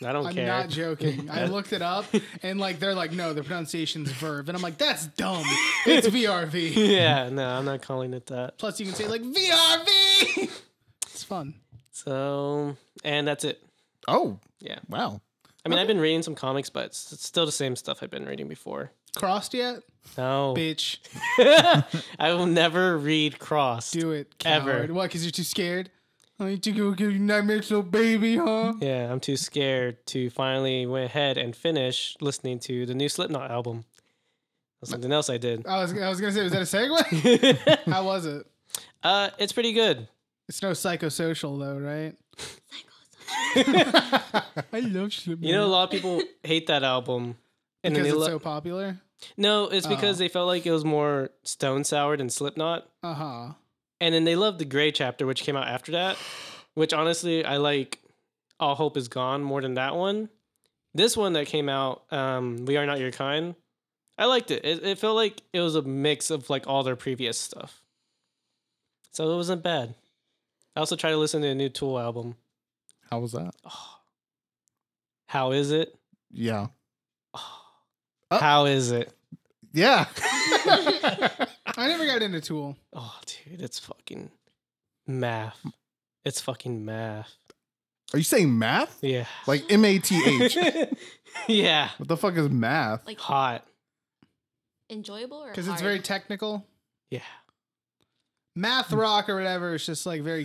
Speaker 1: i don't
Speaker 4: I'm
Speaker 1: care *laughs*
Speaker 4: not joking. I looked it up, and like they're like, no, the pronunciation's Verve, and I'm like, that's
Speaker 1: *laughs*
Speaker 4: dumb. It's VRV.
Speaker 1: yeah no i'm not calling it that
Speaker 4: Plus, you can say like VRV. *laughs* It's fun.
Speaker 1: So, and that's it.
Speaker 3: Oh,
Speaker 1: Yeah.
Speaker 3: wow.
Speaker 1: I mean, I've been reading some comics, but it's it's still the same stuff I've been reading before.
Speaker 4: Crossed yet,
Speaker 1: No,
Speaker 4: bitch?
Speaker 1: *laughs* I will never read Cross.
Speaker 4: Do it, coward.
Speaker 1: Ever.
Speaker 4: Ever. What? Because you're too scared. Oh, you think it will give you nightmares, little baby, huh?
Speaker 1: Yeah, I'm too scared to finally went ahead and finish listening to the new Slipknot album. That's something else I
Speaker 4: *laughs*
Speaker 1: did. *laughs*
Speaker 4: I was, I was gonna say, was that a segue? How was it?
Speaker 1: uh, it's pretty good.
Speaker 4: It's no psychosocial though, right? *laughs* I love Slipknot.
Speaker 1: You know, a lot of people hate that album. And then
Speaker 4: because
Speaker 1: they
Speaker 4: it's
Speaker 1: lo-
Speaker 4: so Oh. popular.
Speaker 1: no, it's because they felt like it was more stone soured and Slipknot.
Speaker 4: Uh huh.
Speaker 1: and then they love the gray chapter which came out after that which honestly i like all hope is gone more than that one this one that came out um we are not your kind i liked it. it it felt like it was a mix of like all their previous stuff so it wasn't bad i also tried to listen to a new tool album
Speaker 3: How was that?
Speaker 1: how is it
Speaker 3: Yeah. Oh.
Speaker 1: how is it
Speaker 3: Yeah. *laughs*
Speaker 4: I never got into Tool.
Speaker 1: oh dude it's fucking math it's fucking math
Speaker 3: Are you saying math?
Speaker 1: yeah
Speaker 3: Like M A T H.
Speaker 1: *laughs* yeah
Speaker 3: What the fuck is math?
Speaker 5: Like
Speaker 1: hot
Speaker 5: enjoyable or
Speaker 4: because it's
Speaker 5: hard?
Speaker 4: very technical.
Speaker 1: yeah
Speaker 4: Math rock or whatever is just like very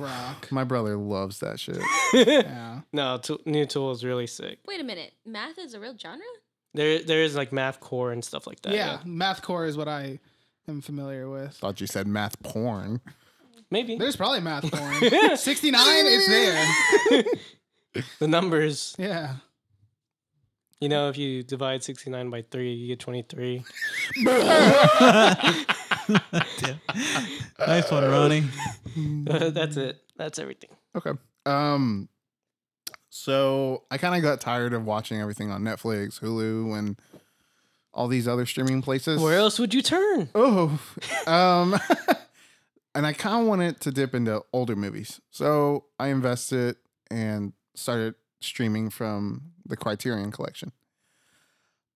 Speaker 1: *laughs*
Speaker 4: rock.
Speaker 3: My brother loves that shit. *laughs*
Speaker 4: Yeah.
Speaker 1: No, tool, new tool is really sick.
Speaker 5: Wait a minute. Math is a real genre?
Speaker 1: There, there is like math core and stuff like that.
Speaker 4: yeah, mathcore is what I am familiar with.
Speaker 3: Thought you said math porn. *laughs*
Speaker 1: maybe
Speaker 4: There's probably math
Speaker 1: *laughs*
Speaker 4: porn. 69, it's there.
Speaker 1: the numbers.
Speaker 4: Yeah.
Speaker 1: You know, if you divide sixty nine by three, you get twenty three.
Speaker 2: *laughs* nice one, Ronnie.
Speaker 1: *laughs* That's it. That's everything.
Speaker 3: Okay. Um so I kind of got tired of watching everything on Netflix, Hulu, and all these other streaming places.
Speaker 1: Where else would you turn?
Speaker 3: Oh. Um *laughs* and I kind of wanted to dip into older movies. So I invested and started streaming from the Criterion collection.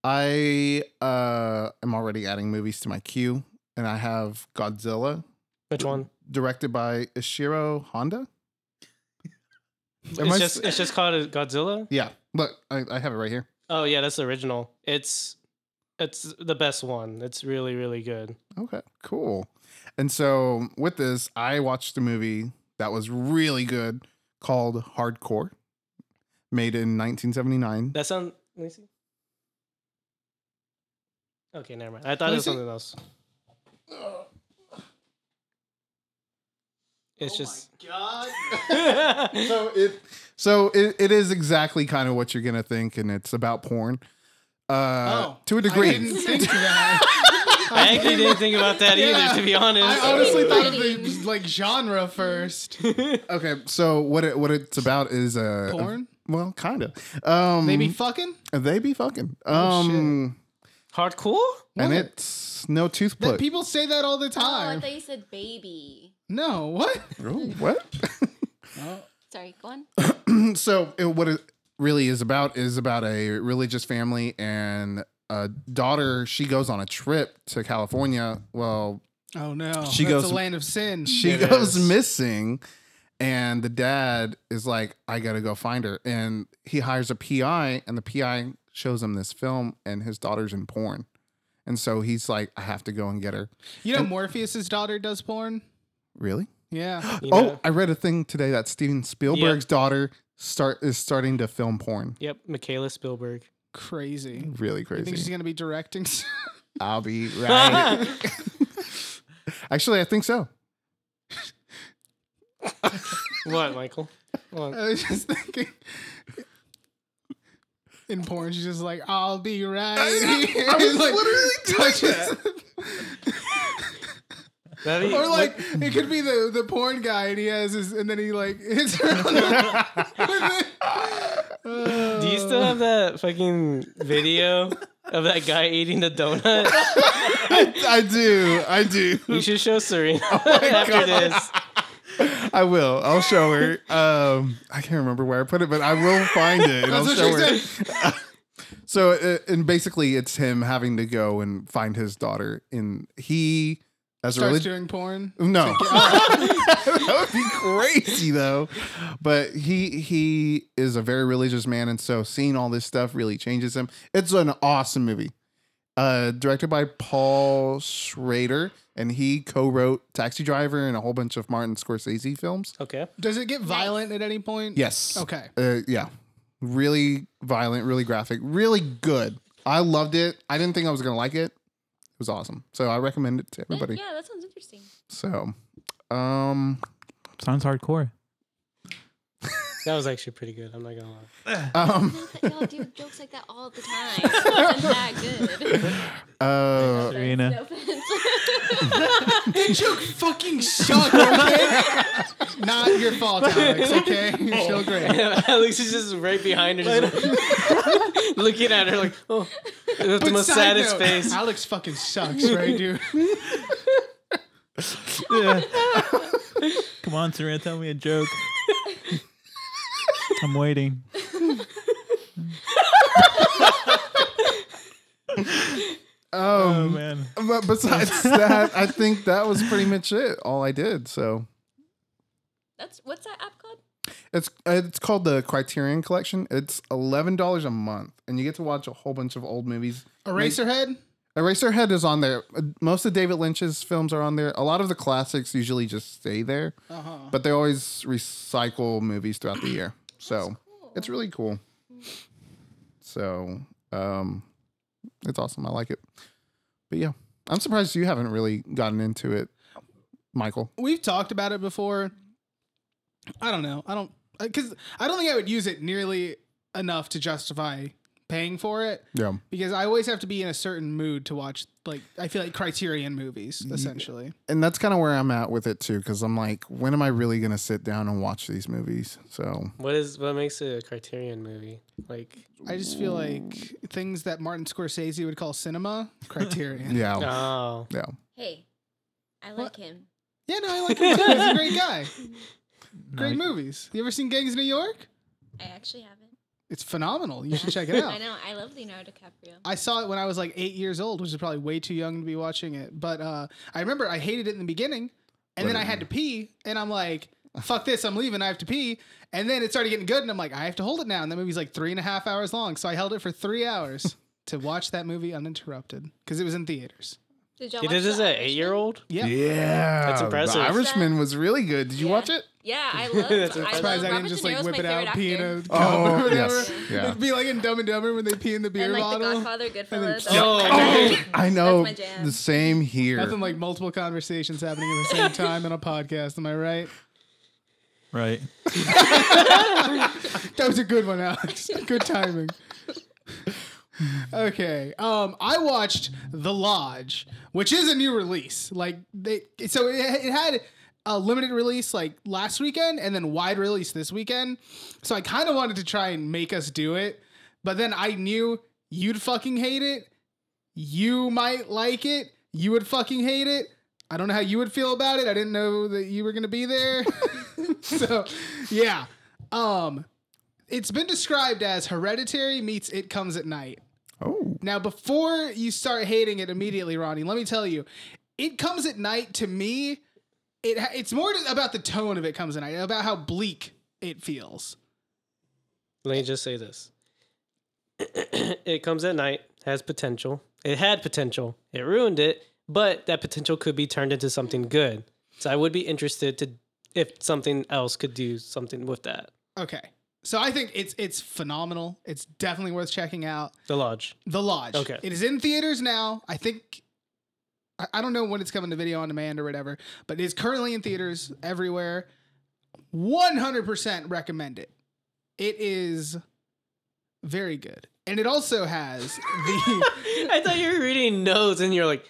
Speaker 3: I uh am already adding movies to my queue and I have Godzilla
Speaker 1: Which one?
Speaker 3: directed by Ishiro Honda. Am
Speaker 1: it's
Speaker 3: I
Speaker 1: just,
Speaker 3: s-
Speaker 1: it's just called a Godzilla.
Speaker 3: yeah. Look, I, I have it right here.
Speaker 1: Oh yeah, that's the original. It's, it's the best one. It's really, really good.
Speaker 3: Okay, cool. And so with this, I watched a movie that was really good called Hardcore, made in 1979.
Speaker 1: That sound. Let me see. Okay, never mind. I thought
Speaker 4: Let
Speaker 1: it
Speaker 4: me
Speaker 1: was
Speaker 4: see.
Speaker 1: something else.
Speaker 4: Oh
Speaker 1: It's just
Speaker 4: God.
Speaker 1: *laughs*
Speaker 3: so it so it, it is exactly kind of what you're gonna think, and it's about porn. Uh,
Speaker 4: Oh,
Speaker 3: to a
Speaker 4: I
Speaker 3: degree.
Speaker 4: didn't think of that.
Speaker 1: I actually didn't think about that either,
Speaker 4: Yeah.
Speaker 1: to be honest.
Speaker 4: I honestly thought of the
Speaker 5: Dating.
Speaker 4: like genre first.
Speaker 3: *laughs* Okay, *laughs* so what it, what it's about is uh,
Speaker 4: Porn?
Speaker 3: well, kind of. Um,
Speaker 4: Maybe fucking.
Speaker 3: they be fucking.
Speaker 4: Oh,
Speaker 3: Um,
Speaker 1: Hardcore?
Speaker 3: and
Speaker 4: What?
Speaker 3: it's no
Speaker 4: That
Speaker 3: toothpick.
Speaker 4: people say that all the
Speaker 5: Oh, I
Speaker 4: time.
Speaker 5: thought you said baby.
Speaker 4: no, what?
Speaker 3: Ooh, Oh,
Speaker 4: *clears throat*
Speaker 3: what? *clears throat* Oh.
Speaker 5: Sorry, go on.
Speaker 3: so it, what it really is about is about a religious family and a daughter. She goes on a trip to California. Well,
Speaker 4: Oh no,
Speaker 3: She
Speaker 4: that's
Speaker 3: goes-
Speaker 4: a land of sin.
Speaker 3: she
Speaker 1: It
Speaker 3: goes
Speaker 1: is.
Speaker 3: missing and the dad is like i gotta go find her and he hires a pi and the pi shows him this film and his daughter's in porn and so he's like i have to go and get her
Speaker 4: You know, Morpheus's daughter does porn.
Speaker 3: really
Speaker 4: *gasps*
Speaker 3: *gasps*
Speaker 4: Yeah,
Speaker 1: You
Speaker 3: oh
Speaker 1: know?
Speaker 3: i read a thing today that steven spielberg's daughter start is starting to film porn
Speaker 1: Yep, Michaela Spielberg.
Speaker 4: crazy.
Speaker 3: really
Speaker 4: You think she's
Speaker 3: crazy
Speaker 4: gonna be directing? *laughs* soon? *laughs*
Speaker 3: i'll be right actually i think so
Speaker 1: *laughs* what, Michael? What?
Speaker 4: I was just thinking. In porn, she's just like, "I'll be
Speaker 3: *laughs*
Speaker 4: right here,"
Speaker 3: i was
Speaker 4: like,
Speaker 3: literally doing that
Speaker 1: That is-
Speaker 4: or like it could be the the porn guy, and he has his, and then he like *laughs* hits her on the.
Speaker 1: do you still have that fucking video of that guy eating the donut?
Speaker 3: *laughs* i do i do
Speaker 1: You should show Serena
Speaker 4: Oh
Speaker 1: *laughs* after this.
Speaker 3: I will. I'll show her. Um, I can't remember where I put it, but I will find it. And I'll
Speaker 4: That's
Speaker 3: show
Speaker 4: what
Speaker 3: her.
Speaker 4: she said.
Speaker 3: So, uh, and basically, it's him having to go and find his daughter, and he as a
Speaker 4: Starts
Speaker 3: religious.
Speaker 4: doing porn.
Speaker 3: No, *laughs* that would be crazy though. But he he is a very religious man, and so seeing all this stuff really changes him. It's an awesome movie, uh, directed by Paul Schrader, and he co-wrote Taxi Driver and a whole bunch of Martin Scorsese films.
Speaker 1: Okay.
Speaker 4: Does it get violent at any point?
Speaker 3: Yes.
Speaker 4: *laughs* Okay.
Speaker 3: Uh, yeah. Really violent, really graphic, really good. I loved it. I didn't think I was going to like it. It was awesome. So I recommend it to everybody.
Speaker 5: Yeah, that sounds interesting.
Speaker 3: So, um, *laughs*
Speaker 2: Sounds hardcore.
Speaker 1: That was actually pretty good. I'm not gonna lie.
Speaker 5: I
Speaker 3: um,
Speaker 5: know that y'all
Speaker 4: *laughs*
Speaker 5: do jokes like that all the time. It's that good. *laughs*
Speaker 3: uh,
Speaker 2: Serena.
Speaker 5: No offense.
Speaker 4: The joke fucking *laughs* sucked, okay? Not your fault, Alex, *laughs* okay? You're
Speaker 1: *laughs*
Speaker 4: still great.
Speaker 1: Alex is just right behind her,
Speaker 4: *laughs*
Speaker 1: just looking at her like, *laughs* oh, with the most
Speaker 4: Side
Speaker 1: saddest
Speaker 4: note,
Speaker 1: face.
Speaker 4: Alex fucking sucks,
Speaker 1: *laughs*
Speaker 4: right, dude? *laughs*
Speaker 2: Come on, Serena, tell me a joke. I'm waiting. Oh
Speaker 4: Mm.
Speaker 3: um,
Speaker 2: man.
Speaker 3: but besides that, I think that was pretty much it. All I did. So
Speaker 5: That's what's that app called?
Speaker 3: it's, it's called the Criterion Collection. It's $11 a month, and you get to watch a whole bunch of old movies.
Speaker 4: Eraserhead?
Speaker 3: Eraserhead is on there. Uh, Most of David Lynch's films are on there. A lot of the classics usually just stay there,
Speaker 4: Uh-huh.
Speaker 3: but they always recycle movies throughout the year. So it's really cool. So um, it's awesome. I like it. But yeah, I'm surprised you haven't really gotten into it, Michael.
Speaker 4: We've talked about it before. I don't know. I don't because I don't think I would use it nearly enough to justify paying for it
Speaker 3: Yeah.
Speaker 4: because I always have to be in a certain mood to watch like I feel like Criterion movies essentially.
Speaker 3: And that's kind of where I'm at with it too, because I'm like, when am I really going to sit down and watch these movies? So
Speaker 1: What is what makes it a Criterion movie? Like,
Speaker 4: I just feel like things that Martin Scorsese would call cinema, Criterion.
Speaker 3: yeah.
Speaker 1: oh,
Speaker 3: Yeah.
Speaker 5: Hey, I like
Speaker 4: What?
Speaker 5: him.
Speaker 4: Yeah, no, I like him too. He's a great guy. Great movies. You ever seen Gangs of New York?
Speaker 5: I actually haven't.
Speaker 4: It's phenomenal. You should check it
Speaker 5: *laughs* I
Speaker 4: out.
Speaker 5: know. I love Leonardo DiCaprio.
Speaker 4: I saw it when I was like eight years old, which is probably way too young to be watching it. But uh, I remember I hated it in the beginning, and then I had to pee, and I'm like, "Fuck this! I'm leaving. I have to pee." And then it started getting good, and I'm like, "I have to hold it now." And that movie's like three and a half hours long, so I held it for three hours *laughs* to watch that movie uninterrupted because it was in theaters.
Speaker 5: Did y'all
Speaker 1: it
Speaker 5: watch
Speaker 1: is as
Speaker 5: The
Speaker 1: an
Speaker 5: Irishman?
Speaker 1: eight-year-old.
Speaker 4: Yeah,
Speaker 3: Yeah.
Speaker 1: That's impressive.
Speaker 3: The Irishman was really good. Did you
Speaker 5: Yeah.
Speaker 3: watch it?
Speaker 5: Yeah,
Speaker 4: *laughs*
Speaker 5: I love.
Speaker 1: That's
Speaker 5: I
Speaker 1: impressive.
Speaker 5: love
Speaker 4: Surprised I
Speaker 5: Robert
Speaker 4: didn't just
Speaker 5: De
Speaker 4: like
Speaker 5: Niro's
Speaker 4: whip
Speaker 5: my
Speaker 4: it out,
Speaker 5: favorite
Speaker 4: pee in
Speaker 5: actor.
Speaker 4: a cup
Speaker 3: *laughs* Oh,
Speaker 4: or *laughs* whatever.
Speaker 3: yes. Yeah.
Speaker 4: It'd be like in Dumb and Dumber when they pee in the beer
Speaker 5: and like
Speaker 4: bottle.
Speaker 5: The Godfather, Goodfellas.
Speaker 4: *laughs* Yeah.
Speaker 5: Oh,
Speaker 1: Oh.
Speaker 3: *laughs* I know.
Speaker 5: my jam.
Speaker 3: The same here.
Speaker 4: Nothing like multiple conversations happening at the same time in a podcast. Am I right?
Speaker 2: Right.
Speaker 4: *laughs* That was a good one, Alex. good timing. Okay. Um, I watched The Lodge, which is a new release. Like they, so it, it had a limited release like last weekend, and then wide release this weekend. So I kind of wanted to try and make us do it, but then I knew you'd fucking hate it. You might like it. You would fucking hate it. I don't know how you would feel about it. I didn't know that you were gonna be there. *laughs* so, yeah. Um, it's been described as hereditary meets it comes at night.
Speaker 3: Oh,
Speaker 4: Now, before you start hating it immediately, Ronnie, let me tell you, it comes at night to me. It ha- it's more about the tone of it comes at night, about how bleak it feels.
Speaker 1: Let me just say this. *clears throat* it comes at night, has potential. It had potential. It ruined it, but that potential could be turned into something good. So I would be interested to if something else could do something with that.
Speaker 4: Okay, so I think it's it's phenomenal. It's definitely worth checking out.
Speaker 1: The lodge.
Speaker 4: The Lodge.
Speaker 1: Okay.
Speaker 4: It is in theaters now. I think I, I don't know when it's coming to video on demand or whatever, but it is currently in theaters everywhere. 100% recommend it. It is very good. And it also has the
Speaker 1: *laughs* I thought you were reading notes and you're like,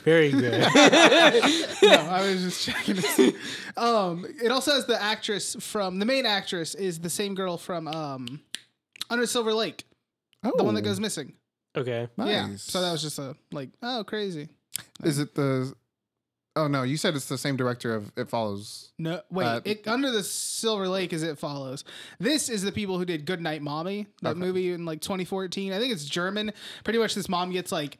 Speaker 1: *laughs* very good.
Speaker 3: *laughs*
Speaker 4: no, I was just checking. To see. Um, it also has the actress from the main actress is the same girl from um, Under Silver Lake,
Speaker 3: oh,
Speaker 4: the one that goes missing.
Speaker 1: okay.
Speaker 3: Nice.
Speaker 4: Yeah. So that was just a like, oh, crazy.
Speaker 3: Is it the? Oh no, you said it's the same director of It Follows.
Speaker 4: No, wait.
Speaker 3: Uh,
Speaker 4: it, under the Silver Lake as it follows. This is the people who did Good Night Mommy, that
Speaker 3: Okay.
Speaker 4: movie in like 2014. I think it's German. Pretty much, this mom gets like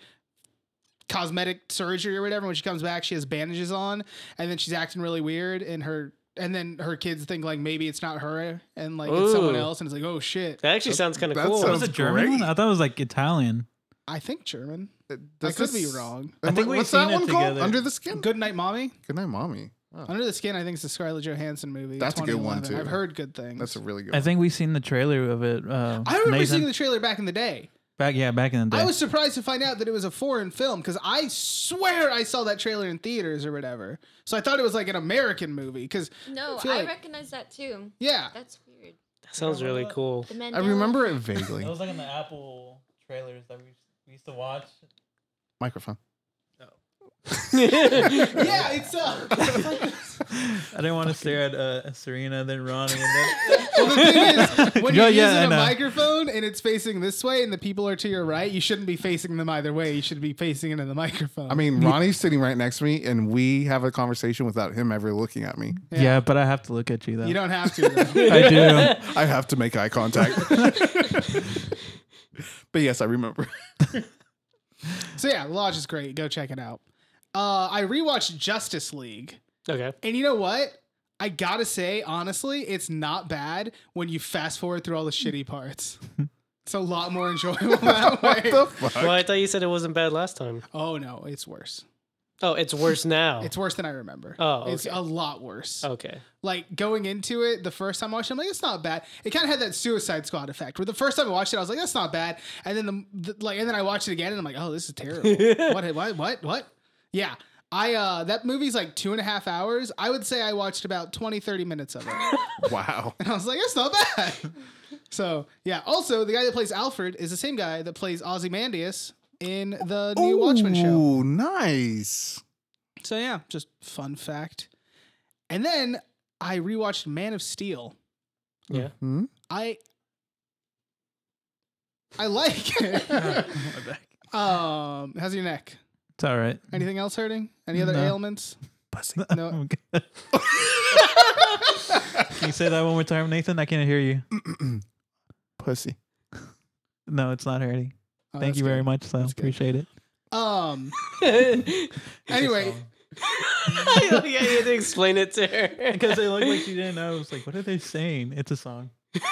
Speaker 4: cosmetic surgery or whatever. When she comes back, she has bandages on, and then she's acting really weird. And her and then her kids think like maybe it's not her and like it's someone
Speaker 1: Ooh.
Speaker 4: else. And it's like, oh shit,
Speaker 1: That actually sounds kind of
Speaker 3: That
Speaker 1: cool.
Speaker 3: sounds-
Speaker 2: Was it German?
Speaker 3: great.
Speaker 2: one? I thought it was like Italian.
Speaker 4: I think German.
Speaker 3: It- Uh, does
Speaker 4: I could
Speaker 3: this-
Speaker 4: be wrong.
Speaker 3: And
Speaker 2: I think
Speaker 3: what-
Speaker 2: we've
Speaker 3: what's that
Speaker 2: seen it
Speaker 3: one called?
Speaker 2: together.
Speaker 3: Under the Skin.
Speaker 4: Good Night Mommy.
Speaker 3: Good night, mommy. Wow.
Speaker 4: Under the Skin. I think is the Scarlett Johansson movie.
Speaker 3: Oh. That's a good one,
Speaker 4: 2011.
Speaker 3: too.
Speaker 4: I've heard good things.
Speaker 3: That's a really good.
Speaker 2: I think we seen the trailer of it. Uh,
Speaker 4: I remember
Speaker 2: Nathan.
Speaker 4: seeing the trailer back in the day.
Speaker 2: back. Yeah, back in the day.
Speaker 4: I was surprised to find out that it was a foreign film because I swear I saw that trailer in theaters or whatever. So I thought it was like an American movie because
Speaker 5: No,
Speaker 4: I feel
Speaker 5: I,
Speaker 4: like-
Speaker 5: recognize that too.
Speaker 4: yeah,
Speaker 5: That's weird.
Speaker 1: that sounds really *laughs* cool.
Speaker 5: The
Speaker 3: one.
Speaker 5: Mandela.
Speaker 3: I remember it vaguely.
Speaker 2: was like in the Apple trailers that we, we used to watch.
Speaker 3: Microphone.
Speaker 4: yeah, it's uh. *laughs*
Speaker 2: I didn't want to stare at uh, Serena, then Ronnie, and
Speaker 4: *laughs*
Speaker 2: then
Speaker 4: well, the thing is,
Speaker 2: *laughs*
Speaker 4: when
Speaker 2: Yeah,
Speaker 4: you're
Speaker 2: yeah, I
Speaker 4: using a
Speaker 2: know.
Speaker 4: microphone and it's facing this way, and the people are to your right, you shouldn't be facing them either way. You should be facing into the microphone.
Speaker 3: I mean, Ronnie's sitting right next to me, and we have a conversation without him ever looking at me.
Speaker 2: yeah. but I have to look at you though.
Speaker 4: you don't have to. Though. *laughs*
Speaker 2: I do.
Speaker 3: I have to make eye contact. but yes, I remember.
Speaker 4: so yeah, Lodge is great. Go check it out. Uh, I rewatched Justice League.
Speaker 1: Okay.
Speaker 4: And you know what? I gotta say, honestly, it's not bad when you fast forward through all the shitty parts. It's a lot more enjoyable that way.
Speaker 1: Well, I thought you said it wasn't bad last time.
Speaker 4: oh no, it's worse.
Speaker 1: Oh, it's worse now.
Speaker 4: It's worse than I remember.
Speaker 1: Oh,
Speaker 4: it's
Speaker 1: okay. Oh.
Speaker 4: a lot
Speaker 1: *laughs*
Speaker 4: worse.
Speaker 1: okay.
Speaker 4: Like going into it the first time I watched it, I'm like, it's not bad. It kind of had that Suicide Squad effect where the first time I watched it, I was like, that's not bad. And then the, the like, and then I watched it again, and I'm like, oh, this
Speaker 1: *laughs*
Speaker 4: is terrible. what? What? What? What? Yeah. I uh that movie's like two and a half hours. I would say I watched about 20, 30 minutes of it.
Speaker 3: *laughs* Wow.
Speaker 4: *laughs* And I was like, that's not bad. *laughs* so yeah. Also, the guy that plays Alfred is the same guy that plays Ozymandias in the new Watchmen show.
Speaker 3: Ooh, nice.
Speaker 4: So yeah, just fun fact. And then I rewatched Man of Steel.
Speaker 1: Yeah.
Speaker 2: Mm-hmm.
Speaker 3: Hmm?
Speaker 4: I
Speaker 2: *laughs*
Speaker 4: I like it.
Speaker 2: My back.
Speaker 4: um, how's your neck?
Speaker 2: It's all right.
Speaker 4: Anything else hurting? Any other
Speaker 2: No. *laughs*
Speaker 4: ailments? No. Oh,
Speaker 2: I'm good. *laughs* Can you say that one more time, Nathan? I can't hear you.
Speaker 3: Pussy.
Speaker 2: No, it's not hurting.
Speaker 4: Oh,
Speaker 2: Thank
Speaker 4: that's
Speaker 2: you very
Speaker 4: good.
Speaker 2: much, though.
Speaker 4: That's good.
Speaker 2: Appreciate *laughs* it.
Speaker 4: Um.
Speaker 2: It's
Speaker 4: anyway,
Speaker 2: *laughs* a song.
Speaker 1: yeah, you had to explain it to *laughs* her.
Speaker 2: Because it looked like she didn't know. I was like, what are they saying? It's a *laughs* song. Have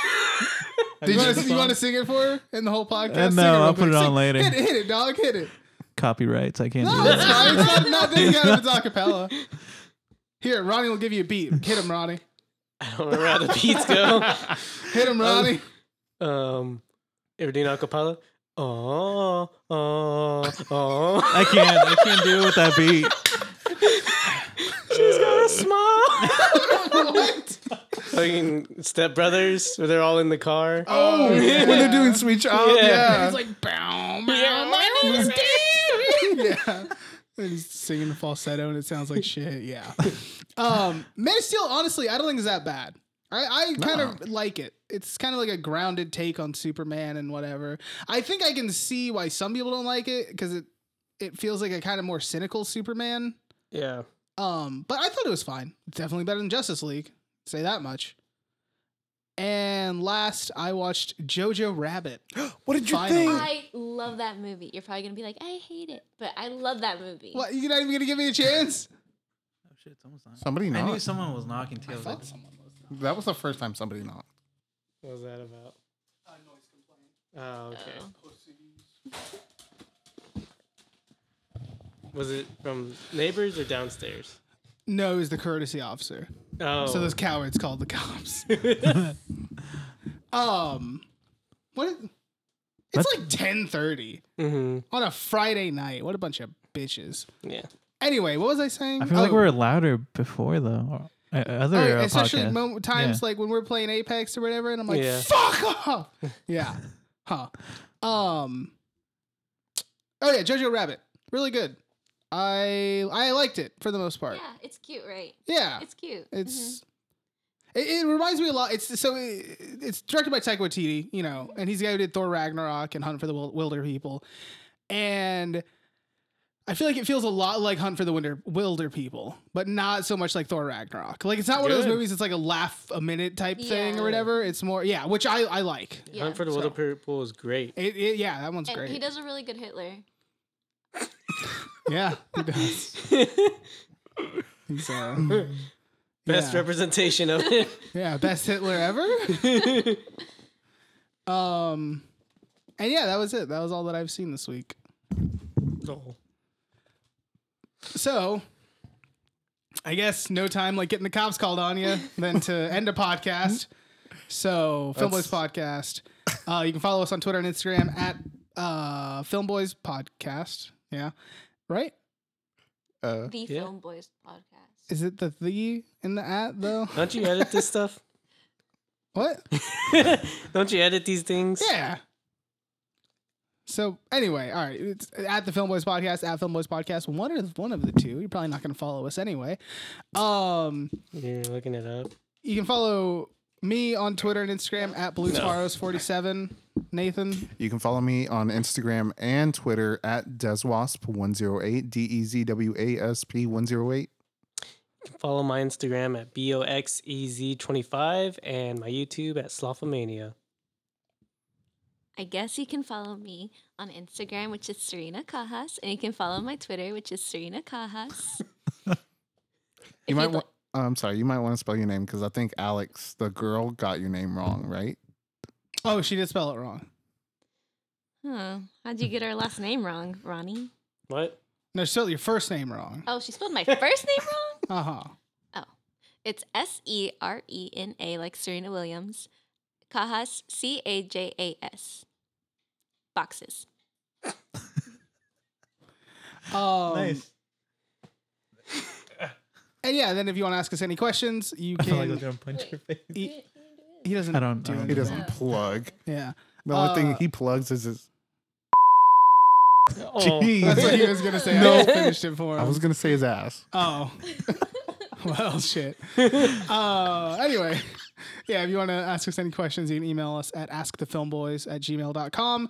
Speaker 4: do you
Speaker 2: heard
Speaker 4: want
Speaker 2: the
Speaker 4: to you want to
Speaker 2: song?
Speaker 4: sing it for her in the whole podcast?
Speaker 2: Uh,
Speaker 4: Sing
Speaker 2: no,
Speaker 4: it real
Speaker 2: I'll put
Speaker 4: quick.
Speaker 2: it on
Speaker 4: Sing-
Speaker 2: later.
Speaker 4: Hit it, hit it, dog, hit it.
Speaker 2: Copyrights. I can't
Speaker 4: No,
Speaker 2: do
Speaker 4: it's
Speaker 2: that.
Speaker 4: fine. It's not, not this guy if it's acapella. Here, Ronnie will give you a beat. Hit him, Ronnie.
Speaker 1: I don't know how the beats go. *laughs*
Speaker 2: *laughs*
Speaker 4: Hit him, Ronnie.
Speaker 1: Um, ever doing acapella? Oh, oh, oh.
Speaker 2: *laughs*
Speaker 1: *laughs*
Speaker 2: I can't. I can't do it with that *laughs* beat. Oh,
Speaker 1: She's got a smile.
Speaker 4: what?
Speaker 1: *laughs* fucking Step Brothers, where they're all in the car.
Speaker 3: Oh, when they're doing Sweet Child,
Speaker 1: Yeah.
Speaker 3: yeah.
Speaker 4: It's like, bow, bow,
Speaker 5: my name is Dave.
Speaker 4: *laughs* yeah. And he's singing the falsetto and it sounds like shit. Yeah. Um, Man of Steel, honestly, I don't think it's that bad. I, I kind of like it. It's kind of like a grounded take on Superman and whatever. I think I can see why some people don't like it because it, it feels like a kind of more cynical Superman.
Speaker 1: Yeah.
Speaker 4: Um, but I thought it was fine. Definitely better than Justice League. Say that much. And last, I watched Jojo Rabbit.
Speaker 3: What did you
Speaker 4: Finally.
Speaker 3: think?
Speaker 5: I love that movie. You're probably gonna be like, I hate it, but I love that movie.
Speaker 4: What? You're not even gonna give me
Speaker 1: *laughs*
Speaker 4: a chance?
Speaker 2: Oh shit! Someone's knocking.
Speaker 3: Somebody
Speaker 2: I knew
Speaker 3: knocked.
Speaker 2: someone was knocking too. I was like,
Speaker 3: That was the first time somebody knocked.
Speaker 1: What was that about? Oh, okay. Was it from neighbors or downstairs?
Speaker 4: No, it was the courtesy officer.
Speaker 1: Oh,
Speaker 4: So those cowards called the cops.
Speaker 1: *laughs*
Speaker 4: um, what? Is, it's like ten thirty
Speaker 1: hmm
Speaker 4: on a Friday night. What a bunch of bitches.
Speaker 1: yeah.
Speaker 4: Anyway, what was I saying?
Speaker 2: I feel like
Speaker 4: Oh,
Speaker 2: we're louder before though. or- uh, Other
Speaker 4: all right,
Speaker 2: uh,
Speaker 4: especially
Speaker 2: podcasts.
Speaker 4: moment, times
Speaker 2: Yeah.
Speaker 4: like when we're playing Apex or whatever, and I'm like,
Speaker 1: Yeah.
Speaker 4: "Fuck off!" yeah, huh? Um. Oh yeah, Jojo Rabbit, really good. I I liked it for the most part.
Speaker 5: Yeah, it's cute, right?
Speaker 4: Yeah,
Speaker 5: It's cute.
Speaker 4: Uh, It's
Speaker 5: Mm-hmm.
Speaker 4: it, it reminds me a lot. It's so it, it's directed by Taika Waititi, you know,
Speaker 5: Mm-hmm.
Speaker 4: and he's the guy who did Thor Ragnarok and Hunt for the Wil- Wilder People, and I feel like it feels a lot like Hunt for the Winter Wilder People, but not so much like Thor Ragnarok. Like it's not one of those
Speaker 1: Good.
Speaker 4: movies. It's like a laugh a minute type thing
Speaker 5: Yeah.
Speaker 4: or whatever. It's more yeah, which I I like.
Speaker 5: Mhm. yeah.
Speaker 1: Hunt for the Wilder People is great.
Speaker 4: It, it yeah, that one's
Speaker 5: And
Speaker 4: great.
Speaker 5: he does a really good Hitler.
Speaker 4: yeah,
Speaker 5: *laughs*
Speaker 4: he does. He's, uh,
Speaker 1: Best
Speaker 4: yeah.
Speaker 1: representation of it.
Speaker 4: Yeah, best Hitler ever. um, and yeah, that was it. That was all that I've seen this week. So, I guess no time like getting the cops called on you than to end a podcast. So, Filmboys Podcast. Uh, you can follow us on Twitter and Instagram at uh, Filmboys Podcast. Yeah, right.
Speaker 3: Uh,
Speaker 5: The
Speaker 1: Yeah.
Speaker 5: Film Boys podcast.
Speaker 4: Is it the the in the at though?
Speaker 1: Don't you edit this stuff? *laughs*
Speaker 4: What?
Speaker 1: Don't you edit these things?
Speaker 4: Yeah. So anyway, all right. It's at the Film Boys Podcast, at Film Boys Podcast. One of one of the two. You're probably not going to follow us anyway. Um,
Speaker 1: You're looking it up.
Speaker 4: you can follow me on Twitter and Instagram at Blue Tomorrow's forty seven. Nathan,
Speaker 3: you can follow me on Instagram and Twitter at DesWasp108, D E Z W A S P 108.
Speaker 1: Follow my Instagram at E boxez25 and my YouTube at Slothamania.
Speaker 5: I guess you can follow me on Instagram, which is Serena Cajas, and you can follow my Twitter, which is Serena Cajas.
Speaker 3: You
Speaker 5: you'd
Speaker 3: might
Speaker 5: li-
Speaker 3: want. I'm Um, sorry. You might want to spell your name because I think Alex, the girl, got your name wrong, right?
Speaker 4: oh, she did spell it wrong.
Speaker 5: Huh. How'd you get her last name wrong, Ronnie?
Speaker 1: What?
Speaker 4: No, she spelled your first name wrong.
Speaker 5: Oh, she spelled my first name wrong?
Speaker 4: Uh huh.
Speaker 5: *laughs* It's S E R E N A, like Serena Williams. Cajas, C A J A S. Boxes.
Speaker 4: Um, And yeah, then if you want to ask us any questions, you
Speaker 2: I feel like I
Speaker 4: can.
Speaker 2: was gonna punch your face.
Speaker 4: he, he doesn't.
Speaker 2: I don't-
Speaker 4: do
Speaker 2: I don't
Speaker 3: He
Speaker 4: anything.
Speaker 3: doesn't plug.
Speaker 4: Yeah.
Speaker 3: The only thing
Speaker 4: Uh,
Speaker 3: he plugs is his.
Speaker 1: Oh,
Speaker 4: That's what
Speaker 2: Jeez.
Speaker 4: he was gonna
Speaker 2: *laughs*
Speaker 4: say.
Speaker 3: No.
Speaker 4: I just finished it for him.
Speaker 3: I was gonna say his ass.
Speaker 4: Oh. well, shit. Uh, anyway, yeah, if you want to ask us any questions, you can email us at askthefilmboys at gmail.com.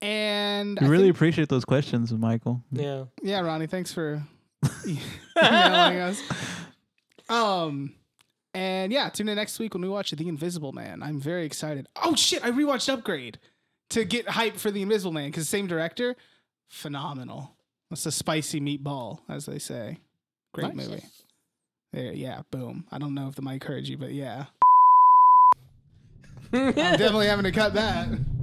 Speaker 4: And
Speaker 2: We
Speaker 4: I
Speaker 2: really
Speaker 4: think-
Speaker 2: appreciate those questions, Michael.
Speaker 1: *laughs* yeah.
Speaker 4: *laughs* yeah, Ronnie, thanks for *laughs* emailing us. Um, and yeah, tune in next week when we watch The Invisible Man. I'm very excited. Oh, shit, I rewatched Upgrade to get hype for The Invisible Man because same director, phenomenal. That's a spicy meatball, as they say. Great
Speaker 3: Nice.
Speaker 4: movie. There, yeah, boom. I
Speaker 1: *laughs*
Speaker 4: don't know if the mic heard you, but yeah. I'm definitely having to cut that.